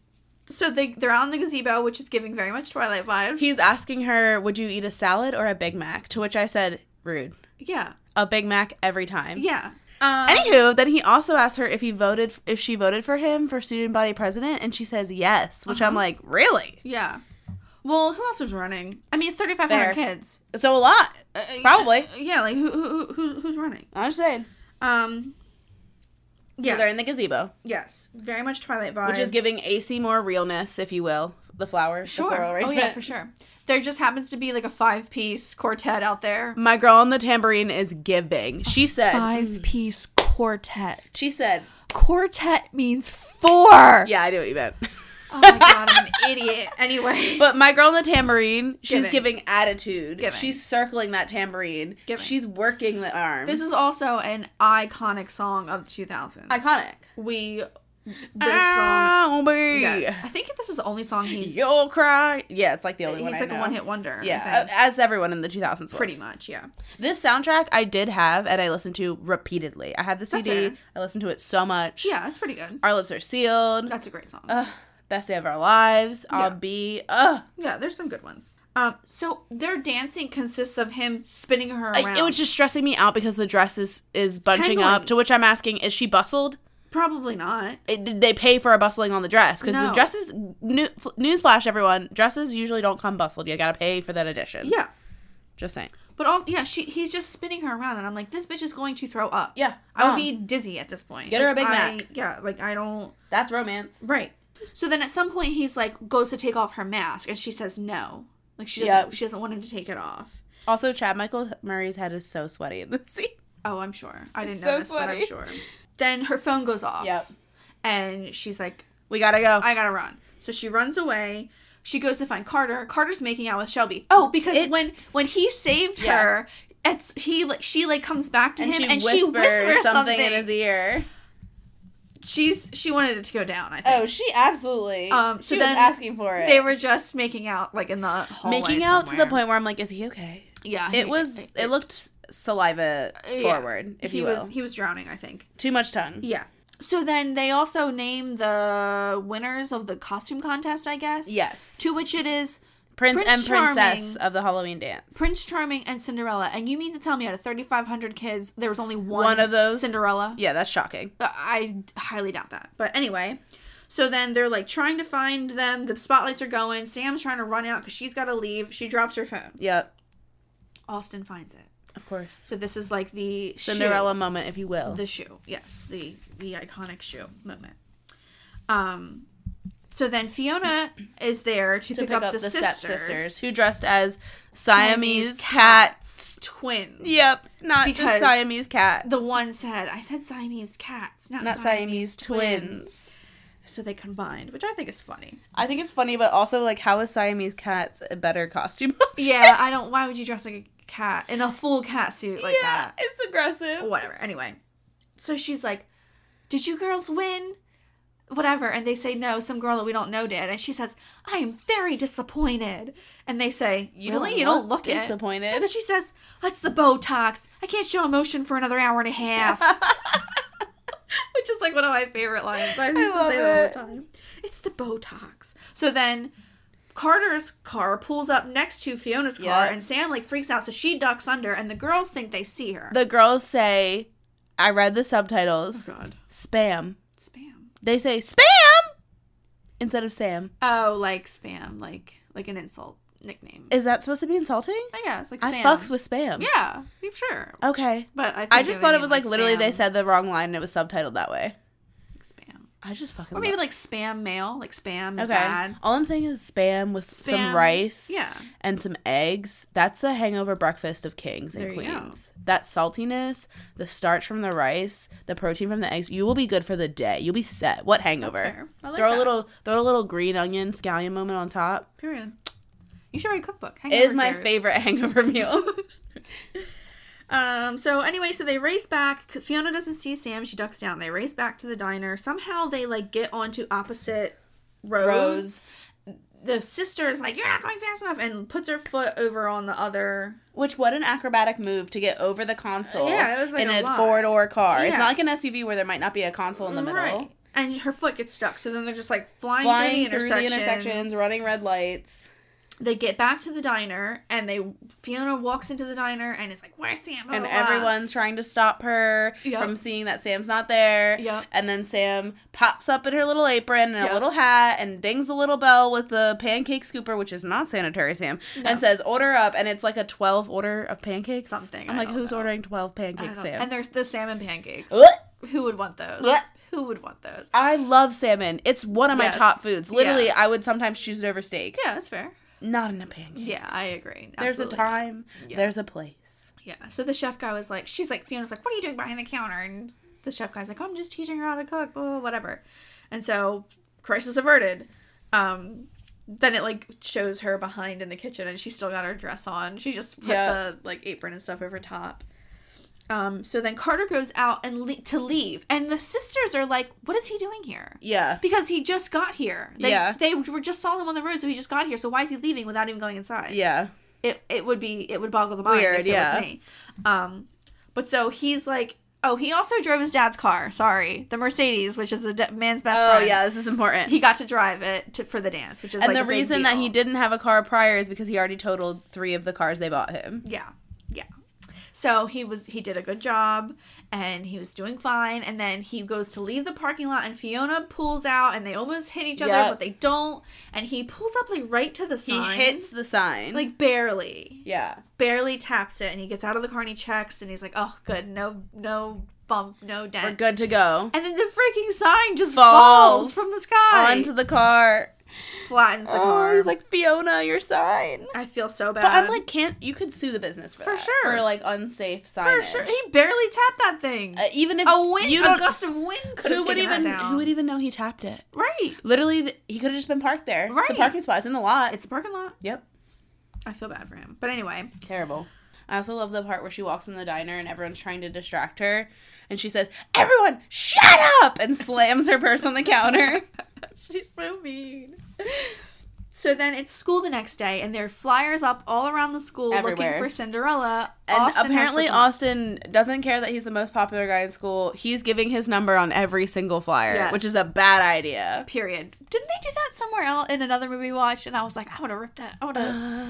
[SPEAKER 4] so they they're out in the gazebo, which is giving very much Twilight vibes.
[SPEAKER 3] He's asking her, "Would you eat a salad or a Big Mac?" To which I said, "Rude."
[SPEAKER 4] yeah,
[SPEAKER 3] a Big Mac every time.
[SPEAKER 4] yeah. Um,
[SPEAKER 3] Anywho, then he also asked her if he voted if she voted for him for student body president, and she says yes, which
[SPEAKER 4] Uh-huh.
[SPEAKER 3] I'm like, really?
[SPEAKER 4] yeah. Well, who else was running? I mean, it's thirty five
[SPEAKER 3] Fair.
[SPEAKER 4] hundred kids. Uh,
[SPEAKER 3] So a lot, Uh, probably.
[SPEAKER 4] Yeah, like who who, who who's running?
[SPEAKER 3] I'm just saying.
[SPEAKER 4] Um.
[SPEAKER 3] Yeah,
[SPEAKER 4] Yes.
[SPEAKER 3] they're in the gazebo,
[SPEAKER 4] yes, very much Twilight vibes,
[SPEAKER 3] which is giving AC more realness, if you will. The flowers, The
[SPEAKER 4] Sure.
[SPEAKER 3] floral
[SPEAKER 4] Oh yeah,
[SPEAKER 3] arrangement.
[SPEAKER 4] for sure. There just happens to be like a five piece quartet
[SPEAKER 3] [LAUGHS]
[SPEAKER 4] out there.
[SPEAKER 3] My girl on the tambourine is giving.
[SPEAKER 4] Oh,
[SPEAKER 3] She said.
[SPEAKER 4] Five piece quartet.
[SPEAKER 3] She said.
[SPEAKER 4] Quartet means four.
[SPEAKER 3] Yeah, I knew what you meant. [LAUGHS]
[SPEAKER 4] Oh my god, I'm an idiot. Anyway.
[SPEAKER 3] But my girl on the tambourine, she's
[SPEAKER 4] Giving.
[SPEAKER 3] giving attitude.
[SPEAKER 4] Giving.
[SPEAKER 3] She's circling that tambourine.
[SPEAKER 4] Giving.
[SPEAKER 3] She's working the arm.
[SPEAKER 4] This is also an iconic song of the 2000s.
[SPEAKER 3] iconic.
[SPEAKER 4] we this song.
[SPEAKER 3] I'll be
[SPEAKER 4] Yes. I think this is the only song he's.
[SPEAKER 3] You'll cry. Yeah, it's like the only
[SPEAKER 4] he's
[SPEAKER 3] one. I
[SPEAKER 4] like
[SPEAKER 3] know.
[SPEAKER 4] a one hit wonder. I
[SPEAKER 3] Yeah, uh,
[SPEAKER 4] think.
[SPEAKER 3] as everyone in the 2000s was.
[SPEAKER 4] pretty much. Yeah.
[SPEAKER 3] This soundtrack I did have and I listened to repeatedly. I had the
[SPEAKER 4] That's
[SPEAKER 3] CD.
[SPEAKER 4] fair.
[SPEAKER 3] I listened to it so much.
[SPEAKER 4] Yeah, it's pretty good.
[SPEAKER 3] Our lips are Uh, sealed.
[SPEAKER 4] That's a great song.
[SPEAKER 3] Ugh, best day of our lives. I'll
[SPEAKER 4] Yeah.
[SPEAKER 3] be. Ugh.
[SPEAKER 4] yeah, there's some good ones. Um, so their dancing consists of him spinning her
[SPEAKER 3] I-
[SPEAKER 4] around.
[SPEAKER 3] it was just stressing me out because the dress is is bunching up.
[SPEAKER 4] Tangling.
[SPEAKER 3] To which I'm asking, is she bustled?
[SPEAKER 4] probably not.
[SPEAKER 3] It, did they pay for a bustling on the dress? Because the
[SPEAKER 4] No.
[SPEAKER 3] dresses. New, f- newsflash, everyone. Dresses usually don't come bustled. You gotta pay for that addition.
[SPEAKER 4] Yeah.
[SPEAKER 3] Just saying.
[SPEAKER 4] But all yeah, she he's just spinning her around, and I'm like, this bitch is going to throw up.
[SPEAKER 3] Yeah,
[SPEAKER 4] I would
[SPEAKER 3] um,
[SPEAKER 4] be dizzy at this point.
[SPEAKER 3] get her a
[SPEAKER 4] Like,
[SPEAKER 3] Big
[SPEAKER 4] I-
[SPEAKER 3] Mac.
[SPEAKER 4] Yeah, like I don't.
[SPEAKER 3] That's romance.
[SPEAKER 4] Right. So then at some point he's like goes to take off her mask, and she says no. Like she
[SPEAKER 3] Yep.
[SPEAKER 4] doesn't she doesn't want him to take it off.
[SPEAKER 3] Also, Chad Michael Murray's head is so sweaty in this [LAUGHS] scene.
[SPEAKER 4] Oh, I'm sure. I didn't
[SPEAKER 3] It's
[SPEAKER 4] know
[SPEAKER 3] so
[SPEAKER 4] this, but
[SPEAKER 3] sweaty.
[SPEAKER 4] I'm sure. Then her phone goes off.
[SPEAKER 3] Yep.
[SPEAKER 4] And she's like,
[SPEAKER 3] We gotta go.
[SPEAKER 4] I gotta run. So she runs away. She goes to find Carter. Carter's making out with Shelby. Oh, because
[SPEAKER 3] It-
[SPEAKER 4] when when he saved
[SPEAKER 3] Yeah.
[SPEAKER 4] her, it's he like she like comes back to
[SPEAKER 3] and
[SPEAKER 4] him
[SPEAKER 3] she
[SPEAKER 4] and
[SPEAKER 3] whispers,
[SPEAKER 4] she whispers
[SPEAKER 3] something in his ear.
[SPEAKER 4] She's she wanted it to go down. I think.
[SPEAKER 3] Oh, she absolutely.
[SPEAKER 4] Um, so
[SPEAKER 3] she was
[SPEAKER 4] then
[SPEAKER 3] asking for it.
[SPEAKER 4] They were just making out like in the hallway
[SPEAKER 3] making out to the
[SPEAKER 4] somewhere.
[SPEAKER 3] point where I'm like, is he okay?
[SPEAKER 4] Yeah,
[SPEAKER 3] It
[SPEAKER 4] he-
[SPEAKER 3] was. It, looked saliva
[SPEAKER 4] Yeah.
[SPEAKER 3] forward, if
[SPEAKER 4] he
[SPEAKER 3] you
[SPEAKER 4] was
[SPEAKER 3] will.
[SPEAKER 4] he was drowning, I think.
[SPEAKER 3] Too much tongue.
[SPEAKER 4] Yeah. So then they also name the winners of the costume contest, I guess.
[SPEAKER 3] Yes.
[SPEAKER 4] To which it is
[SPEAKER 3] Prince, and princess
[SPEAKER 4] Charming,
[SPEAKER 3] of the Halloween dance.
[SPEAKER 4] Prince Charming and Cinderella. And you mean to tell me out of 3,500 kids, there was only one,
[SPEAKER 3] One of those?
[SPEAKER 4] Cinderella? Uh,
[SPEAKER 3] Yeah, that's shocking.
[SPEAKER 4] I highly doubt that. But anyway, so then they're like trying to find them. The spotlights are going. Sam's trying to run out because she's got to leave. She drops her phone.
[SPEAKER 3] Yep.
[SPEAKER 4] Austin finds it.
[SPEAKER 3] Of course.
[SPEAKER 4] So this is like the
[SPEAKER 3] Cinderella
[SPEAKER 4] shoe.
[SPEAKER 3] moment, if you will.
[SPEAKER 4] The shoe, yes, the the iconic shoe moment. Um, so then Fiona is there to,
[SPEAKER 3] to
[SPEAKER 4] pick, up, the,
[SPEAKER 3] step
[SPEAKER 4] sisters,
[SPEAKER 3] sisters who dressed as Siamese cats.
[SPEAKER 4] twins.
[SPEAKER 3] Yep, not just
[SPEAKER 4] Because-
[SPEAKER 3] Siamese cat.
[SPEAKER 4] The one said, "I said Siamese cats, not,
[SPEAKER 3] Not Siamese,
[SPEAKER 4] Siamese,
[SPEAKER 3] twins.
[SPEAKER 4] twins." So they combined, which I think is funny.
[SPEAKER 3] I think it's funny, but also like, how is Siamese cats a better costume? [LAUGHS]
[SPEAKER 4] Yeah, I don't. Why would you dress like a cat in a full cat suit like
[SPEAKER 3] yeah,
[SPEAKER 4] that?
[SPEAKER 3] it's aggressive.
[SPEAKER 4] Whatever. Anyway, so she's like, "Did you girls win?" Whatever, and they say no. Some girl that we don't know did, and she says, "I am very disappointed." And they say,
[SPEAKER 3] You
[SPEAKER 4] "Really?
[SPEAKER 3] don't
[SPEAKER 4] you don't
[SPEAKER 3] look
[SPEAKER 4] look it."
[SPEAKER 3] disappointed.
[SPEAKER 4] And then she says, "That's the Botox. I can't show emotion for another hour and a half." [LAUGHS] Which is like one of my favorite lines. I used to
[SPEAKER 3] love
[SPEAKER 4] say that all the
[SPEAKER 3] it.
[SPEAKER 4] time. It's the Botox. So then Carter's car pulls up next to Fiona's car,
[SPEAKER 3] Yeah.
[SPEAKER 4] and Sam like freaks out, so she ducks under, and the girls think they see her.
[SPEAKER 3] The girls say, I read the subtitles.
[SPEAKER 4] Oh, God.
[SPEAKER 3] Spam.
[SPEAKER 4] Spam.
[SPEAKER 3] They say spam instead of Sam.
[SPEAKER 4] Oh, like spam, like like an insult nickname.
[SPEAKER 3] Is that supposed to be insulting?
[SPEAKER 4] I guess like spam.
[SPEAKER 3] I fucks with spam.
[SPEAKER 4] Yeah, you- sure.
[SPEAKER 3] Okay.
[SPEAKER 4] But Uh, I, think
[SPEAKER 3] I just
[SPEAKER 4] of
[SPEAKER 3] thought it
[SPEAKER 4] name
[SPEAKER 3] was like, literally they
[SPEAKER 4] spam,
[SPEAKER 3] said the wrong line and it was subtitled that way.
[SPEAKER 4] spam,
[SPEAKER 3] I just fucking
[SPEAKER 4] or maybe
[SPEAKER 3] love-
[SPEAKER 4] like spam mail, like spam is
[SPEAKER 3] okay.
[SPEAKER 4] bad.
[SPEAKER 3] All I'm saying is spam with some
[SPEAKER 4] Spam.
[SPEAKER 3] rice.
[SPEAKER 4] Yeah.
[SPEAKER 3] And some eggs. That's the hangover breakfast of kings and
[SPEAKER 4] There you go.
[SPEAKER 3] queens. That saltiness, the starch from the rice, the protein from the eggs, you will be good for the day. You'll be set. What hangover?
[SPEAKER 4] fair. I like
[SPEAKER 3] throw a
[SPEAKER 4] that.
[SPEAKER 3] little throw a little green onion scallion moment on top.
[SPEAKER 4] Period. You should write a cookbook.
[SPEAKER 3] It
[SPEAKER 4] Hangover
[SPEAKER 3] is my
[SPEAKER 4] cares.
[SPEAKER 3] favorite [LAUGHS] hangover meal.
[SPEAKER 4] Um, so anyway, so they race back. Fiona doesn't see Sam. She ducks down. They race back to the diner. Somehow they like get onto opposite roads.
[SPEAKER 3] Roads.
[SPEAKER 4] The sister is like, "You're not going fast enough," and puts her foot over on the other.
[SPEAKER 3] Which what an acrobatic move to get over the console.
[SPEAKER 4] Yeah, it was, like,
[SPEAKER 3] in
[SPEAKER 4] a
[SPEAKER 3] a,
[SPEAKER 4] lot.
[SPEAKER 3] four door car. It's
[SPEAKER 4] Yeah.
[SPEAKER 3] not like an SUV where there might not be a console in the middle.
[SPEAKER 4] Right. And her foot gets stuck. So then they're just like flying,
[SPEAKER 3] Flying
[SPEAKER 4] through, the intersections.
[SPEAKER 3] running red lights.
[SPEAKER 4] They get back to the diner, and they Fiona walks into the diner and is like, "Where's Sam?" Blah,
[SPEAKER 3] and
[SPEAKER 4] blah, blah.
[SPEAKER 3] everyone's trying to stop her
[SPEAKER 4] Yep.
[SPEAKER 3] from seeing that Sam's not there.
[SPEAKER 4] Yep.
[SPEAKER 3] And then Sam pops up in her little apron and
[SPEAKER 4] Yep.
[SPEAKER 3] a little hat and dings the little bell with the pancake scooper, which is not sanitary, Sam, and says, order up. And it's like a 12 order of pancakes.
[SPEAKER 4] Something,
[SPEAKER 3] I'm
[SPEAKER 4] I
[SPEAKER 3] like,
[SPEAKER 4] don't
[SPEAKER 3] who's
[SPEAKER 4] know.
[SPEAKER 3] ordering 12
[SPEAKER 4] I
[SPEAKER 3] pancakes,
[SPEAKER 4] don't-
[SPEAKER 3] Sam?
[SPEAKER 4] and there's the salmon pancakes. Who would want those?
[SPEAKER 3] Blech.
[SPEAKER 4] Who would want those?
[SPEAKER 3] I love salmon. It's one of
[SPEAKER 4] Yes.
[SPEAKER 3] my top foods. Literally,
[SPEAKER 4] Yeah.
[SPEAKER 3] I would sometimes choose it over steak.
[SPEAKER 4] Yeah, that's fair.
[SPEAKER 3] Not in a pancake.
[SPEAKER 4] Yeah, I agree.
[SPEAKER 3] There's a
[SPEAKER 4] Absolutely.
[SPEAKER 3] time,
[SPEAKER 4] Yeah.
[SPEAKER 3] there's a place.
[SPEAKER 4] Yeah. So the chef guy was like, she's like, Fiona's like, what are you doing behind the counter? And the chef guy's like, I'm just teaching her how to cook, blah, blah, whatever. And so, crisis averted. Um, then it like shows her behind in the kitchen, and she's still got her dress on. She just put
[SPEAKER 3] Yeah.
[SPEAKER 4] the like apron and stuff over top. Um, so then Carter goes out and le- to leave, and the sisters are like, "What is he doing here?"
[SPEAKER 3] Yeah.
[SPEAKER 4] Because he just got here. They,
[SPEAKER 3] Yeah.
[SPEAKER 4] They were just saw him on the road, so he just got here. So why is he leaving without even going inside?
[SPEAKER 3] Yeah.
[SPEAKER 4] it it would be it would boggle the mind
[SPEAKER 3] Weird,
[SPEAKER 4] if it
[SPEAKER 3] yeah.
[SPEAKER 4] was me. Um, but so he's like, oh, he also drove his dad's car. Sorry, the Mercedes, which is a de- man's best
[SPEAKER 3] Oh,
[SPEAKER 4] friend.
[SPEAKER 3] yeah, this is important.
[SPEAKER 4] He got to drive it to, for the dance, which is
[SPEAKER 3] and
[SPEAKER 4] like, a
[SPEAKER 3] the
[SPEAKER 4] big
[SPEAKER 3] reason that he
[SPEAKER 4] deal.
[SPEAKER 3] didn't have a car prior is because he already totaled three of the cars they bought him.
[SPEAKER 4] Yeah, yeah. So he was he did a good job and he was doing fine. And then he goes to leave the parking lot and Fiona pulls out and they almost hit each other,
[SPEAKER 3] Yep.
[SPEAKER 4] but they don't. And he pulls up like right to the
[SPEAKER 3] He
[SPEAKER 4] sign,
[SPEAKER 3] hits the sign.
[SPEAKER 4] like barely.
[SPEAKER 3] yeah.
[SPEAKER 4] barely taps it and he gets out of the car and he checks and he's like, oh, good, no, no bump, no dent.
[SPEAKER 3] We're good to go.
[SPEAKER 4] And then the freaking sign just
[SPEAKER 3] Falls
[SPEAKER 4] falls, from the sky
[SPEAKER 3] Onto the car.
[SPEAKER 4] flattens the
[SPEAKER 3] Oh,
[SPEAKER 4] car.
[SPEAKER 3] he's like, Fiona, your sign.
[SPEAKER 4] I feel so bad.
[SPEAKER 3] But I'm like, can't you could sue the business for
[SPEAKER 4] For
[SPEAKER 3] that,
[SPEAKER 4] sure.
[SPEAKER 3] for like unsafe signage.
[SPEAKER 4] for sure, he barely tapped that thing.
[SPEAKER 3] Uh, even if
[SPEAKER 4] a wind,
[SPEAKER 3] you
[SPEAKER 4] a gust of wind could
[SPEAKER 3] who would even
[SPEAKER 4] that down.
[SPEAKER 3] who would even know he tapped it?
[SPEAKER 4] right?
[SPEAKER 3] Literally, th- he could have just been parked there. It's a
[SPEAKER 4] Right.
[SPEAKER 3] parking spot. It's in the lot.
[SPEAKER 4] It's a parking lot.
[SPEAKER 3] yep.
[SPEAKER 4] I feel bad for him, but anyway,
[SPEAKER 3] Terrible. I also love the part where she walks in the diner and everyone's trying to distract her, and she says, "Everyone, shut
[SPEAKER 4] [LAUGHS]
[SPEAKER 3] up!" and slams her purse on the counter.
[SPEAKER 4] she's so mean. So then it's school the next day, and there are flyers up all around the school
[SPEAKER 3] Everywhere.
[SPEAKER 4] looking for Cinderella.
[SPEAKER 3] And
[SPEAKER 4] Austin has
[SPEAKER 3] apparently,
[SPEAKER 4] become-
[SPEAKER 3] Austin doesn't care that he's the most popular guy in school. He's giving his number on every single flyer,
[SPEAKER 4] Yes.
[SPEAKER 3] which is a bad idea.
[SPEAKER 4] Period. Didn't they do that somewhere else in another movie we watched? And I was like, I would have ripped that. I would have.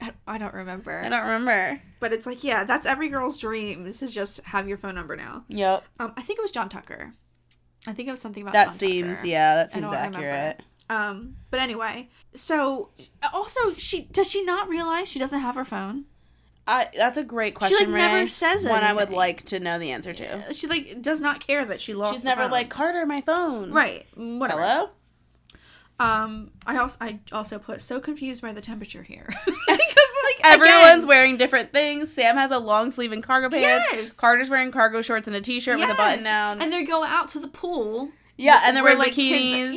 [SPEAKER 4] I, I don't remember.
[SPEAKER 3] I don't remember.
[SPEAKER 4] But it's like, yeah, that's every girl's dream. This is just have your phone number now.
[SPEAKER 3] Yep.
[SPEAKER 4] Um, I think it was John Tucker. I think it was something about
[SPEAKER 3] That
[SPEAKER 4] John
[SPEAKER 3] seems,
[SPEAKER 4] Tucker.
[SPEAKER 3] yeah, that
[SPEAKER 4] I don't
[SPEAKER 3] seems
[SPEAKER 4] remember.
[SPEAKER 3] accurate.
[SPEAKER 4] Um, but anyway, so also she does she not realize she doesn't have her phone?
[SPEAKER 3] I, that's a great question.
[SPEAKER 4] like, never
[SPEAKER 3] Renee,
[SPEAKER 4] says
[SPEAKER 3] one I would
[SPEAKER 4] anything.
[SPEAKER 3] like to know the answer to.
[SPEAKER 4] She like does not care that she lost.
[SPEAKER 3] She's
[SPEAKER 4] the
[SPEAKER 3] never
[SPEAKER 4] phone.
[SPEAKER 3] like Carter, my phone.
[SPEAKER 4] right. Whatever.
[SPEAKER 3] Hello.
[SPEAKER 4] Um, I also I also put so confused by the
[SPEAKER 3] [LAUGHS]
[SPEAKER 4] temperature here. [LAUGHS]
[SPEAKER 3] Everyone's wearing different things. Sam has a long sleeve and cargo pants.
[SPEAKER 4] Yes.
[SPEAKER 3] Carter's wearing cargo shorts and a t-shirt with a button down.
[SPEAKER 4] and they go out to the pool.
[SPEAKER 3] yeah, and they're
[SPEAKER 4] where,
[SPEAKER 3] wearing
[SPEAKER 4] like, kids-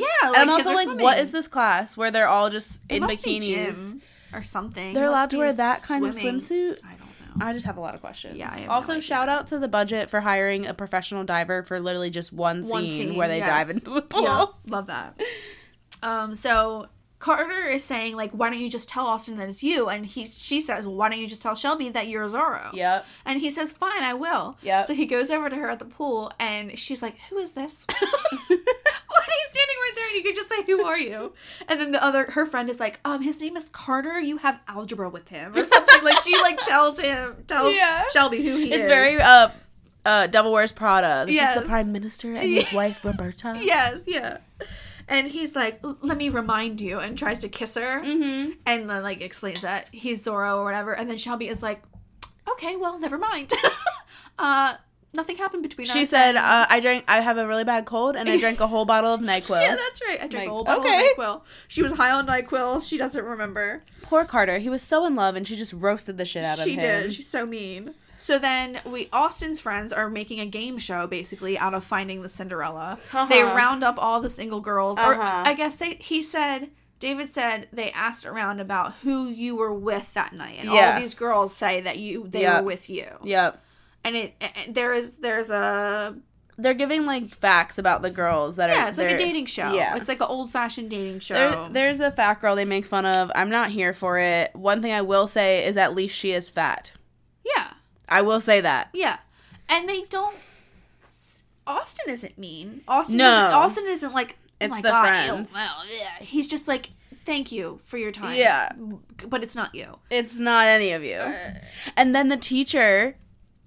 [SPEAKER 3] bikinis.
[SPEAKER 4] yeah,
[SPEAKER 3] and
[SPEAKER 4] like,
[SPEAKER 3] I'm
[SPEAKER 4] kids
[SPEAKER 3] also
[SPEAKER 4] are
[SPEAKER 3] like, what
[SPEAKER 4] swimming.
[SPEAKER 3] is this class where they're all just
[SPEAKER 4] It
[SPEAKER 3] in
[SPEAKER 4] must be
[SPEAKER 3] bikinis?
[SPEAKER 4] gym or something.
[SPEAKER 3] They're
[SPEAKER 4] It must
[SPEAKER 3] allowed to
[SPEAKER 4] be
[SPEAKER 3] wear
[SPEAKER 4] a
[SPEAKER 3] that kind of
[SPEAKER 4] swimming-
[SPEAKER 3] swimsuit?
[SPEAKER 4] I don't know.
[SPEAKER 3] I just have a lot of questions.
[SPEAKER 4] Yeah, I have no
[SPEAKER 3] also,
[SPEAKER 4] idea.
[SPEAKER 3] shout out to the budget for hiring a professional diver for literally just one scene, where they
[SPEAKER 4] yes.
[SPEAKER 3] dive into the pool.
[SPEAKER 4] Yeah, [LAUGHS] love that. Um, so Carter is saying like, why don't you just tell Austin that it's you? And he she says, well, why don't you just tell Shelby that you're Zorro?
[SPEAKER 3] Yep.
[SPEAKER 4] And he says, fine, I will.
[SPEAKER 3] Yep.
[SPEAKER 4] So he goes over to her at the pool, and she's like, who is this?
[SPEAKER 3] [LAUGHS]
[SPEAKER 4] [LAUGHS] when he's standing right there, and you can just say, who are you? And then the other her friend is like, um, his name is Carter. You have algebra with him or something. like she like tells him
[SPEAKER 3] [LAUGHS]
[SPEAKER 4] tells
[SPEAKER 3] Yeah.
[SPEAKER 4] Shelby who he is.
[SPEAKER 3] It's very uh, uh, Devil Wears Prada. This is
[SPEAKER 4] Yes.
[SPEAKER 3] the Prime Minister and his wife Roberta.
[SPEAKER 4] Yes, yeah. And he's like, "L- let me remind you, and tries to kiss her, mm-hmm. and then like explains that he's Zorro or whatever. And then Shelby is like, okay, well, never mind. [LAUGHS] uh, nothing happened between us.
[SPEAKER 3] She said, uh, "I drank. I have a really bad cold,
[SPEAKER 4] [LAUGHS]
[SPEAKER 3] and I drank a whole bottle of Nyquil."
[SPEAKER 4] yeah, that's right. I drank
[SPEAKER 3] Like,
[SPEAKER 4] a whole bottle
[SPEAKER 3] okay.
[SPEAKER 4] of Nyquil. She was high on Nyquil. She doesn't remember.
[SPEAKER 3] Poor Carter. He was so in love, and she just roasted the shit out
[SPEAKER 4] she
[SPEAKER 3] of him.
[SPEAKER 4] did. She's so mean. So then we Austin's friends are making a game show basically out of finding the Cinderella. They round up all the single girls or
[SPEAKER 3] Uh-huh.
[SPEAKER 4] I guess they he said David said they asked around about who you were with that night and all
[SPEAKER 3] Yeah.
[SPEAKER 4] of these girls say that you they
[SPEAKER 3] Yeah.
[SPEAKER 4] were with you.
[SPEAKER 3] Yep.
[SPEAKER 4] And it, and there is there's a
[SPEAKER 3] They're giving like facts about the girls that are.
[SPEAKER 4] yeah, it's like a
[SPEAKER 3] they're-
[SPEAKER 4] dating show.
[SPEAKER 3] Yeah.
[SPEAKER 4] It's like an old-fashioned dating show.
[SPEAKER 3] There, there's a fat girl they make fun of. I'm not here for it. One thing I will say is at least she is fat.
[SPEAKER 4] yeah.
[SPEAKER 3] I will say that.
[SPEAKER 4] Yeah, and they don't. Austin isn't mean. Austin,
[SPEAKER 3] No.
[SPEAKER 4] isn't, Austin isn't like. Oh
[SPEAKER 3] It's
[SPEAKER 4] my
[SPEAKER 3] the
[SPEAKER 4] God, ew,
[SPEAKER 3] friends.
[SPEAKER 4] well, yeah." He's just like, thank you for your time.
[SPEAKER 3] Yeah.
[SPEAKER 4] but it's
[SPEAKER 3] [LAUGHS]
[SPEAKER 4] not you.
[SPEAKER 3] It's not any of you.
[SPEAKER 4] Uh,
[SPEAKER 3] And then the teacher,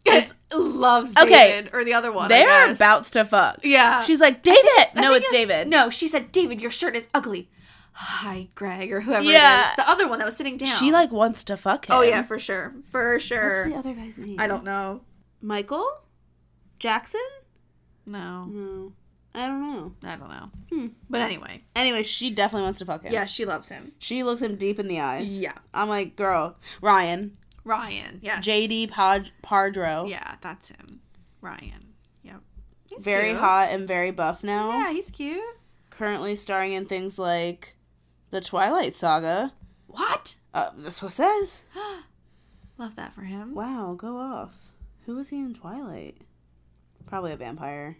[SPEAKER 4] Yes, loves
[SPEAKER 3] Okay.
[SPEAKER 4] David or the other one. I
[SPEAKER 3] they are
[SPEAKER 4] guess.
[SPEAKER 3] about to fuck.
[SPEAKER 4] Yeah.
[SPEAKER 3] She's like, David.
[SPEAKER 4] I
[SPEAKER 3] no,
[SPEAKER 4] think
[SPEAKER 3] it's David.
[SPEAKER 4] No, she said, David, your shirt is ugly. Hi, Greg, or whoever
[SPEAKER 3] Yeah.
[SPEAKER 4] it is. The other one that was sitting down.
[SPEAKER 3] She like wants to fuck him.
[SPEAKER 4] Oh yeah, for sure, for sure.
[SPEAKER 11] What's the other guy's name?
[SPEAKER 4] I don't know.
[SPEAKER 3] Michael Jackson.
[SPEAKER 4] No,
[SPEAKER 3] No, I don't know.
[SPEAKER 4] I don't know. But anyway,
[SPEAKER 3] Anyway, she definitely wants to fuck him.
[SPEAKER 4] yeah, she loves him.
[SPEAKER 3] She looks him deep in the eyes.
[SPEAKER 4] Yeah,
[SPEAKER 3] I'm like, girl, Ryan,
[SPEAKER 4] Ryan. Yes.
[SPEAKER 3] JD Pod- Pardro,
[SPEAKER 4] Yeah, that's him. Ryan. Yep. He's
[SPEAKER 3] very
[SPEAKER 4] cute.
[SPEAKER 3] hot and very buff now.
[SPEAKER 4] Yeah, he's cute.
[SPEAKER 3] Currently starring in things like The Twilight Saga.
[SPEAKER 4] What?
[SPEAKER 3] Uh, that's what it says.
[SPEAKER 4] Love that for him.
[SPEAKER 3] Wow, go off. Who was he in Twilight? Probably a vampire.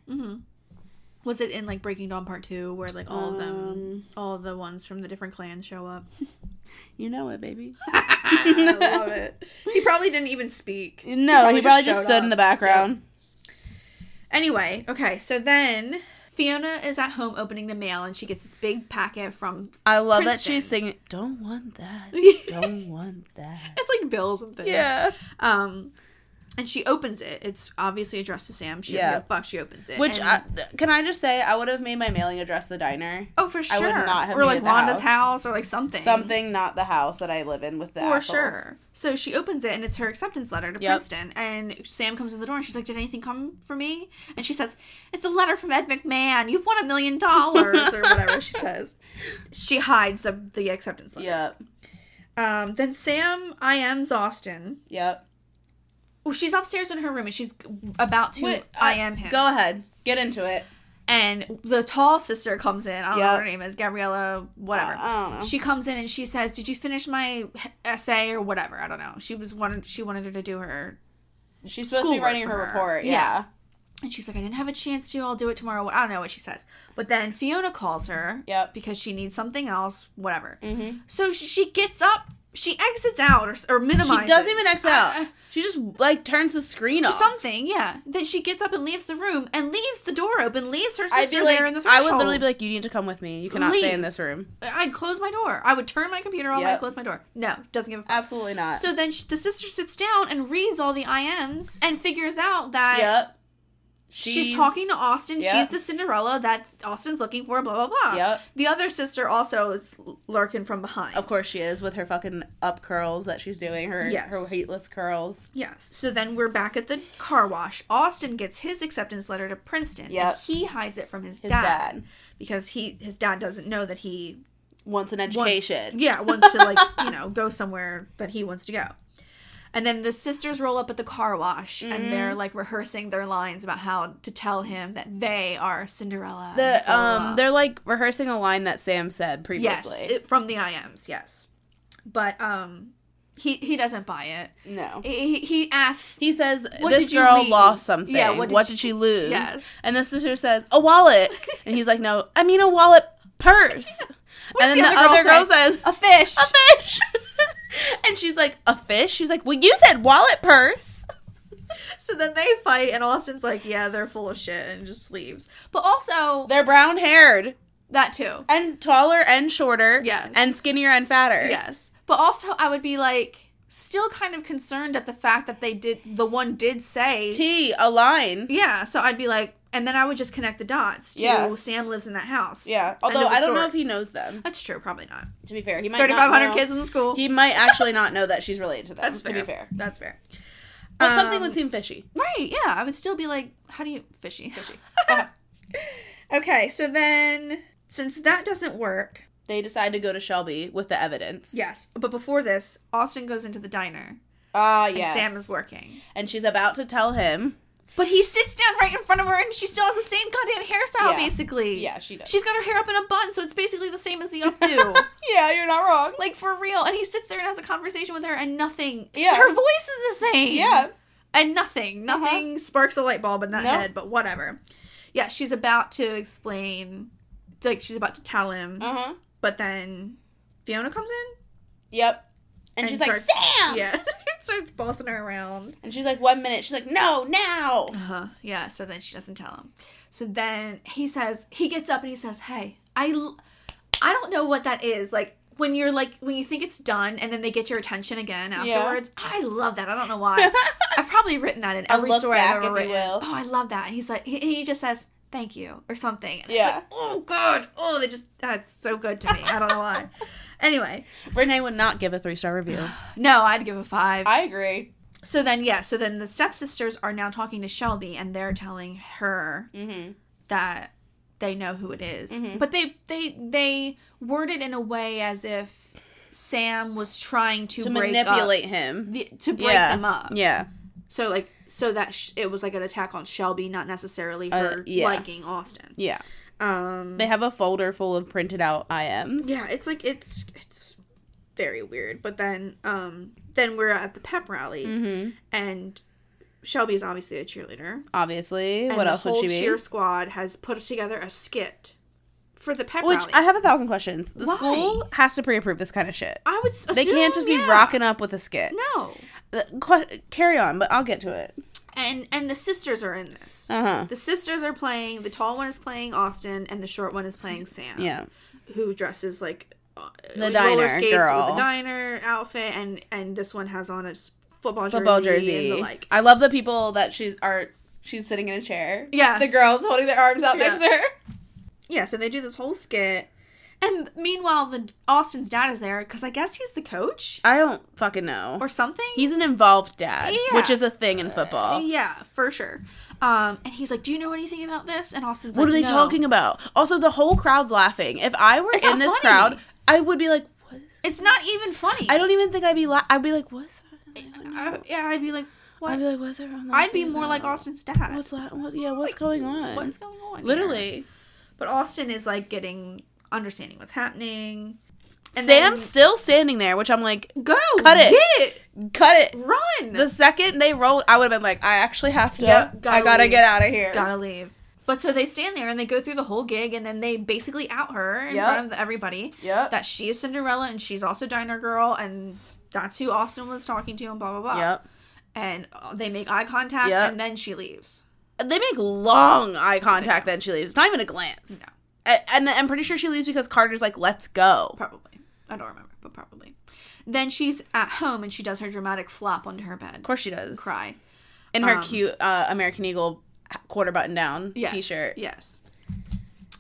[SPEAKER 4] Was it in like Breaking Dawn Part 2 where like all of them,
[SPEAKER 3] Um,
[SPEAKER 4] all the ones from the different clans
[SPEAKER 3] [LAUGHS]
[SPEAKER 4] show up?
[SPEAKER 3] You know it, baby.
[SPEAKER 4] I [LAUGHS] love it. He probably didn't even speak.
[SPEAKER 3] No, he probably, just, stood in the background.
[SPEAKER 4] Anyway, okay, so then Fiona is at home opening the mail and she gets this big packet from uh,
[SPEAKER 3] I love
[SPEAKER 4] Princeton.
[SPEAKER 3] that she's singing. Don't want that. Don't want that.
[SPEAKER 4] it's like bills and things.
[SPEAKER 3] Yeah.
[SPEAKER 4] Um and she opens it. It's obviously addressed to Sam. She doesn't
[SPEAKER 3] Yeah.
[SPEAKER 4] give a fuck. She opens it.
[SPEAKER 3] Which
[SPEAKER 4] and-
[SPEAKER 3] I, can I just say? I would have made my mailing address the diner.
[SPEAKER 4] Oh, for sure.
[SPEAKER 3] I would not have
[SPEAKER 4] or
[SPEAKER 3] made
[SPEAKER 4] like
[SPEAKER 3] it the
[SPEAKER 4] Rhonda's house.
[SPEAKER 3] house.
[SPEAKER 4] or like something.
[SPEAKER 3] Something, not the house that I live in with the
[SPEAKER 4] For
[SPEAKER 3] asshole.
[SPEAKER 4] sure. So she opens it and it's her acceptance letter to
[SPEAKER 3] Yep.
[SPEAKER 4] Princeton. And Sam comes in the door and she's like, Did anything come for me? And she says, It's a letter from Ed McMahon. You've won a million dollars or
[SPEAKER 3] [LAUGHS]
[SPEAKER 4] whatever she says. She hides the, the acceptance letter.
[SPEAKER 3] Yep.
[SPEAKER 4] Um, then Sam IMs Austin.
[SPEAKER 3] Yep.
[SPEAKER 4] Well, she's upstairs in her room and she's about to
[SPEAKER 3] Wait, uh,
[SPEAKER 4] IM him.
[SPEAKER 3] Go ahead. Get into it.
[SPEAKER 4] and the tall sister comes in. I don't know what
[SPEAKER 3] Yep.
[SPEAKER 4] her name is, Gabriella, whatever.
[SPEAKER 3] Uh, I don't know.
[SPEAKER 4] She comes in and she says, "Did you finish my h- essay or whatever?" I don't know. She was wanted. She wanted her to do her.
[SPEAKER 3] She's supposed to be
[SPEAKER 4] Schoolwork
[SPEAKER 3] writing
[SPEAKER 4] for
[SPEAKER 3] her
[SPEAKER 4] her.
[SPEAKER 3] report.
[SPEAKER 4] Yeah.
[SPEAKER 3] Yeah.
[SPEAKER 4] And she's like, I didn't have a chance to. I'll do it tomorrow. I don't know what she says. But then Fiona calls her. Yep. Because she needs something else, whatever. Mm-hmm. So she, she gets up. She exits out or, s- or minimizes.
[SPEAKER 3] She doesn't even exit
[SPEAKER 4] I-
[SPEAKER 3] out. [LAUGHS] She just like turns the screen off.
[SPEAKER 4] Something, yeah. Then she gets up and leaves the room and leaves the door open, leaves her
[SPEAKER 3] I'd
[SPEAKER 4] sister
[SPEAKER 3] be like,
[SPEAKER 4] there in the
[SPEAKER 3] I
[SPEAKER 4] threshold.
[SPEAKER 3] would literally be like, you need to come with me. You cannot stay in
[SPEAKER 4] Leave.
[SPEAKER 3] this room.
[SPEAKER 4] I'd close my door. I would turn my computer off.
[SPEAKER 3] Yep. Uh,
[SPEAKER 4] I'd close my door. No, doesn't give a fuck.
[SPEAKER 3] Absolutely not.
[SPEAKER 4] So then she, the sister sits down and reads all the IMs and figures out that
[SPEAKER 3] yep.
[SPEAKER 4] she's, talking to Austin.
[SPEAKER 3] Yep.
[SPEAKER 4] She's the Cinderella that Austin's looking for, blah, blah, blah.
[SPEAKER 3] Yep.
[SPEAKER 4] The other sister also is lurking from behind.
[SPEAKER 3] Of course she is with her fucking up curls that she's doing her
[SPEAKER 4] Yes.
[SPEAKER 3] her weightless curls.
[SPEAKER 4] Yes. So then we're back at the car wash. Austin gets his acceptance letter to Princeton. and
[SPEAKER 3] Yep.
[SPEAKER 4] He hides it from his,
[SPEAKER 3] His
[SPEAKER 4] dad,
[SPEAKER 3] dad.
[SPEAKER 4] because he his dad doesn't know that he
[SPEAKER 3] Wants an
[SPEAKER 4] wants-
[SPEAKER 3] education.
[SPEAKER 4] yeah, wants
[SPEAKER 3] [LAUGHS]
[SPEAKER 4] to like you know go somewhere that he wants to go. And then the sisters roll up at the car wash and
[SPEAKER 3] Mm-hmm.
[SPEAKER 4] they're like rehearsing their lines about how to tell him that they are Cinderella. and
[SPEAKER 3] The
[SPEAKER 4] blah, blah,
[SPEAKER 3] um
[SPEAKER 4] blah.
[SPEAKER 3] they're like rehearsing a line that Sam said
[SPEAKER 4] yes
[SPEAKER 3] previously.
[SPEAKER 4] it- from the IMs yes, but um he he doesn't buy it.
[SPEAKER 3] no.
[SPEAKER 4] He, he- he asks
[SPEAKER 3] He says
[SPEAKER 4] What
[SPEAKER 3] this
[SPEAKER 4] did you
[SPEAKER 3] girl
[SPEAKER 4] leave?
[SPEAKER 3] lost something.
[SPEAKER 4] Yeah,
[SPEAKER 3] what
[SPEAKER 4] what
[SPEAKER 3] did,
[SPEAKER 4] did
[SPEAKER 3] she,
[SPEAKER 4] you-
[SPEAKER 3] lose?
[SPEAKER 4] Yes.
[SPEAKER 3] And the sister says, "A wallet." and he's like, "No, I mean a wallet
[SPEAKER 4] [LAUGHS]
[SPEAKER 3] purse." and then the, other, girl, says,
[SPEAKER 4] a fish.
[SPEAKER 3] "A fish." [LAUGHS] and she's like, "A fish?" She's like, "Well, you said wallet purse."
[SPEAKER 4] [LAUGHS] So then they fight, and Austin's like, "Yeah, they're full of shit," and just leaves. But also
[SPEAKER 3] They're brown-haired
[SPEAKER 4] that too.
[SPEAKER 3] and taller and shorter
[SPEAKER 4] Yes.
[SPEAKER 3] and skinnier and fatter.
[SPEAKER 4] Yes, but also I would be like still kind of concerned at the fact that they did the one did say
[SPEAKER 3] T a line.
[SPEAKER 4] yeah. So I'd be like, and then I would just connect the dots to
[SPEAKER 3] Yeah.
[SPEAKER 4] Sam lives in that house.
[SPEAKER 3] Yeah.
[SPEAKER 4] End
[SPEAKER 3] Although
[SPEAKER 4] of the
[SPEAKER 3] I don't know
[SPEAKER 4] story.
[SPEAKER 3] if he knows them.
[SPEAKER 4] That's true, probably not.
[SPEAKER 3] To be fair, he might not
[SPEAKER 4] Thirty five
[SPEAKER 3] know-
[SPEAKER 4] hundred kids in the school.
[SPEAKER 3] He might actually not know that she's related to them.
[SPEAKER 4] That's
[SPEAKER 3] to be fair,
[SPEAKER 4] That's fair.
[SPEAKER 3] but something
[SPEAKER 4] Um,
[SPEAKER 3] would seem fishy.
[SPEAKER 4] Right, yeah. I would still be like, how do you fishy? Fishy. [LAUGHS] okay, so then since that doesn't work,
[SPEAKER 3] They decide to go to Shelby with the evidence.
[SPEAKER 4] yes. But before this, Austin goes into the diner
[SPEAKER 3] Ah,
[SPEAKER 4] and
[SPEAKER 3] yes.
[SPEAKER 4] Sam is working.
[SPEAKER 3] and she's about to tell him.
[SPEAKER 4] But he sits down right in front of her and she still has the same goddamn hairstyle
[SPEAKER 3] Yeah.
[SPEAKER 4] basically.
[SPEAKER 3] Yeah, she does.
[SPEAKER 4] She's got her hair up in a bun, so it's basically the same as the updo.
[SPEAKER 3] Yeah, you're not wrong.
[SPEAKER 4] like for real. And he sits there and has a conversation with her and nothing.
[SPEAKER 3] Yeah.
[SPEAKER 4] Her voice is the same.
[SPEAKER 3] Yeah.
[SPEAKER 4] And nothing. Nothing sparks a light bulb in that
[SPEAKER 3] Nope.
[SPEAKER 4] head, but whatever. Yeah, she's about to explain like she's about to tell him,
[SPEAKER 3] Uh huh.
[SPEAKER 4] but then Fiona comes in
[SPEAKER 3] Yep. And, she's like,
[SPEAKER 4] starts-
[SPEAKER 3] Sam.
[SPEAKER 4] Yeah. [LAUGHS] starts bossing her around.
[SPEAKER 3] And she's like, one minute. She's like, no, now.
[SPEAKER 4] Uh-huh. Yeah, so then she doesn't tell him. So then he says he gets up and he says, "Hey, I l- I don't know what that is. Like when you're like when you think it's done and then they get your attention again
[SPEAKER 3] Yeah.
[SPEAKER 4] afterwards. I love that. I don't know
[SPEAKER 3] [LAUGHS]
[SPEAKER 4] why. I've probably written that in
[SPEAKER 3] A
[SPEAKER 4] every
[SPEAKER 3] look
[SPEAKER 4] story
[SPEAKER 3] back,
[SPEAKER 4] I've
[SPEAKER 3] if
[SPEAKER 4] ever
[SPEAKER 3] you
[SPEAKER 4] written.
[SPEAKER 3] will.
[SPEAKER 4] Oh, I love that. And he's like he, he just says, "Thank you" or something. And it's
[SPEAKER 3] Yeah.
[SPEAKER 4] like, oh god. Oh, they just that's so good to me. I don't
[SPEAKER 3] [LAUGHS]
[SPEAKER 4] know why. Anyway,
[SPEAKER 3] Renee would not give a three star review.
[SPEAKER 4] no, I'd give a 5.
[SPEAKER 3] I agree.
[SPEAKER 4] So then, yeah, so then the stepsisters are now talking to Shelby and they're telling her
[SPEAKER 3] Mm-hmm.
[SPEAKER 4] that they know who it is. But they they they word it in a way as if Sam was trying to,
[SPEAKER 3] To
[SPEAKER 4] break
[SPEAKER 3] manipulate
[SPEAKER 4] up
[SPEAKER 3] him.
[SPEAKER 4] the, to break
[SPEAKER 3] yeah.
[SPEAKER 4] them up.
[SPEAKER 3] Yeah.
[SPEAKER 4] So like so that sh- it was like an attack on Shelby, not necessarily her
[SPEAKER 3] Uh, yeah.
[SPEAKER 4] liking Austin.
[SPEAKER 3] Yeah.
[SPEAKER 4] Um
[SPEAKER 3] They have a folder full of printed out IMs.
[SPEAKER 4] yeah, it's like it's it's very weird. But then um then we're at the pep rally
[SPEAKER 3] Mm-hmm.
[SPEAKER 4] and Shelby's obviously a cheerleader.
[SPEAKER 3] Obviously.
[SPEAKER 4] And
[SPEAKER 3] what
[SPEAKER 4] the
[SPEAKER 3] else would
[SPEAKER 4] whole
[SPEAKER 3] she be?
[SPEAKER 4] cheer squad has put together a skit for the pep
[SPEAKER 3] Which
[SPEAKER 4] rally.
[SPEAKER 3] I have a thousand questions. The
[SPEAKER 4] Why?
[SPEAKER 3] school has to pre approve this kind of shit.
[SPEAKER 4] I would. s- Assume,
[SPEAKER 3] They can't just be
[SPEAKER 4] yeah.
[SPEAKER 3] rocking up with a skit.
[SPEAKER 4] No,
[SPEAKER 3] Uh, que- carry on, but I'll get to it.
[SPEAKER 4] and and the sisters are in this.
[SPEAKER 3] Uh huh.
[SPEAKER 4] The sisters are playing. The tall one is playing Austin, and the short one is playing Sam.
[SPEAKER 3] Yeah.
[SPEAKER 4] who dresses like uh,
[SPEAKER 3] The
[SPEAKER 4] roller
[SPEAKER 3] diner
[SPEAKER 4] skates
[SPEAKER 3] girl.
[SPEAKER 4] with the diner outfit, and and this one has on a s- football jersey,
[SPEAKER 3] Football
[SPEAKER 4] and
[SPEAKER 3] jersey.
[SPEAKER 4] the like.
[SPEAKER 3] I love the people that she's are. She's sitting in a chair.
[SPEAKER 4] Yes.
[SPEAKER 3] The girls holding their arms out
[SPEAKER 4] Yeah.
[SPEAKER 3] next to her.
[SPEAKER 4] yeah, so they do this whole skit. And meanwhile, the Austin's dad is there because I guess he's the coach
[SPEAKER 3] I don't fucking know.
[SPEAKER 4] or something.
[SPEAKER 3] He's an involved dad,
[SPEAKER 4] Yeah.
[SPEAKER 3] which is a thing in football.
[SPEAKER 4] Yeah, for sure. Um, and he's like, "Do you know anything about this?" And Austin's
[SPEAKER 3] What
[SPEAKER 4] like,
[SPEAKER 3] are they
[SPEAKER 4] "No."
[SPEAKER 3] talking about? Also, the whole crowd's laughing. If I were
[SPEAKER 4] It's
[SPEAKER 3] in
[SPEAKER 4] not
[SPEAKER 3] this
[SPEAKER 4] funny.
[SPEAKER 3] crowd, I would be like, "What?" Is-
[SPEAKER 4] It's not even funny.
[SPEAKER 3] I don't even think I'd be. La- I'd be like, "What's?" that?"
[SPEAKER 4] I, yeah, I'd be like, "What?"
[SPEAKER 3] I'd be like, "What's everyone?"
[SPEAKER 4] I'd be
[SPEAKER 3] laughing
[SPEAKER 4] more like
[SPEAKER 3] about?
[SPEAKER 4] Austin's dad.
[SPEAKER 3] What's la- what, Yeah, what's going on?
[SPEAKER 4] What's going on? here?
[SPEAKER 3] Literally.
[SPEAKER 4] But Austin is like getting understanding what's happening.
[SPEAKER 3] Sam's still standing there, which I'm like,
[SPEAKER 4] go
[SPEAKER 3] cut it,
[SPEAKER 4] get
[SPEAKER 3] cut it,
[SPEAKER 4] run.
[SPEAKER 3] The second they roll, I would have been like, I actually have to.
[SPEAKER 4] Yep,
[SPEAKER 3] I gotta
[SPEAKER 4] leave.
[SPEAKER 3] get out of here.
[SPEAKER 4] Gotta leave. But so they stand there and they go through the whole gig and then they basically out her in
[SPEAKER 3] Yep.
[SPEAKER 4] front of everybody.
[SPEAKER 3] Yep.
[SPEAKER 4] That she is Cinderella and she's also Diner Girl and that's who Austin was talking to and blah blah blah.
[SPEAKER 3] Yep.
[SPEAKER 4] And uh, they make eye contact
[SPEAKER 3] Yep.
[SPEAKER 4] and then she leaves.
[SPEAKER 3] They make long eye contact, then she leaves. It's not even a glance. No. And, and I'm pretty sure she leaves because Carter's like, let's go.
[SPEAKER 4] Probably. I don't remember, but probably. Then she's at home and she does her dramatic flop onto her bed. Of
[SPEAKER 3] course she does.
[SPEAKER 4] Cry.
[SPEAKER 3] In her
[SPEAKER 4] Um,
[SPEAKER 3] cute uh, American Eagle quarter button down
[SPEAKER 4] Yes,
[SPEAKER 3] t-shirt.
[SPEAKER 4] Yes.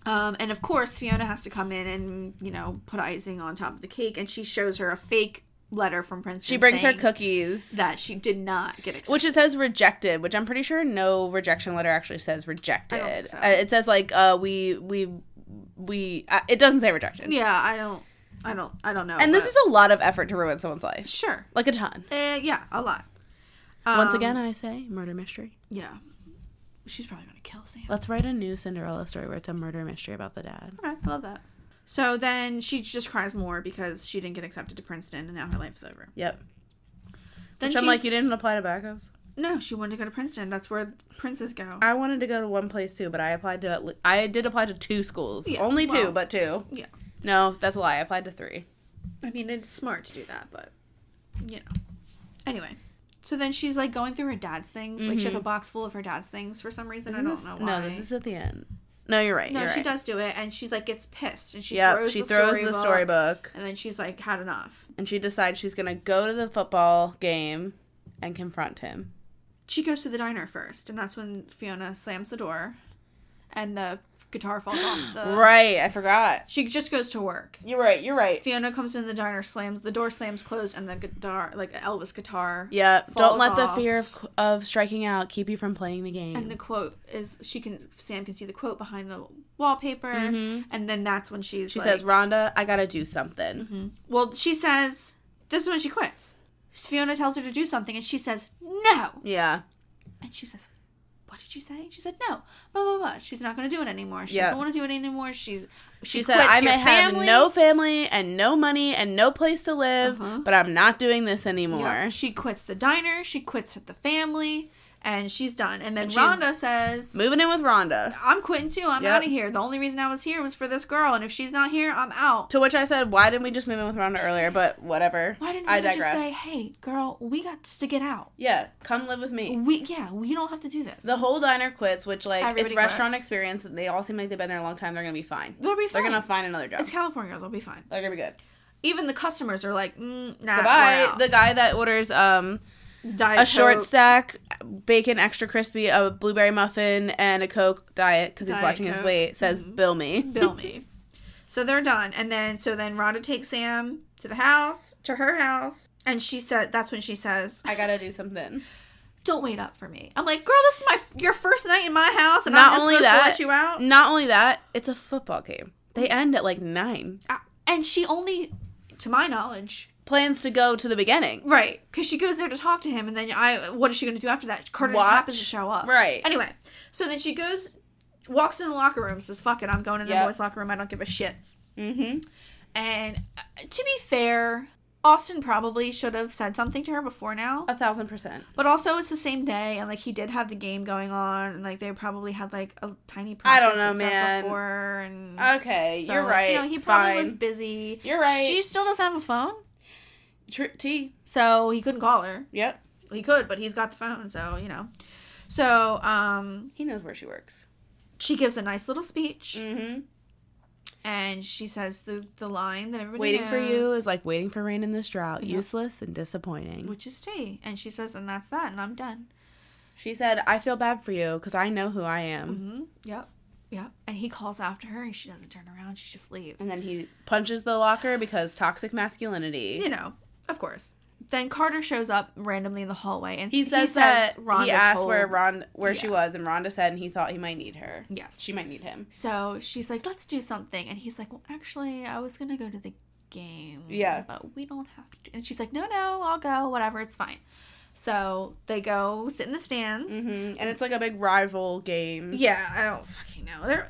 [SPEAKER 4] Um, and of course, Fiona has to come in and you know put icing on top of the cake, and she shows her a fake letter from Prince.
[SPEAKER 3] She brings her
[SPEAKER 4] saying
[SPEAKER 3] cookies.
[SPEAKER 4] that she did not get accepted.
[SPEAKER 3] Which it says rejected, which I'm pretty sure no rejection letter actually says rejected.
[SPEAKER 4] think so.
[SPEAKER 3] Uh, It says like uh, we we we. Uh, it doesn't say rejection.
[SPEAKER 4] yeah, I don't, I don't, I don't know.
[SPEAKER 3] And this
[SPEAKER 4] but-
[SPEAKER 3] is a lot of effort to ruin someone's life,
[SPEAKER 4] sure,
[SPEAKER 3] like a ton.
[SPEAKER 4] uh, yeah, a lot.
[SPEAKER 3] Once
[SPEAKER 4] Um,
[SPEAKER 3] again, I say murder mystery.
[SPEAKER 4] yeah, she's probably gonna kill Sam.
[SPEAKER 3] Let's write a new Cinderella story where it's a murder mystery about the dad.
[SPEAKER 4] All right, I love that. So then she just cries more because she didn't get accepted to Princeton, and now her life's over.
[SPEAKER 3] Yep.
[SPEAKER 4] Then
[SPEAKER 3] Which I'm like,
[SPEAKER 4] she's-
[SPEAKER 3] you didn't apply to Backhouse.
[SPEAKER 4] No, she wanted to go to Princeton. That's where princes go.
[SPEAKER 3] I wanted to go to one place too, but I applied to at le- I did apply to two schools,
[SPEAKER 4] Yeah,
[SPEAKER 3] only two,
[SPEAKER 4] well,
[SPEAKER 3] but two.
[SPEAKER 4] yeah.
[SPEAKER 3] No, that's a lie. I applied to three.
[SPEAKER 4] I mean, it's smart to do that, but you know. Anyway, so then she's like going through her dad's things. Like she has a box full of her dad's things for some reason. I
[SPEAKER 3] Isn't
[SPEAKER 4] don't
[SPEAKER 3] this-
[SPEAKER 4] know why.
[SPEAKER 3] No, this is at the end. No, you're right.
[SPEAKER 4] No,
[SPEAKER 3] you're
[SPEAKER 4] she
[SPEAKER 3] right.
[SPEAKER 4] does do it, and she's like gets pissed, and she
[SPEAKER 3] Yep,
[SPEAKER 4] throws
[SPEAKER 3] she
[SPEAKER 4] the
[SPEAKER 3] throws
[SPEAKER 4] storybook,
[SPEAKER 3] the storybook,
[SPEAKER 4] and then she's like had enough.
[SPEAKER 3] and she decides she's gonna go to the football game and confront him.
[SPEAKER 4] She goes to the diner first, and that's when Fiona slams the door, and the guitar falls off. [GASPS]
[SPEAKER 3] Uh,
[SPEAKER 4] The...
[SPEAKER 3] right, I forgot.
[SPEAKER 4] She just goes to work.
[SPEAKER 3] You're right. You're right.
[SPEAKER 4] Fiona comes in the diner, slams the door, slams closed, and the guitar, like Elvis guitar.
[SPEAKER 3] Yeah. Don't
[SPEAKER 4] falls
[SPEAKER 3] let
[SPEAKER 4] off.
[SPEAKER 3] the fear of, of striking out keep you from playing the game.
[SPEAKER 4] And the quote is she can Sam can see the quote behind the wallpaper, and then that's when she's
[SPEAKER 3] Mm-hmm. she
[SPEAKER 4] like- Mm-hmm.
[SPEAKER 3] says, "Rhonda, I gotta do something."
[SPEAKER 4] "Well, she says this is when she quits." Fiona tells her to do something, and she says no,
[SPEAKER 3] Yeah.
[SPEAKER 4] and she says, "What did you say?" She said no, blah blah blah. She's not going to do it anymore. She
[SPEAKER 3] Yeah.
[SPEAKER 4] doesn't want to do it anymore. She's
[SPEAKER 3] She,
[SPEAKER 4] she,
[SPEAKER 3] said,
[SPEAKER 4] quits
[SPEAKER 3] "I
[SPEAKER 4] your
[SPEAKER 3] may have
[SPEAKER 4] family."
[SPEAKER 3] no family and no money and no place to live,
[SPEAKER 4] Uh-huh.
[SPEAKER 3] but I'm not doing this
[SPEAKER 4] Yeah.
[SPEAKER 3] anymore."
[SPEAKER 4] She quits the diner. She quits with the family, and she's done. And then
[SPEAKER 3] And she's-
[SPEAKER 4] Rhonda says,
[SPEAKER 3] Moving in with Rhonda.
[SPEAKER 4] "I'm quitting too. I'm
[SPEAKER 3] Yep.
[SPEAKER 4] out of here. The only reason I was here was for this girl, and if she's not here, I'm out."
[SPEAKER 3] To which I said, "Why didn't we just move in with Rhonda earlier?" But whatever.
[SPEAKER 4] Why didn't
[SPEAKER 3] I
[SPEAKER 4] we just say, "Hey, girl, we got to get out.
[SPEAKER 3] yeah, come live with me.
[SPEAKER 4] We yeah, we don't have to do this."
[SPEAKER 3] The whole diner quits, which like
[SPEAKER 4] Everybody
[SPEAKER 3] it's restaurant
[SPEAKER 4] quits.
[SPEAKER 3] experience. They all seem like they've been there a long time. They're gonna be fine.
[SPEAKER 4] They'll be
[SPEAKER 3] They're
[SPEAKER 4] fine.
[SPEAKER 3] gonna find another job.
[SPEAKER 4] it's California. They'll be fine.
[SPEAKER 3] They're gonna be good.
[SPEAKER 4] Even the customers are like, mm, "Nah,
[SPEAKER 3] Goodbye.
[SPEAKER 4] We're out.
[SPEAKER 3] The guy that orders um
[SPEAKER 4] Diet
[SPEAKER 3] a short
[SPEAKER 4] Coke,
[SPEAKER 3] stack, bacon extra crispy, a blueberry muffin, and a Coke diet Mm-hmm. because he's
[SPEAKER 4] Diet
[SPEAKER 3] watching his
[SPEAKER 4] Coke.
[SPEAKER 3] weight says bill me.
[SPEAKER 4] bill me." So they're done, and then so then Rhonda takes Sam to the house, to her house, and she said, "That's when she says,
[SPEAKER 3] I gotta do something.
[SPEAKER 4] don't wait up for me.'" I'm like, "Girl, this is my your first night in my house, and I'm
[SPEAKER 3] [LAUGHS] not
[SPEAKER 4] just
[SPEAKER 3] only
[SPEAKER 4] supposed
[SPEAKER 3] that,
[SPEAKER 4] to let you out."
[SPEAKER 3] not only that, it's a football game. They end at like nine.
[SPEAKER 4] Uh, And she only, to my knowledge,
[SPEAKER 3] Plans to go to the beginning.
[SPEAKER 4] Right, because she goes there to talk to him, and then I, what is she going to do after that? Carter just happens to
[SPEAKER 3] Watch.
[SPEAKER 4] show up.
[SPEAKER 3] Right.
[SPEAKER 4] Anyway, so then she goes, walks in the locker room, says, "Fuck it, I'm going in the
[SPEAKER 3] Yep.
[SPEAKER 4] boys' locker room. I don't give a shit."
[SPEAKER 3] Mm-hmm.
[SPEAKER 4] And uh, to be fair, Austin probably should have said something to her before now.
[SPEAKER 3] A thousand percent.
[SPEAKER 4] But also, it's the same day, and like he did have the game going on, and like they probably had like a tiny
[SPEAKER 3] I
[SPEAKER 4] practice.
[SPEAKER 3] don't know,
[SPEAKER 4] and stuff
[SPEAKER 3] man.
[SPEAKER 4] Before and
[SPEAKER 3] Okay, you're
[SPEAKER 4] like,
[SPEAKER 3] right.
[SPEAKER 4] You know, he probably
[SPEAKER 3] Fine.
[SPEAKER 4] was busy.
[SPEAKER 3] You're right.
[SPEAKER 4] She still doesn't have a phone,
[SPEAKER 3] Tr- T.
[SPEAKER 4] so he couldn't call her.
[SPEAKER 3] Yep.
[SPEAKER 4] He could, but he's got the phone, so you know. So um,
[SPEAKER 3] He knows where she works.
[SPEAKER 4] she gives a nice little speech,
[SPEAKER 3] Mm-hmm.
[SPEAKER 4] and she says the the line that everybody
[SPEAKER 3] Waiting for you
[SPEAKER 4] knows,
[SPEAKER 3] is like waiting for rain in this drought.
[SPEAKER 4] Yeah.
[SPEAKER 3] Useless and disappointing.
[SPEAKER 4] which is tea, and she says, and that's that, and I'm done.
[SPEAKER 3] She said, "I feel bad for you because I know who I am."
[SPEAKER 4] Mm-hmm. Yep. Yep. And he calls after her, and she doesn't turn around. She just leaves.
[SPEAKER 3] And then he punches the locker because toxic masculinity.
[SPEAKER 4] you know, of course. Then Carter shows up randomly in the hallway, and
[SPEAKER 3] He says, that he asked where Ron where she
[SPEAKER 4] Yeah.
[SPEAKER 3] was, and Rhonda said, and he thought he might need her.
[SPEAKER 4] Yes.
[SPEAKER 3] She might need him.
[SPEAKER 4] So she's like, let's do something. And he's like, well, actually, I was going to go to the game.
[SPEAKER 3] Yeah.
[SPEAKER 4] But we don't have to. And she's like, no, no, I'll go. Whatever. It's fine. So they go sit in the stands.
[SPEAKER 3] Mm-hmm. And it's like a big rival game.
[SPEAKER 4] Yeah, I eh, don't fucking know. There,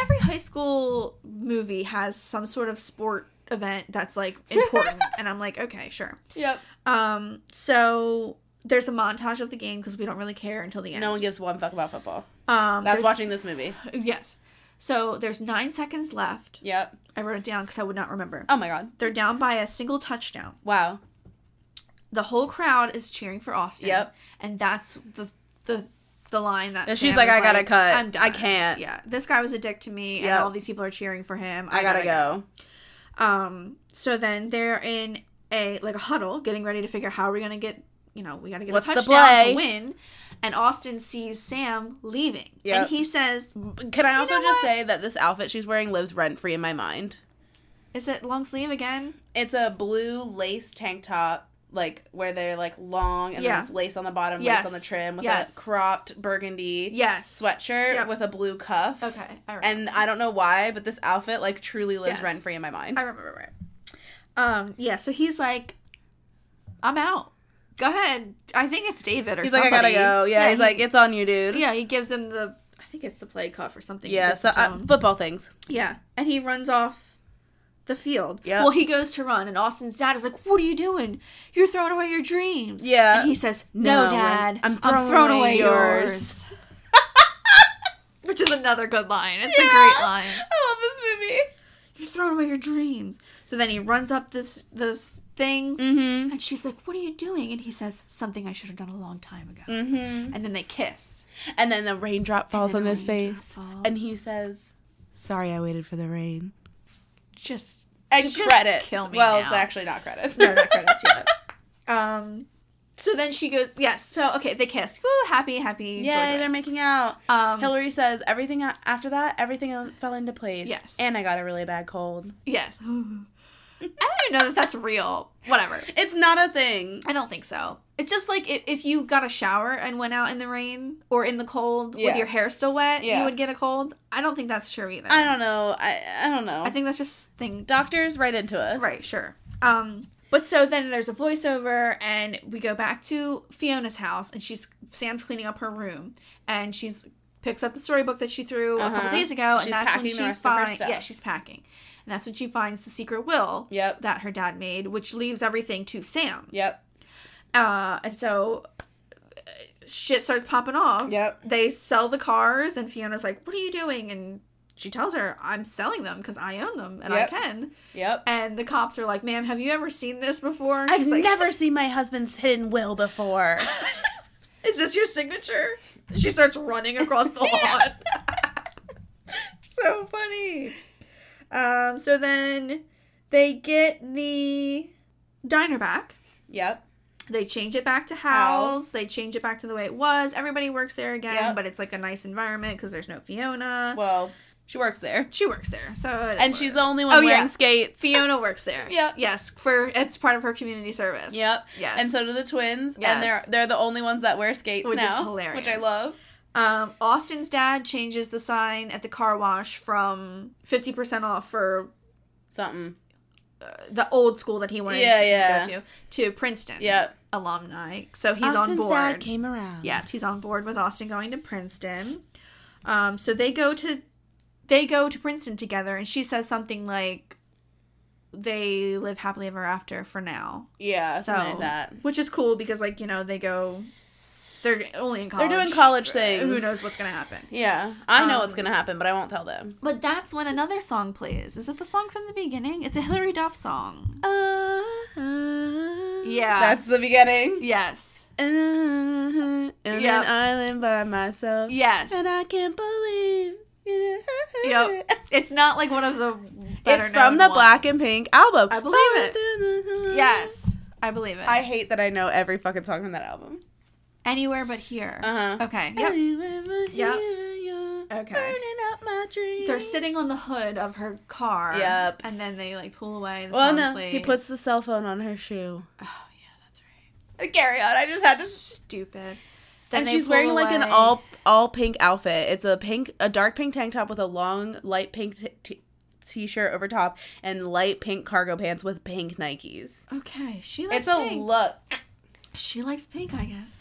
[SPEAKER 4] every high school movie has some sort of sport event that's like
[SPEAKER 3] [LAUGHS]
[SPEAKER 4] important. and I'm like, okay, sure.
[SPEAKER 3] Yep.
[SPEAKER 4] Um, so there's a montage of the game because we don't really care until the end.
[SPEAKER 3] No one gives one fuck about football.
[SPEAKER 4] Um,
[SPEAKER 3] That's
[SPEAKER 4] there's-
[SPEAKER 3] watching this movie.
[SPEAKER 4] [LAUGHS] Yes. So there's nine seconds left.
[SPEAKER 3] Yep.
[SPEAKER 4] I wrote it down because I would not remember.
[SPEAKER 3] Oh my god.
[SPEAKER 4] They're down by a single touchdown.
[SPEAKER 3] Wow.
[SPEAKER 4] The whole crowd is cheering for Austin. Yep. And that's the the the line that
[SPEAKER 3] And she's
[SPEAKER 4] Sam
[SPEAKER 3] like,
[SPEAKER 4] was
[SPEAKER 3] "I gotta cut.
[SPEAKER 4] I'm done.
[SPEAKER 3] I can't."
[SPEAKER 4] Yeah. This guy was a dick to me,
[SPEAKER 3] Yep.
[SPEAKER 4] and all these people are cheering for him.
[SPEAKER 3] I gotta
[SPEAKER 4] go. Um. So then they're in a like a huddle, getting ready to figure how we're gonna get. You know, we gotta get
[SPEAKER 3] What's
[SPEAKER 4] a
[SPEAKER 3] the
[SPEAKER 4] touchdown
[SPEAKER 3] play?
[SPEAKER 4] to win. And Austin sees Sam leaving,
[SPEAKER 3] Yep.
[SPEAKER 4] and he says,
[SPEAKER 3] Can I also just say that this outfit she's wearing lives rent free in my mind?
[SPEAKER 4] Is it long sleeve again?
[SPEAKER 3] It's a blue lace tank top, like where they're like long and
[SPEAKER 4] Yeah.
[SPEAKER 3] then it's lace on the bottom,
[SPEAKER 4] Yes.
[SPEAKER 3] lace on the trim with
[SPEAKER 4] Yes.
[SPEAKER 3] a cropped burgundy
[SPEAKER 4] Yes.
[SPEAKER 3] sweatshirt
[SPEAKER 4] Yep.
[SPEAKER 3] with a blue cuff. Okay.
[SPEAKER 4] I
[SPEAKER 3] and I don't know why, but this outfit like truly lives
[SPEAKER 4] Yes.
[SPEAKER 3] rent free in my mind.
[SPEAKER 4] I remember right. Um, yeah, so he's like, I'm out. Go ahead. I think it's David or
[SPEAKER 3] He's like,
[SPEAKER 4] somebody.
[SPEAKER 3] I gotta go. Yeah, he's
[SPEAKER 4] he-
[SPEAKER 3] like, it's on you, dude.
[SPEAKER 4] Yeah, he gives him the I think it's the play cuff or something. He
[SPEAKER 3] Yeah,
[SPEAKER 4] gives
[SPEAKER 3] so
[SPEAKER 4] it to
[SPEAKER 3] uh,
[SPEAKER 4] him.
[SPEAKER 3] football things.
[SPEAKER 4] Yeah. And he runs off the field.
[SPEAKER 3] Yeah.
[SPEAKER 4] Well he goes to run and Austin's dad is like, What are you doing? You're throwing away your dreams.
[SPEAKER 3] Yeah.
[SPEAKER 4] And he says, No,
[SPEAKER 3] No,
[SPEAKER 4] Dad.
[SPEAKER 3] I'm
[SPEAKER 4] I'm
[SPEAKER 3] throwing
[SPEAKER 4] throwing,
[SPEAKER 3] away
[SPEAKER 4] away yours.
[SPEAKER 3] [LAUGHS] yours."
[SPEAKER 4] Which is another good line. It's
[SPEAKER 3] Yeah.
[SPEAKER 4] a great line.
[SPEAKER 3] I love this movie.
[SPEAKER 4] You're throwing away your dreams. So then he runs up this this things
[SPEAKER 3] Mm-hmm.
[SPEAKER 4] and she's like, What are you doing? And he says, Something I should have done a long time ago.
[SPEAKER 3] Mm-hmm.
[SPEAKER 4] And then they kiss.
[SPEAKER 3] And then the raindrop falls on his face, and he says, "Sorry, I waited for the rain."
[SPEAKER 4] Just
[SPEAKER 3] And
[SPEAKER 4] just
[SPEAKER 3] credits.
[SPEAKER 4] kill me
[SPEAKER 3] well,
[SPEAKER 4] now.
[SPEAKER 3] it's actually not credits.
[SPEAKER 4] No, not credits yet.
[SPEAKER 3] [LAUGHS]
[SPEAKER 4] Um so then she goes, Yes, so okay, they kiss. Woo, happy, happy.
[SPEAKER 3] Yay,
[SPEAKER 4] joy, joy.
[SPEAKER 3] they're making out.
[SPEAKER 4] Um,
[SPEAKER 3] Hillary says everything a- after that, everything el- fell into place.
[SPEAKER 4] Yes.
[SPEAKER 3] And I got a really bad cold.
[SPEAKER 4] Yes. [LAUGHS] I don't even know that that's real. Whatever.
[SPEAKER 3] It's not a thing.
[SPEAKER 4] I don't think so. It's just like if, if you got a shower and went out in the rain or in the cold
[SPEAKER 3] Yeah.
[SPEAKER 4] with your hair still wet,
[SPEAKER 3] Yeah.
[SPEAKER 4] you would get a cold. I don't think that's true either.
[SPEAKER 3] I don't know. I I don't know.
[SPEAKER 4] I think that's just thing.
[SPEAKER 3] doctors right into us.
[SPEAKER 4] Right, sure. Um, but so then there's a voiceover, and we go back to Fiona's house, and she's Sam's cleaning up her room, and she's picks up the storybook that she threw a
[SPEAKER 3] Uh-huh.
[SPEAKER 4] couple days ago,
[SPEAKER 3] She's
[SPEAKER 4] and that's when
[SPEAKER 3] packing the
[SPEAKER 4] she
[SPEAKER 3] rest of her
[SPEAKER 4] finds
[SPEAKER 3] stuff.
[SPEAKER 4] yeah she's packing, and that's when she finds the secret will
[SPEAKER 3] Yep.
[SPEAKER 4] that her dad made, which leaves everything to Sam.
[SPEAKER 3] Yep.
[SPEAKER 4] Uh, and so uh, shit starts popping off.
[SPEAKER 3] Yep.
[SPEAKER 4] They sell the cars, and Fiona's like, "What are you doing?" And she tells her, "I'm selling them because I own them and
[SPEAKER 3] Yep.
[SPEAKER 4] I can."
[SPEAKER 3] Yep.
[SPEAKER 4] And the cops are like, "Ma'am, have you ever seen this before?" And
[SPEAKER 3] I've
[SPEAKER 4] she's like,
[SPEAKER 3] never seen my husband's hidden will
[SPEAKER 4] [LAUGHS]
[SPEAKER 3] before.
[SPEAKER 4] "Is this your signature?" She starts running across
[SPEAKER 3] [LAUGHS]
[SPEAKER 4] the lawn. [LAUGHS] so funny. Um. So then they get the diner back.
[SPEAKER 3] yep.
[SPEAKER 4] They change it back to house.
[SPEAKER 3] House.
[SPEAKER 4] They change it back to the way it was. Everybody works there again,
[SPEAKER 3] Yep.
[SPEAKER 4] but it's like a nice environment because there's no Fiona.
[SPEAKER 3] Well, she works there.
[SPEAKER 4] she works there, so
[SPEAKER 3] And she's the only one
[SPEAKER 4] Oh,
[SPEAKER 3] wearing
[SPEAKER 4] yeah.
[SPEAKER 3] skates.
[SPEAKER 4] Fiona works there.
[SPEAKER 3] [LAUGHS] Yep.
[SPEAKER 4] Yes, for it's part of her community service.
[SPEAKER 3] Yep.
[SPEAKER 4] Yes.
[SPEAKER 3] And so do the twins.
[SPEAKER 4] Yes.
[SPEAKER 3] And they're they're the only ones that wear skates
[SPEAKER 4] Which is
[SPEAKER 3] now.
[SPEAKER 4] hilarious.
[SPEAKER 3] Which I love.
[SPEAKER 4] Um, Austin's dad changes the sign at the car wash from fifty percent off for
[SPEAKER 3] Something.
[SPEAKER 4] the old school that he wanted
[SPEAKER 3] Yeah,
[SPEAKER 4] to,
[SPEAKER 3] yeah.
[SPEAKER 4] to go to to Princeton.
[SPEAKER 3] Yep.
[SPEAKER 4] Alumni. So he's on
[SPEAKER 3] Austin's
[SPEAKER 4] board.
[SPEAKER 3] dad came around.
[SPEAKER 4] Yes, he's on board with Austin going to Princeton. Um, so they go to they go to Princeton together, and she says something like, "They live happily ever after for now."
[SPEAKER 3] Yeah.
[SPEAKER 4] So
[SPEAKER 3] Something like that.
[SPEAKER 4] which is cool because like you know they go, they're only in
[SPEAKER 3] They're
[SPEAKER 4] college.
[SPEAKER 3] doing college things.
[SPEAKER 4] Who knows what's gonna happen?
[SPEAKER 3] Yeah. I know what's
[SPEAKER 4] Um,
[SPEAKER 3] gonna happen, but I won't tell them.
[SPEAKER 4] But that's when another song plays. Is it the song from the beginning? It's a Hillary Duff song.
[SPEAKER 3] Oh.
[SPEAKER 4] Uh, yeah.
[SPEAKER 3] That's the [LAUGHS] beginning.
[SPEAKER 4] yes.
[SPEAKER 3] And
[SPEAKER 4] Yep.
[SPEAKER 3] an island by myself.
[SPEAKER 4] Yes.
[SPEAKER 3] And I can't believe. it.
[SPEAKER 4] Yep. It's not like one of the better
[SPEAKER 3] It's from
[SPEAKER 4] known
[SPEAKER 3] the
[SPEAKER 4] ones.
[SPEAKER 3] Black and Pink album.
[SPEAKER 4] I believe it. Yes, I believe it.
[SPEAKER 3] I hate that I know every fucking song from that album.
[SPEAKER 4] Anywhere but here.
[SPEAKER 3] Uh-huh.
[SPEAKER 4] Okay.
[SPEAKER 3] Yep.
[SPEAKER 4] Yep.
[SPEAKER 3] Yep.
[SPEAKER 4] Okay. They're sitting on the hood of her car.
[SPEAKER 3] Yep.
[SPEAKER 4] And then they like pull away. The
[SPEAKER 3] Well,
[SPEAKER 4] song
[SPEAKER 3] no, he
[SPEAKER 4] plays. Oh,
[SPEAKER 3] puts the cell phone on her shoe. Uh,
[SPEAKER 4] Carry on. I just had to. Stupid. Then
[SPEAKER 3] and
[SPEAKER 4] they
[SPEAKER 3] she's
[SPEAKER 4] pull
[SPEAKER 3] wearing like an
[SPEAKER 4] away.
[SPEAKER 3] all all pink outfit. It's a pink, a dark pink tank top with a long light pink t- t- t-shirt over top and light pink cargo pants with pink Nikes.
[SPEAKER 4] Okay, she
[SPEAKER 3] It's
[SPEAKER 4] likes
[SPEAKER 3] a
[SPEAKER 4] pink.
[SPEAKER 3] look.
[SPEAKER 4] She likes pink, I guess.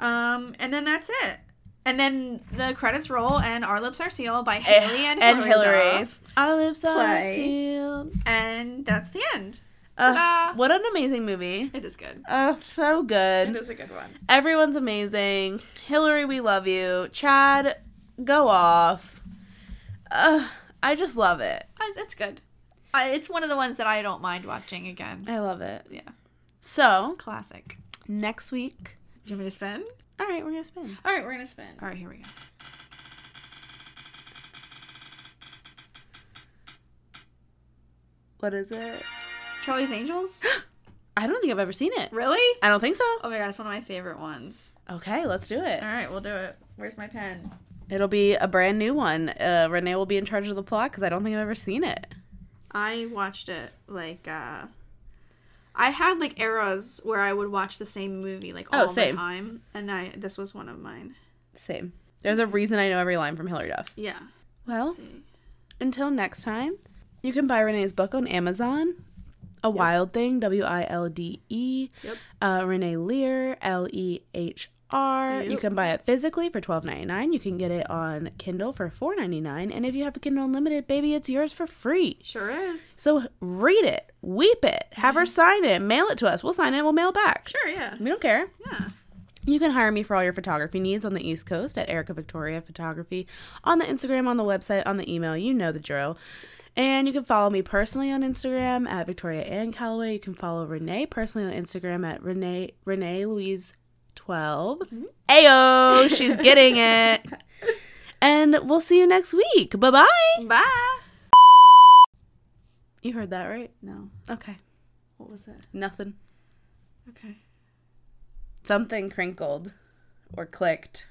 [SPEAKER 4] Um, and then that's it. And then the credits roll, and Our Lips Are Sealed by Haley Eh, and,
[SPEAKER 3] and
[SPEAKER 4] Hillary.
[SPEAKER 3] Hillary. Our lips are
[SPEAKER 4] sealed. And that's the end.
[SPEAKER 3] Uh,
[SPEAKER 4] Ta-da!
[SPEAKER 3] what an amazing movie.
[SPEAKER 4] It is good.
[SPEAKER 3] Oh, so good.
[SPEAKER 4] It is a good one.
[SPEAKER 3] Everyone's amazing. Hillary, we love you. Chad, go off. Ugh, I just love it.
[SPEAKER 4] I- uh, It's good. I, it's one of the ones that I don't mind watching again.
[SPEAKER 3] I love it.
[SPEAKER 4] Yeah.
[SPEAKER 3] So,
[SPEAKER 4] Classic.
[SPEAKER 3] next week.
[SPEAKER 4] Do you want me to spin?
[SPEAKER 3] All right, we're going to spin.
[SPEAKER 4] All right, we're going to spin.
[SPEAKER 3] All right, here we go. What is it?
[SPEAKER 4] Charlie's Angels?
[SPEAKER 3] I don't think I've ever seen it.
[SPEAKER 4] [GASPS] really?
[SPEAKER 3] I don't think so.
[SPEAKER 4] Oh my god, it's one of my favorite ones.
[SPEAKER 3] Okay, let's do it.
[SPEAKER 4] All right, we'll do it. Where's my pen?
[SPEAKER 3] It'll be a brand new one. Uh, Renee will be in charge of the plot because I don't think I've ever seen it.
[SPEAKER 4] I watched it like uh I had like eras where I would watch the same movie like
[SPEAKER 3] Oh,
[SPEAKER 4] all the
[SPEAKER 3] same.
[SPEAKER 4] time, and I this was one of mine.
[SPEAKER 3] Same. There's a reason I know every line from Hillary Duff.
[SPEAKER 4] Yeah.
[SPEAKER 3] Well, until next time, you can buy Renee's book on Amazon. A Wild Thing, W I L D E.
[SPEAKER 4] Yep.
[SPEAKER 3] Uh, Renee Lear, L E H R. You
[SPEAKER 4] Yep.
[SPEAKER 3] can buy it physically for twelve ninety nine. You can get it on Kindle for four ninety nine. And if you have a Kindle Unlimited, baby, it's yours for free.
[SPEAKER 4] Sure is.
[SPEAKER 3] So read it, weep it, have
[SPEAKER 4] [LAUGHS]
[SPEAKER 3] her sign it, mail it to us. We'll sign it, we'll mail it back.
[SPEAKER 4] Sure, yeah.
[SPEAKER 3] We don't care.
[SPEAKER 4] Yeah.
[SPEAKER 3] You can hire me for all your photography needs on the East Coast at Erica Victoria Photography on the Instagram, on the website, on the email. You know the drill. And you can follow me personally on Instagram at Victoria Ann Calloway. You can follow Renee personally on Instagram at Renee Renee Louise 12
[SPEAKER 4] Mm-hmm.
[SPEAKER 3] Ayo, she's getting
[SPEAKER 4] [LAUGHS]
[SPEAKER 3] it. And we'll see you next week. Bye bye.
[SPEAKER 4] Bye.
[SPEAKER 3] You heard that right?
[SPEAKER 4] No.
[SPEAKER 3] Okay.
[SPEAKER 4] What was it?
[SPEAKER 3] Nothing.
[SPEAKER 4] Okay.
[SPEAKER 3] Something crinkled or clicked.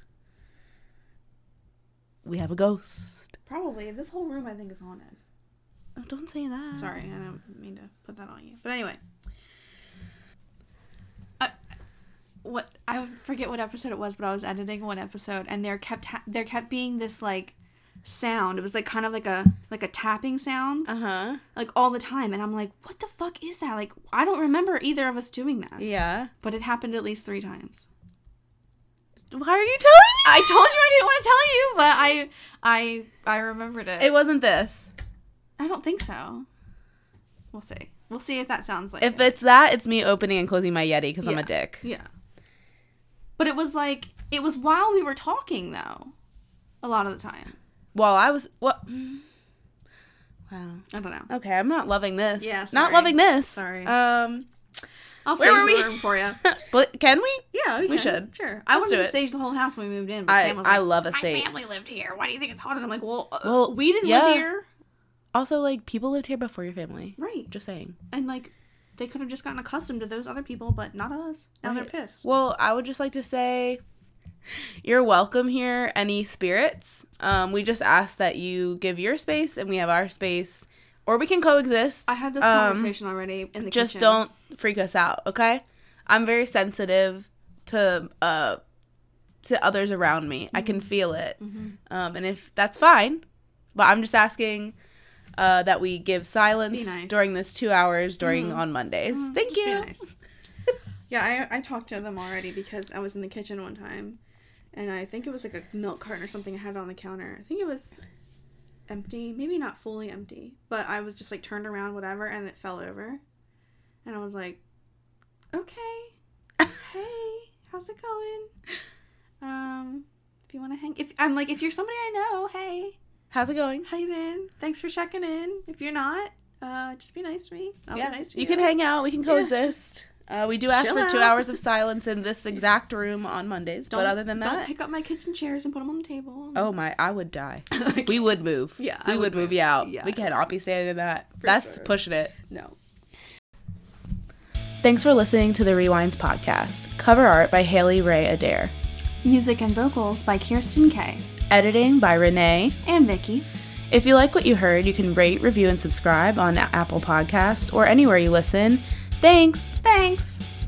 [SPEAKER 3] We have a ghost.
[SPEAKER 4] Probably. This whole room I think is haunted.
[SPEAKER 3] Oh, don't say that.
[SPEAKER 4] Sorry, I don't mean to put that on you. But anyway. I- Uh, What I forget what episode it was, but I was editing one episode, and there kept ha- there kept being this like sound. It was like kind of like a like a tapping sound,
[SPEAKER 3] Uh huh.
[SPEAKER 4] like all the time, and I'm like, what the fuck is that? Like I don't remember either of us doing that,
[SPEAKER 3] Yeah.
[SPEAKER 4] but it happened at least three times.
[SPEAKER 3] Why are you telling
[SPEAKER 4] I told you I didn't want to tell you, but I I I remembered it.
[SPEAKER 3] me? It wasn't this.
[SPEAKER 4] I don't think so. We'll see. We'll see if that sounds like
[SPEAKER 3] If it's that, it's me opening and closing my Yeti because I'm
[SPEAKER 4] Yeah.
[SPEAKER 3] a dick.
[SPEAKER 4] Yeah. But it was like it was while we were talking though. A lot of the time.
[SPEAKER 3] While I was what? Wow.
[SPEAKER 4] I don't know.
[SPEAKER 3] Okay, I'm not loving this.
[SPEAKER 4] Yeah,
[SPEAKER 3] Not
[SPEAKER 4] sorry.
[SPEAKER 3] loving this.
[SPEAKER 4] Sorry.
[SPEAKER 3] Um.
[SPEAKER 4] I'll
[SPEAKER 3] Where were
[SPEAKER 4] stage
[SPEAKER 3] we?
[SPEAKER 4] the room for you.
[SPEAKER 3] But can we?
[SPEAKER 4] Yeah, we,
[SPEAKER 3] We
[SPEAKER 4] can.
[SPEAKER 3] should.
[SPEAKER 4] Sure. I
[SPEAKER 3] Let's do
[SPEAKER 4] wanted to
[SPEAKER 3] it.
[SPEAKER 4] stage the whole house when we moved in. But
[SPEAKER 3] I
[SPEAKER 4] Sam was
[SPEAKER 3] I
[SPEAKER 4] like,
[SPEAKER 3] love a
[SPEAKER 4] My
[SPEAKER 3] state.
[SPEAKER 4] family lived here. Why do you think it's haunted? And I'm like, well, uh,
[SPEAKER 3] Well,
[SPEAKER 4] we didn't
[SPEAKER 3] yeah.
[SPEAKER 4] live here,
[SPEAKER 3] Also, like people lived here before your family.
[SPEAKER 4] right?
[SPEAKER 3] Just saying.
[SPEAKER 4] And like, they could have just gotten accustomed to those other people, but not us. Now
[SPEAKER 3] Right.
[SPEAKER 4] they're pissed.
[SPEAKER 3] Well, I would just like to say you're welcome here, any spirits. Um, we just ask that you give your space and we have our space, or we can coexist.
[SPEAKER 4] I had this
[SPEAKER 3] Um,
[SPEAKER 4] conversation already in the
[SPEAKER 3] Just
[SPEAKER 4] kitchen.
[SPEAKER 3] don't freak us out, okay? I'm very sensitive to uh to others around me. I can
[SPEAKER 4] Mm-hmm.
[SPEAKER 3] feel it, um, and if that's fine, but I'm just asking. Uh, that we give silence
[SPEAKER 4] nice. Mm-hmm.
[SPEAKER 3] during this two hours during on Mondays. Thank
[SPEAKER 4] Just be
[SPEAKER 3] you.
[SPEAKER 4] nice. yeah, I, I talked to them already because I was in the kitchen one time, and I think it was like a milk carton or something I had on the counter. I think it was empty, maybe not fully empty, but I was just like turned around, whatever, and it fell over, and I was like, okay, hey, how's it going? Um, if you want to hang, if I'm like, if you're somebody I know, hey,
[SPEAKER 3] How's it going?
[SPEAKER 4] how you been? Thanks for checking in. If you're not. Uh, just be nice to me. I'll
[SPEAKER 3] Yeah,
[SPEAKER 4] be nice to
[SPEAKER 3] you can hang out. We can coexist. Uh, we do ask
[SPEAKER 4] Chill
[SPEAKER 3] for two
[SPEAKER 4] out.
[SPEAKER 3] hours of silence in this exact room on Mondays. but other than
[SPEAKER 4] don't
[SPEAKER 3] that,
[SPEAKER 4] pick up my kitchen chairs and put them on the table.
[SPEAKER 3] oh my, I would
[SPEAKER 4] [LAUGHS]
[SPEAKER 3] die. we would move.
[SPEAKER 4] Yeah,
[SPEAKER 3] we
[SPEAKER 4] I
[SPEAKER 3] would
[SPEAKER 4] would
[SPEAKER 3] move you out.
[SPEAKER 4] Yeah.
[SPEAKER 3] We cannot be standing in that. That's
[SPEAKER 4] sure.
[SPEAKER 3] pushing it.
[SPEAKER 4] no.
[SPEAKER 3] Thanks for listening to the Rewinds podcast. Cover art by Haley Ray Adair.
[SPEAKER 4] Music and vocals by Kirsten Kay
[SPEAKER 3] Editing by Renee.
[SPEAKER 4] and Vicky.
[SPEAKER 3] If you like what you heard, you can rate, review, and subscribe on Apple Podcasts or anywhere you listen. Thanks.
[SPEAKER 4] Thanks.